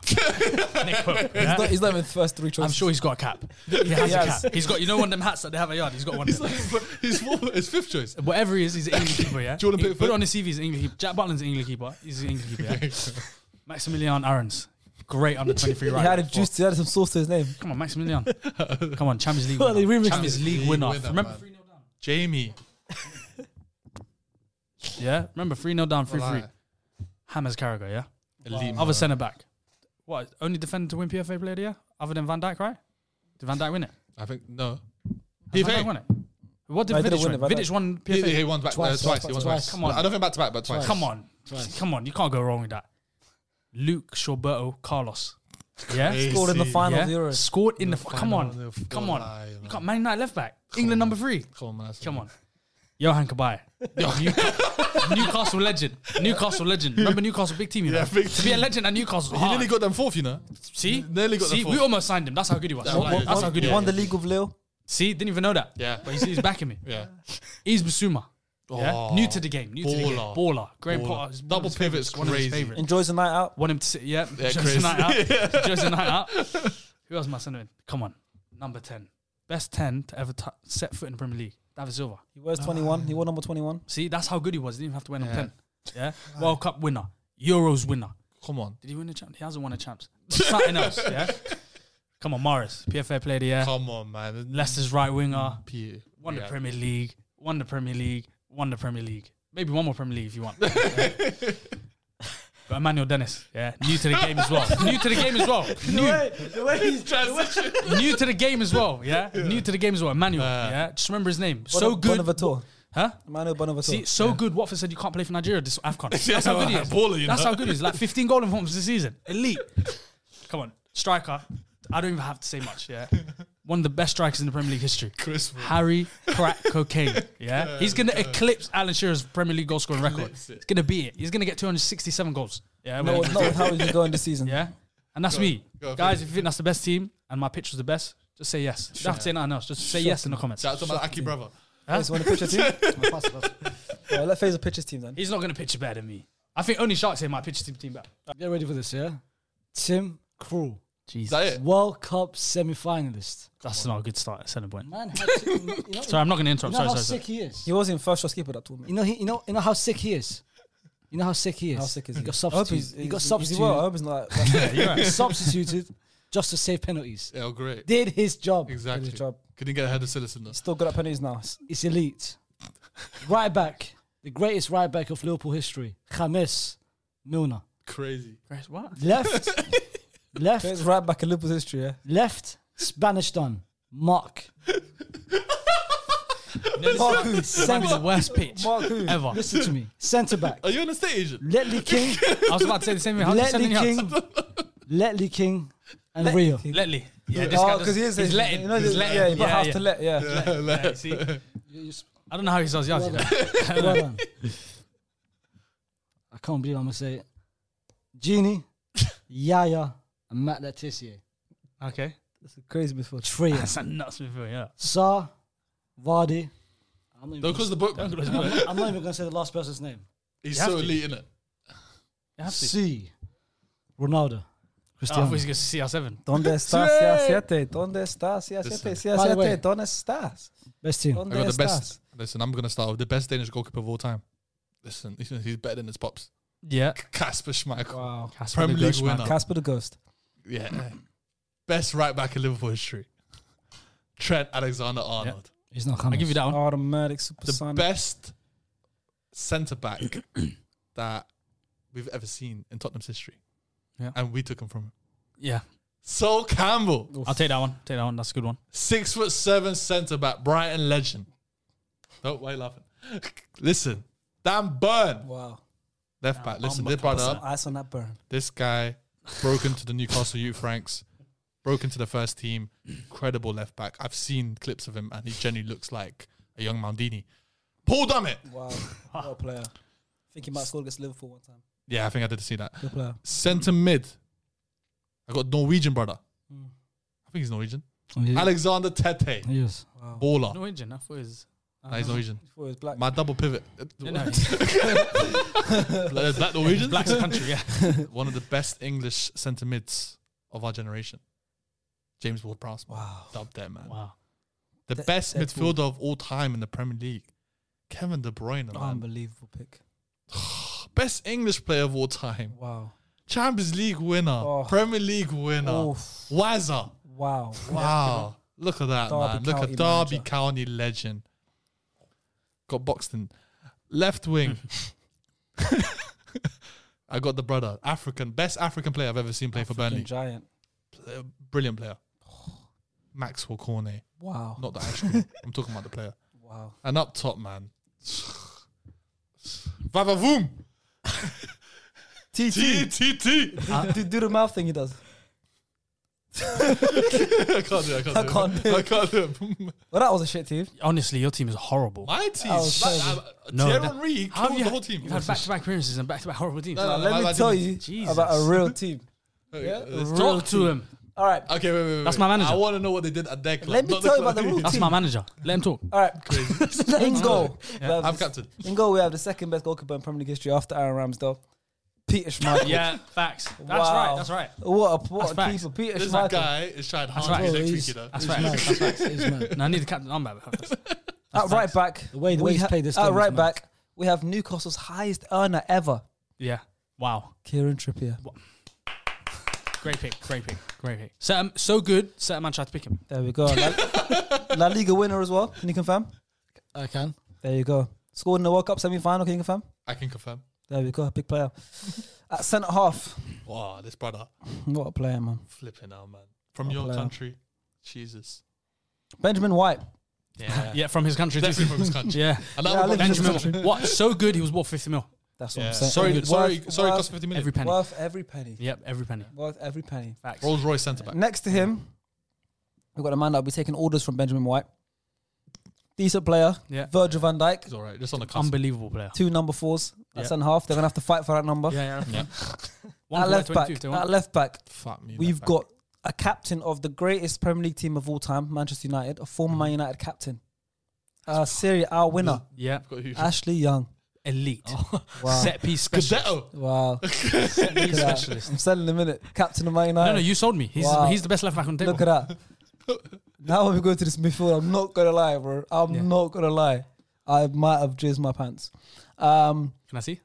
Speaker 3: Nick Pope. Yeah?
Speaker 2: He's not, he's not even first three choices.
Speaker 3: I'm sure he's got a cap. He has a
Speaker 2: Yes.
Speaker 3: cap. He's got you know one of them hats that they have at yard. He's got one. Of
Speaker 4: He's
Speaker 3: them.
Speaker 4: like, but he's fourth, his fifth choice.
Speaker 3: Whatever he is, he's an England keeper. Yeah.
Speaker 4: Jordan
Speaker 3: He-
Speaker 4: Pickford.
Speaker 3: Put it on his CV. He's an England keeper. Jack Butland's an England keeper. He's an England keeper.
Speaker 4: <laughs>
Speaker 3: Yeah? Maximilian Arons, great under 23 right.
Speaker 2: he had a
Speaker 3: back.
Speaker 2: juice, he had some sauce to his name.
Speaker 3: Come on, Maximilian. Come on, Champions League.
Speaker 5: Well, they
Speaker 3: winner.
Speaker 5: remixed
Speaker 3: Champions
Speaker 5: it.
Speaker 3: League
Speaker 4: League
Speaker 3: winner.
Speaker 4: winner,
Speaker 3: Remember,
Speaker 4: man. Jamie.
Speaker 3: yeah. Remember, three 0 down, three three. Hammers Carragher, yeah.
Speaker 4: Elite.
Speaker 3: Other centre back. What? Only defender to win PFA Player of the Year, other than Van Dijk, right? Did Van Dijk win it?
Speaker 4: I think, no.
Speaker 3: Has Van Dijk won it. What did
Speaker 2: No, he didn't
Speaker 3: Vidic
Speaker 2: win
Speaker 3: win?
Speaker 2: it, Van Dijk-
Speaker 3: Vidic won
Speaker 4: He, he
Speaker 3: PFA.
Speaker 4: won back
Speaker 5: Twice,
Speaker 4: twice. Uh, twice,
Speaker 5: twice,
Speaker 4: He won
Speaker 5: twice.
Speaker 4: twice.
Speaker 3: Come on.
Speaker 4: I don't think back to back, but twice.
Speaker 3: Come on, come on, you can't go wrong with that. Luke Shorberto Carlos, yeah,
Speaker 2: <laughs> Scored in the
Speaker 4: Crazy.
Speaker 2: final
Speaker 3: yeah?
Speaker 2: of the Euros.
Speaker 3: scored in the.
Speaker 4: The
Speaker 3: f- come
Speaker 4: final
Speaker 3: on,
Speaker 4: of the
Speaker 3: come on,
Speaker 4: final,
Speaker 3: you
Speaker 4: man.
Speaker 3: can't Man United left back, England number three.
Speaker 4: Come on, man.
Speaker 3: Come on, Johan
Speaker 4: <laughs>
Speaker 3: Kabay. Newca- Newcastle legend. Newcastle legend. Remember Newcastle, big team, you know?
Speaker 4: Yeah, big
Speaker 3: To be a legend at Newcastle.
Speaker 4: He
Speaker 3: hard.
Speaker 4: nearly got them fourth, you know.
Speaker 3: See?
Speaker 4: nearly got
Speaker 3: See,
Speaker 4: the
Speaker 3: we
Speaker 4: fourth.
Speaker 3: almost signed him. That's how good he was.
Speaker 4: Yeah, yeah,
Speaker 3: That's
Speaker 4: yeah.
Speaker 3: how good
Speaker 4: Yeah.
Speaker 3: he
Speaker 2: Won
Speaker 3: was.
Speaker 2: the League of Leo.
Speaker 3: See, didn't even know that.
Speaker 4: Yeah.
Speaker 3: But he's, he's backing me.
Speaker 4: Yeah.
Speaker 3: He's Basuma. Yeah.
Speaker 4: Oh.
Speaker 3: New to the game. New to the game.
Speaker 4: Baller.
Speaker 3: Baller. Graham
Speaker 4: Baller.
Speaker 3: Potter. is one
Speaker 4: Double
Speaker 3: of his favorites,
Speaker 4: pivot's
Speaker 3: one of his
Speaker 4: crazy.
Speaker 3: favorites.
Speaker 2: Enjoys the night out.
Speaker 3: Want him to sit? Yeah, yeah
Speaker 4: Chris.
Speaker 3: night <laughs> out. Joe's a night out. Who else am I sending? in? Come on, number ten, best ten to ever t- set foot in the Premier League. David Silva.
Speaker 2: He wears 21. He wore number 21.
Speaker 3: See, that's how good he was. He didn't even have to wear number ten. Yeah, World Cup winner, Euros winner.
Speaker 4: Come on.
Speaker 3: Did he win a champ? He hasn't won a champs. Something else. <laughs> Yeah. Come on, Morris, PFA Player of the Year,
Speaker 4: Come on, man.
Speaker 3: Leicester's right winger,
Speaker 4: Peter.
Speaker 3: won the
Speaker 4: Yeah.
Speaker 3: Premier League, won the Premier League, won the Premier League. Maybe one more Premier League if you want. But Emmanuel Dennis, yeah, new to the game as well. New to the game as well. New,
Speaker 2: The way he's transition.
Speaker 3: new to the game as well. Yeah, new to the game as well. Emmanuel. yeah, just remember his name. So good,
Speaker 2: Bonavator.
Speaker 3: huh?
Speaker 2: Emmanuel
Speaker 3: See,
Speaker 2: Bonavator.
Speaker 3: so good. Watford said you can't play for Nigeria this
Speaker 4: <laughs>
Speaker 3: Afcon. That's
Speaker 4: Yeah,
Speaker 3: how good he
Speaker 4: right,
Speaker 3: is.
Speaker 4: baller, you
Speaker 3: That's
Speaker 4: know.
Speaker 3: how good he is. Like 15 golden forms this season. Elite. Come on, striker. I don't even have to say much.
Speaker 4: <laughs>
Speaker 3: Yeah, one of the best strikers in the Premier League history.
Speaker 4: Chris Wood.
Speaker 3: Harry crack cocaine. Yeah,
Speaker 4: <laughs>
Speaker 3: he's gonna eclipse Alan Shearer's Premier League goal scoring record. He's gonna beat it. He's gonna get 267 goals. Yeah,
Speaker 2: No,
Speaker 3: when he-
Speaker 2: not with how he's going this <laughs> season.
Speaker 3: yeah. And that's me.
Speaker 4: go on,
Speaker 3: Guys,
Speaker 4: finish.
Speaker 3: if you think that's the best team and my pitch was the best, just say yes. You don't have to say nothing else. Just say yes in the comments.
Speaker 4: Shout out to my Aki brother.
Speaker 2: Faze, you want to pitch your <laughs> team?
Speaker 5: My pass, pass.
Speaker 2: All right, let Faze pitch his team then.
Speaker 3: He's not going to pitch it better than me. I think only Sharks say my pitch team team better.
Speaker 5: Get ready for this, yeah? Tim Krul,
Speaker 4: Is that it?
Speaker 5: World Cup semi finalist.
Speaker 3: That's not a good start at centre point.
Speaker 5: Man, how sick, you know, you
Speaker 3: Sorry, I'm not going to
Speaker 5: know
Speaker 3: interrupt.
Speaker 5: how
Speaker 3: Sorry, sorry,
Speaker 5: sick
Speaker 3: sorry.
Speaker 5: he is.
Speaker 2: He was in first choice keeper that
Speaker 5: You
Speaker 2: tournament.
Speaker 5: know, he, you know, you know how sick he is. You know how sick he is.
Speaker 2: How sick is
Speaker 5: he?
Speaker 2: he?
Speaker 5: Got
Speaker 2: I hope he's,
Speaker 5: substituted. He got
Speaker 2: he's- is he well? I
Speaker 5: substituted.
Speaker 2: hope he's <laughs> not. That's
Speaker 3: Yeah, you're right.
Speaker 5: Substituted just to save penalties.
Speaker 4: Yeah, oh, great.
Speaker 5: Did his job.
Speaker 4: Exactly.
Speaker 2: his job.
Speaker 4: Couldn't get ahead of Silas in this.
Speaker 2: Still good at penalties now.
Speaker 5: It's elite. right back, the greatest right back of Liverpool history, James Milner.
Speaker 4: Crazy.
Speaker 3: Chris, What?
Speaker 2: <laughs>
Speaker 5: Left,
Speaker 2: Faze
Speaker 5: left,
Speaker 2: right back in Liverpool's history. Yeah.
Speaker 5: left, Spanish done. Mark.
Speaker 2: Mark who?
Speaker 3: Might be the worst pitch
Speaker 2: Mark who?
Speaker 3: ever.
Speaker 5: Listen to me. Centre back.
Speaker 4: Are you an estate agent?
Speaker 2: <laughs>
Speaker 5: Letley King.
Speaker 3: I was about to say the same thing. How's he
Speaker 5: Letley
Speaker 3: sending
Speaker 5: King. <laughs> Letley King and Rio.
Speaker 3: Letley. Yeah, this guy
Speaker 2: Oh, because
Speaker 3: does,
Speaker 2: he is.
Speaker 3: he's letting.
Speaker 2: You know,
Speaker 3: he's letting.
Speaker 2: Yeah, he might
Speaker 3: yeah,
Speaker 2: have
Speaker 3: yeah.
Speaker 2: to let. Yeah.
Speaker 4: <laughs>
Speaker 3: Yeah, see? I don't know how he sells yards. you know.
Speaker 5: Well done. I can't believe I'm gonna say it.
Speaker 3: <laughs>
Speaker 5: Genie, Yaya, and Matt Letitia.
Speaker 3: Okay.
Speaker 2: It's a crazy misfortune.
Speaker 5: Trio.
Speaker 3: That's a nuts midfield, yeah.
Speaker 5: Sa, Vardy. I'm not, even,
Speaker 4: Don't close the book. man.
Speaker 5: I'm not even gonna say the last person's name.
Speaker 4: <laughs> He's
Speaker 3: You have
Speaker 4: so
Speaker 3: to.
Speaker 4: elite, innit?
Speaker 3: You have to.
Speaker 5: C. Ronaldo.
Speaker 3: Oh, I thought he
Speaker 5: Cristiano.
Speaker 3: was going to see our seven.
Speaker 2: <laughs> ¿Dónde estás, CR7? ¿Dónde estás,
Speaker 4: Listen.
Speaker 2: CR7?
Speaker 5: By the way-
Speaker 2: CR7, ¿dónde estás?
Speaker 5: Best team.
Speaker 4: I
Speaker 2: ¿Dónde
Speaker 4: got the
Speaker 2: estás?
Speaker 4: best. Listen, I'm gonna start with the best Danish goalkeeper of all time. Listen, he's, he's better than his pops.
Speaker 3: Yeah.
Speaker 4: Kasper Schmeichel,
Speaker 2: Wow.
Speaker 3: Casper
Speaker 4: Premier
Speaker 3: the
Speaker 4: League
Speaker 3: Ghost Man.
Speaker 4: winner.
Speaker 2: Casper the Ghost.
Speaker 4: yeah, best right back in Liverpool history. Trent Alexander-Arnold,
Speaker 5: He's not coming.
Speaker 3: I'll give you that one.
Speaker 2: Automatic
Speaker 4: the
Speaker 2: supersonic.
Speaker 4: best centre back <clears throat> that we've ever seen in Tottenham's history.
Speaker 3: Yeah.
Speaker 4: and we took him from him.
Speaker 3: Yeah.
Speaker 4: Sol Campbell,
Speaker 2: Oh.
Speaker 3: I'll take that one. Take that one. That's a good one.
Speaker 4: six foot seven centre back, Brighton legend. Don't why are you laughing? <laughs> Listen, Dan Burn,
Speaker 2: Wow.
Speaker 4: left back. Listen,
Speaker 3: Bamba
Speaker 4: this brother.
Speaker 2: Some ice on that burn.
Speaker 4: this guy broke into the Newcastle youth ranks, broke into the first team. Incredible left back. I've seen clips of him, and he genuinely looks like a young Maldini. Paul Dummett. <laughs>
Speaker 2: Wow. what a player. I think he might score against Liverpool one time.
Speaker 4: Yeah, I think I did see that.
Speaker 2: Good player.
Speaker 4: Centre mid. I got Norwegian brother.
Speaker 2: Hmm.
Speaker 4: I think he's Norwegian. Alexander Tete,
Speaker 5: He is.
Speaker 2: Oh.
Speaker 4: baller.
Speaker 3: Norwegian. I thought it was.
Speaker 4: Nah,
Speaker 2: <laughs>
Speaker 4: he's Norwegian.
Speaker 2: Before he was black.
Speaker 4: My double pivot.
Speaker 3: No,
Speaker 4: <laughs>
Speaker 3: no.
Speaker 4: Black Norwegian.
Speaker 3: Black's a <laughs> country, yeah.
Speaker 4: <laughs> One of the best English centre mids of our generation. James Ward-Prowse.
Speaker 2: Wow.
Speaker 4: Dubbed there, man.
Speaker 3: Wow.
Speaker 4: The
Speaker 2: That-
Speaker 4: best
Speaker 2: that's
Speaker 4: midfielder of all time in the Premier League, Kevin De Bruyne, man.
Speaker 2: Unbelievable pick.
Speaker 4: Best English player of all time,
Speaker 2: Wow.
Speaker 4: Champions League winner,
Speaker 2: Oh.
Speaker 4: Premier League winner,
Speaker 2: Oof.
Speaker 4: Wazza.
Speaker 2: Wow.
Speaker 4: Wow, look at that,
Speaker 2: Derby
Speaker 4: man! Look at
Speaker 2: County
Speaker 4: Derby
Speaker 2: manager.
Speaker 4: County legend. Got Boxton,
Speaker 2: <laughs>
Speaker 4: left wing. <laughs> I got the brother, African, best African player I've ever seen play for Burnley.
Speaker 2: Giant.
Speaker 4: Uh, Brilliant player, <sighs> Maxwell Cornet.
Speaker 2: Wow.
Speaker 4: Not the
Speaker 2: <laughs>
Speaker 4: actual. I'm talking about the player.
Speaker 2: Wow.
Speaker 4: And up top, man. <sighs> Vavavoom!
Speaker 2: TT.
Speaker 4: T T T!
Speaker 2: <laughs> Uh,
Speaker 4: <laughs>
Speaker 2: Do do the mouth thing he does.
Speaker 4: I can't do it. I can't,
Speaker 2: can't
Speaker 4: do
Speaker 2: do
Speaker 4: it.
Speaker 2: it.
Speaker 4: I can't do it. <laughs>
Speaker 2: Well, that was a shit team.
Speaker 3: <laughs> Honestly, your team is horrible.
Speaker 4: My team.
Speaker 2: Oh, sorry.
Speaker 4: no, uh, Thierry
Speaker 3: that-
Speaker 4: Henry he
Speaker 3: How have you
Speaker 4: killed the
Speaker 3: had-
Speaker 4: whole team.
Speaker 3: You've had back-to-back appearances and back-to-back horrible teams.
Speaker 4: No, no, no.
Speaker 2: Let
Speaker 4: I- I
Speaker 2: me tell
Speaker 4: didn't-
Speaker 2: you
Speaker 3: Jesus.
Speaker 2: about a real team.
Speaker 3: Talk to him.
Speaker 2: All right.
Speaker 4: Okay, wait, wait, wait.
Speaker 3: That's my manager.
Speaker 4: I want to know what they did at their club.
Speaker 2: Let me
Speaker 4: not
Speaker 2: tell you
Speaker 4: club
Speaker 2: about the
Speaker 4: you <laughs>
Speaker 2: rules.
Speaker 3: That's
Speaker 2: Team.
Speaker 3: my manager. Let him talk.
Speaker 2: All right.
Speaker 5: <laughs>
Speaker 2: In goal.
Speaker 4: I'm captain.
Speaker 2: In goal, we have the second best goalkeeper in Premier League history after Aaron Ramsdale. Peter Schmeichel.
Speaker 3: <laughs> Yeah, facts. That's right.
Speaker 2: Wow.
Speaker 3: That's right.
Speaker 2: What a, what a
Speaker 3: facts.
Speaker 2: keeper. Peter <laughs>
Speaker 4: This
Speaker 2: Schmeichel.
Speaker 4: guy is trying hard
Speaker 3: right.
Speaker 4: to be
Speaker 3: Oh,
Speaker 4: next
Speaker 5: he's-
Speaker 4: week, you know.
Speaker 3: That's
Speaker 5: It's
Speaker 3: right.
Speaker 5: mad.
Speaker 3: That's right.
Speaker 5: It's
Speaker 3: <laughs>
Speaker 5: mad.
Speaker 3: No, I need the captain number. first.
Speaker 2: At right back.
Speaker 5: The way- the way
Speaker 2: we
Speaker 5: he's
Speaker 2: ha-
Speaker 5: played this
Speaker 2: At
Speaker 5: game is
Speaker 2: right
Speaker 5: mad.
Speaker 2: back, we have Newcastle's highest earner ever,
Speaker 3: <laughs> Yeah. Wow.
Speaker 2: Kieran Trippier.
Speaker 3: Great pick. Great pick. Great pick. So, um, so good. Set a man tried to pick him.
Speaker 2: There we go. La, La Liga winner as well. Can you confirm?
Speaker 5: I can.
Speaker 2: There you go. Scored in the World Cup semi final. Can you confirm?
Speaker 4: I can confirm.
Speaker 2: There we go. Big player. At centre half.
Speaker 4: Wow, this brother
Speaker 2: What a player, man.
Speaker 4: flipping out, man. From
Speaker 2: What a
Speaker 4: your
Speaker 2: player.
Speaker 4: country, Jesus.
Speaker 2: Benjamin White.
Speaker 4: Yeah,
Speaker 3: <laughs> Yeah, from his country. too.
Speaker 4: Definitely from his country.
Speaker 3: Yeah.
Speaker 4: And that
Speaker 2: Yeah, I
Speaker 4: one
Speaker 2: live in his
Speaker 4: probably-
Speaker 2: country.
Speaker 3: Benjamin. <laughs> What? So good. He was worth 50 mil.
Speaker 2: That's what
Speaker 4: Yeah.
Speaker 2: I'm saying.
Speaker 4: Sorry,
Speaker 2: Worth-
Speaker 4: sorry, sorry.
Speaker 2: worth-
Speaker 4: Cost fifty million.
Speaker 3: Every penny.
Speaker 2: Worth every penny.
Speaker 3: Yep. Every penny.
Speaker 2: Worth every penny.
Speaker 3: Facts.
Speaker 4: Rolls Royce centre back.
Speaker 2: Next to him, we've got a man that'll be taking orders from Benjamin White. Decent player.
Speaker 3: Yeah.
Speaker 2: Virgil van Dijk.
Speaker 4: He's all right. Just on the cusp.
Speaker 3: Unbelievable player.
Speaker 2: Two number fours at
Speaker 3: Yeah.
Speaker 2: centre half. They're going to have to fight for that number.
Speaker 3: Yeah. Yeah.
Speaker 2: At left back. At left back.
Speaker 4: Fuck me.
Speaker 2: We've
Speaker 4: that
Speaker 2: got a captain of the greatest Premier League team of all time, Manchester United, a former
Speaker 3: Mm.
Speaker 2: Man United captain, a Serie A winner,
Speaker 3: Yeah.
Speaker 4: back. Got who?
Speaker 2: Ashley Young.
Speaker 3: Elite.
Speaker 2: Wow.
Speaker 3: Set piece specialist.
Speaker 4: Gazzetto.
Speaker 2: Wow.
Speaker 3: <laughs> Set piece
Speaker 2: Look at that.
Speaker 3: specialist.
Speaker 2: I'm selling a minute. Captain of Man United.
Speaker 3: No, no, you sold me. He's
Speaker 2: Wow.
Speaker 3: he's the best left back on the
Speaker 2: Look
Speaker 3: table.
Speaker 2: at that. now when we go to this midfield, I'm not going to lie, bro. I'm
Speaker 3: Yeah.
Speaker 2: not going to lie. I might have jizzed my pants. Um,
Speaker 3: Can I see?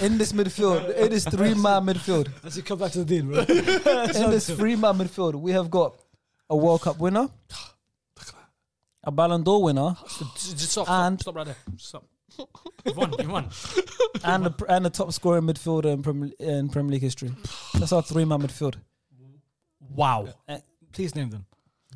Speaker 2: in this midfield, in this three man midfield,
Speaker 5: Let's come back to the deal, bro.
Speaker 2: in this three man midfield, we have got a World Cup winner, a Ballon d'Or winner,
Speaker 3: Just stop.
Speaker 2: And-
Speaker 3: stop, stop right there. Stop. <laughs> You've won. You've won.
Speaker 2: and a, and a top scoring midfielder in Premier, in Premier League history. That's our three man midfield.
Speaker 3: Wow.
Speaker 5: Please name them.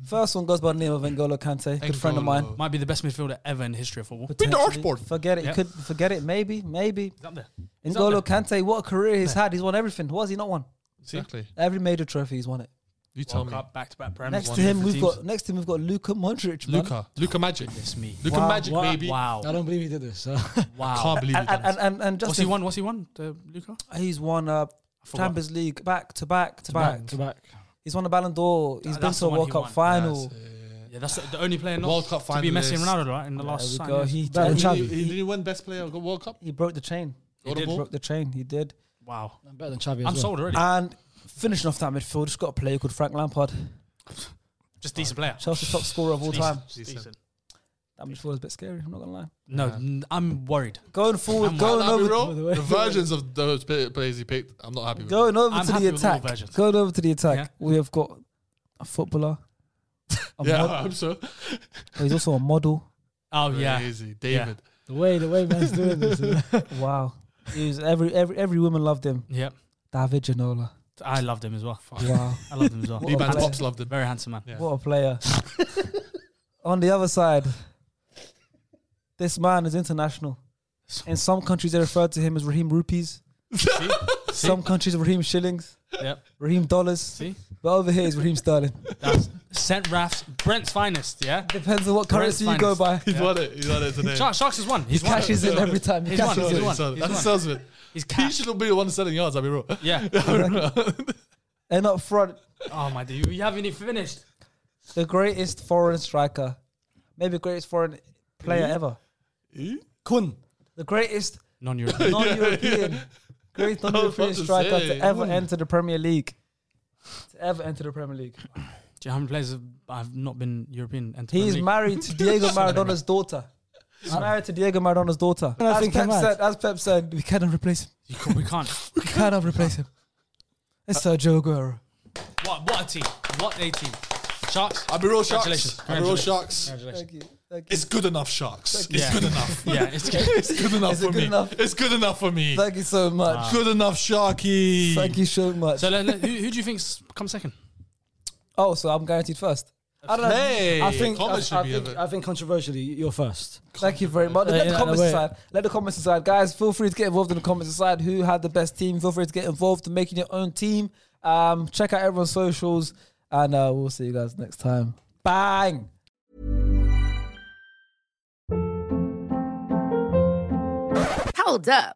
Speaker 2: First one goes by the name of N'Golo Kante, good friend of mine.
Speaker 3: Might be the best midfielder ever in the history of football.
Speaker 4: Been the
Speaker 2: Potentially.
Speaker 4: Archbold.
Speaker 2: Forget it.
Speaker 3: Yeah.
Speaker 2: Could forget it. Maybe. Maybe.
Speaker 3: He's up there.
Speaker 2: N'Golo Kante. What a career he's had. He's won everything. What has he not won?
Speaker 4: Exactly.
Speaker 2: Every major trophy he's won it.
Speaker 4: You tell
Speaker 3: World
Speaker 4: me.
Speaker 3: Cup, back to back Prem.
Speaker 2: Next
Speaker 3: One
Speaker 2: to him,
Speaker 3: different
Speaker 2: we've
Speaker 3: teams.
Speaker 2: got next to him we've got Luka Modric. man.
Speaker 4: Luca. Luca Magic.
Speaker 3: It's me.
Speaker 4: Luca
Speaker 2: Wow,
Speaker 4: Magic,
Speaker 2: wow,
Speaker 4: baby.
Speaker 3: Wow.
Speaker 5: I don't believe he did this.
Speaker 3: Wow.
Speaker 4: Can't believe
Speaker 2: And
Speaker 4: it.
Speaker 2: and and, and
Speaker 3: What's he
Speaker 2: Justin,
Speaker 3: won? What's he won? The Luca?
Speaker 2: he's won uh,
Speaker 3: forgot.
Speaker 2: Champions League back to back to back.
Speaker 5: to back.
Speaker 2: He's won a Ballon d'Or. He's
Speaker 3: Th-
Speaker 2: been
Speaker 3: that's
Speaker 2: to a
Speaker 3: the one
Speaker 2: World
Speaker 3: he
Speaker 2: Cup
Speaker 3: won. uh,
Speaker 2: final.
Speaker 3: Yeah, that's the only player not
Speaker 4: World Cup
Speaker 3: to be Messi and
Speaker 4: finalist.
Speaker 3: Ronaldo, right? In the last
Speaker 2: there
Speaker 3: sign.
Speaker 2: we go. He,
Speaker 5: That
Speaker 2: he,
Speaker 5: was
Speaker 4: He,
Speaker 5: Xavi.
Speaker 4: he didn't win best player. Got World Cup.
Speaker 2: he broke the chain.
Speaker 4: Got the
Speaker 3: did.
Speaker 4: ball.
Speaker 2: Broke the chain. He did.
Speaker 3: Wow.
Speaker 5: I'm better than Xavi.
Speaker 3: I'm sold already.
Speaker 2: And finishing off that midfield, just got a player called Frank Lampard,
Speaker 3: Just decent player.
Speaker 2: Chelsea's top scorer of all
Speaker 3: Decent,
Speaker 2: time.
Speaker 3: decent.
Speaker 2: That midfield is a bit scary. I'm not gonna lie.
Speaker 3: No, n- I'm worried.
Speaker 2: Going forward,
Speaker 3: I'm
Speaker 2: going
Speaker 4: I'll be
Speaker 2: over,
Speaker 4: real, the versions of those pla- players he picked, I'm not happy
Speaker 2: <laughs>
Speaker 4: with.
Speaker 2: going over
Speaker 3: I'm
Speaker 2: to
Speaker 3: happy
Speaker 2: the
Speaker 3: with all
Speaker 2: attack.
Speaker 3: versions.
Speaker 2: Going over to the attack.
Speaker 3: Yeah.
Speaker 2: We have got a footballer. A
Speaker 4: yeah,
Speaker 2: mod-
Speaker 4: I'm so
Speaker 2: he's also a model.
Speaker 3: Oh yeah.
Speaker 4: crazy. David.
Speaker 5: The way the way man's doing this.
Speaker 2: <laughs> Wow. He's every every every woman loved him.
Speaker 3: Yep.
Speaker 2: David Ginola.
Speaker 3: I loved him as well.
Speaker 2: Wow.
Speaker 3: I loved him as
Speaker 2: What
Speaker 3: well.
Speaker 4: Yeah.
Speaker 2: a
Speaker 4: Liban's
Speaker 2: player.
Speaker 4: pops loved him.
Speaker 3: Very handsome man.
Speaker 4: Yeah.
Speaker 2: What a player. On the other side, this man is international. In some countries they refer to him as Raheem Rupees. Some countries Raheem Shillings.
Speaker 3: Yep.
Speaker 2: Raheem Dollars.
Speaker 3: See?
Speaker 2: But over here is Raheem Sterling.
Speaker 3: That's St. Rafts, Brent's finest. Yeah.
Speaker 2: Depends on what
Speaker 3: Brent's
Speaker 2: currency you go by.
Speaker 3: finest.
Speaker 4: He's won it. He's won it today.
Speaker 3: Sharks, Sharks has won. He's won.
Speaker 2: Cashes in every time. He
Speaker 3: He's won.
Speaker 2: cashes
Speaker 4: He's
Speaker 2: in.
Speaker 3: He's won.
Speaker 4: He's won.
Speaker 3: He's
Speaker 4: That's a
Speaker 3: won.
Speaker 4: salesman.
Speaker 3: He's
Speaker 4: He
Speaker 3: cash.
Speaker 4: should have been the one selling yards. I'll be real.
Speaker 3: <laughs> Yeah.
Speaker 2: And up front,
Speaker 3: Oh my dude, you haven't even finished.
Speaker 2: the greatest foreign striker, maybe greatest foreign player ever,
Speaker 5: Kun.
Speaker 2: the greatest
Speaker 3: Non-European.
Speaker 2: non-European, greatest non-European
Speaker 4: to
Speaker 2: striker
Speaker 4: say.
Speaker 2: to ever enter the Premier League, to ever enter the Premier League.
Speaker 3: Do you know how many players have, have not been European? and
Speaker 2: He
Speaker 3: Premier
Speaker 2: is
Speaker 3: League?
Speaker 2: married to Diego Maradona's daughter. He's married to Diego Maradona's daughter.
Speaker 5: I
Speaker 2: As
Speaker 5: think I'm
Speaker 2: Pep
Speaker 5: mad.
Speaker 2: said, as Pep said, we cannot replace him.
Speaker 3: You can- we can't.
Speaker 2: We cannot replace <laughs> him. It's Sergio Aguero.
Speaker 3: What, what a team. What a team. Sharks.
Speaker 4: <laughs> I'll be real
Speaker 3: Congratulations.
Speaker 4: sharks. I'll be real
Speaker 3: Congratulations.
Speaker 4: sharks.
Speaker 3: Congratulations.
Speaker 4: It's good enough sharks. It's
Speaker 3: Yeah.
Speaker 4: good enough.
Speaker 3: <laughs> Yeah, it's good.
Speaker 4: It's good enough
Speaker 2: Is it
Speaker 4: for
Speaker 2: good
Speaker 4: me.
Speaker 2: enough?
Speaker 4: It's good enough for me.
Speaker 2: Thank you so much.
Speaker 4: Good enough, Sharky.
Speaker 2: Thank you so much.
Speaker 3: So let, let- who, who do you think's come second?
Speaker 2: oh, so I'm guaranteed first. I don't know.
Speaker 4: Hey,
Speaker 2: I think, I,
Speaker 4: comments should
Speaker 2: I
Speaker 4: be
Speaker 2: think
Speaker 4: of it.
Speaker 5: I think controversially, you're first.
Speaker 2: Thank you very much.
Speaker 5: Uh,
Speaker 2: Let the
Speaker 5: yeah,
Speaker 2: comments
Speaker 5: wait.
Speaker 2: decide. Let the comments decide, guys. Feel free to get involved in the comments. Decide who had the best team. Feel free to get involved in making your own team. Um, check out everyone's socials, and uh, we'll see you guys next time. Bang.
Speaker 7: Hold up.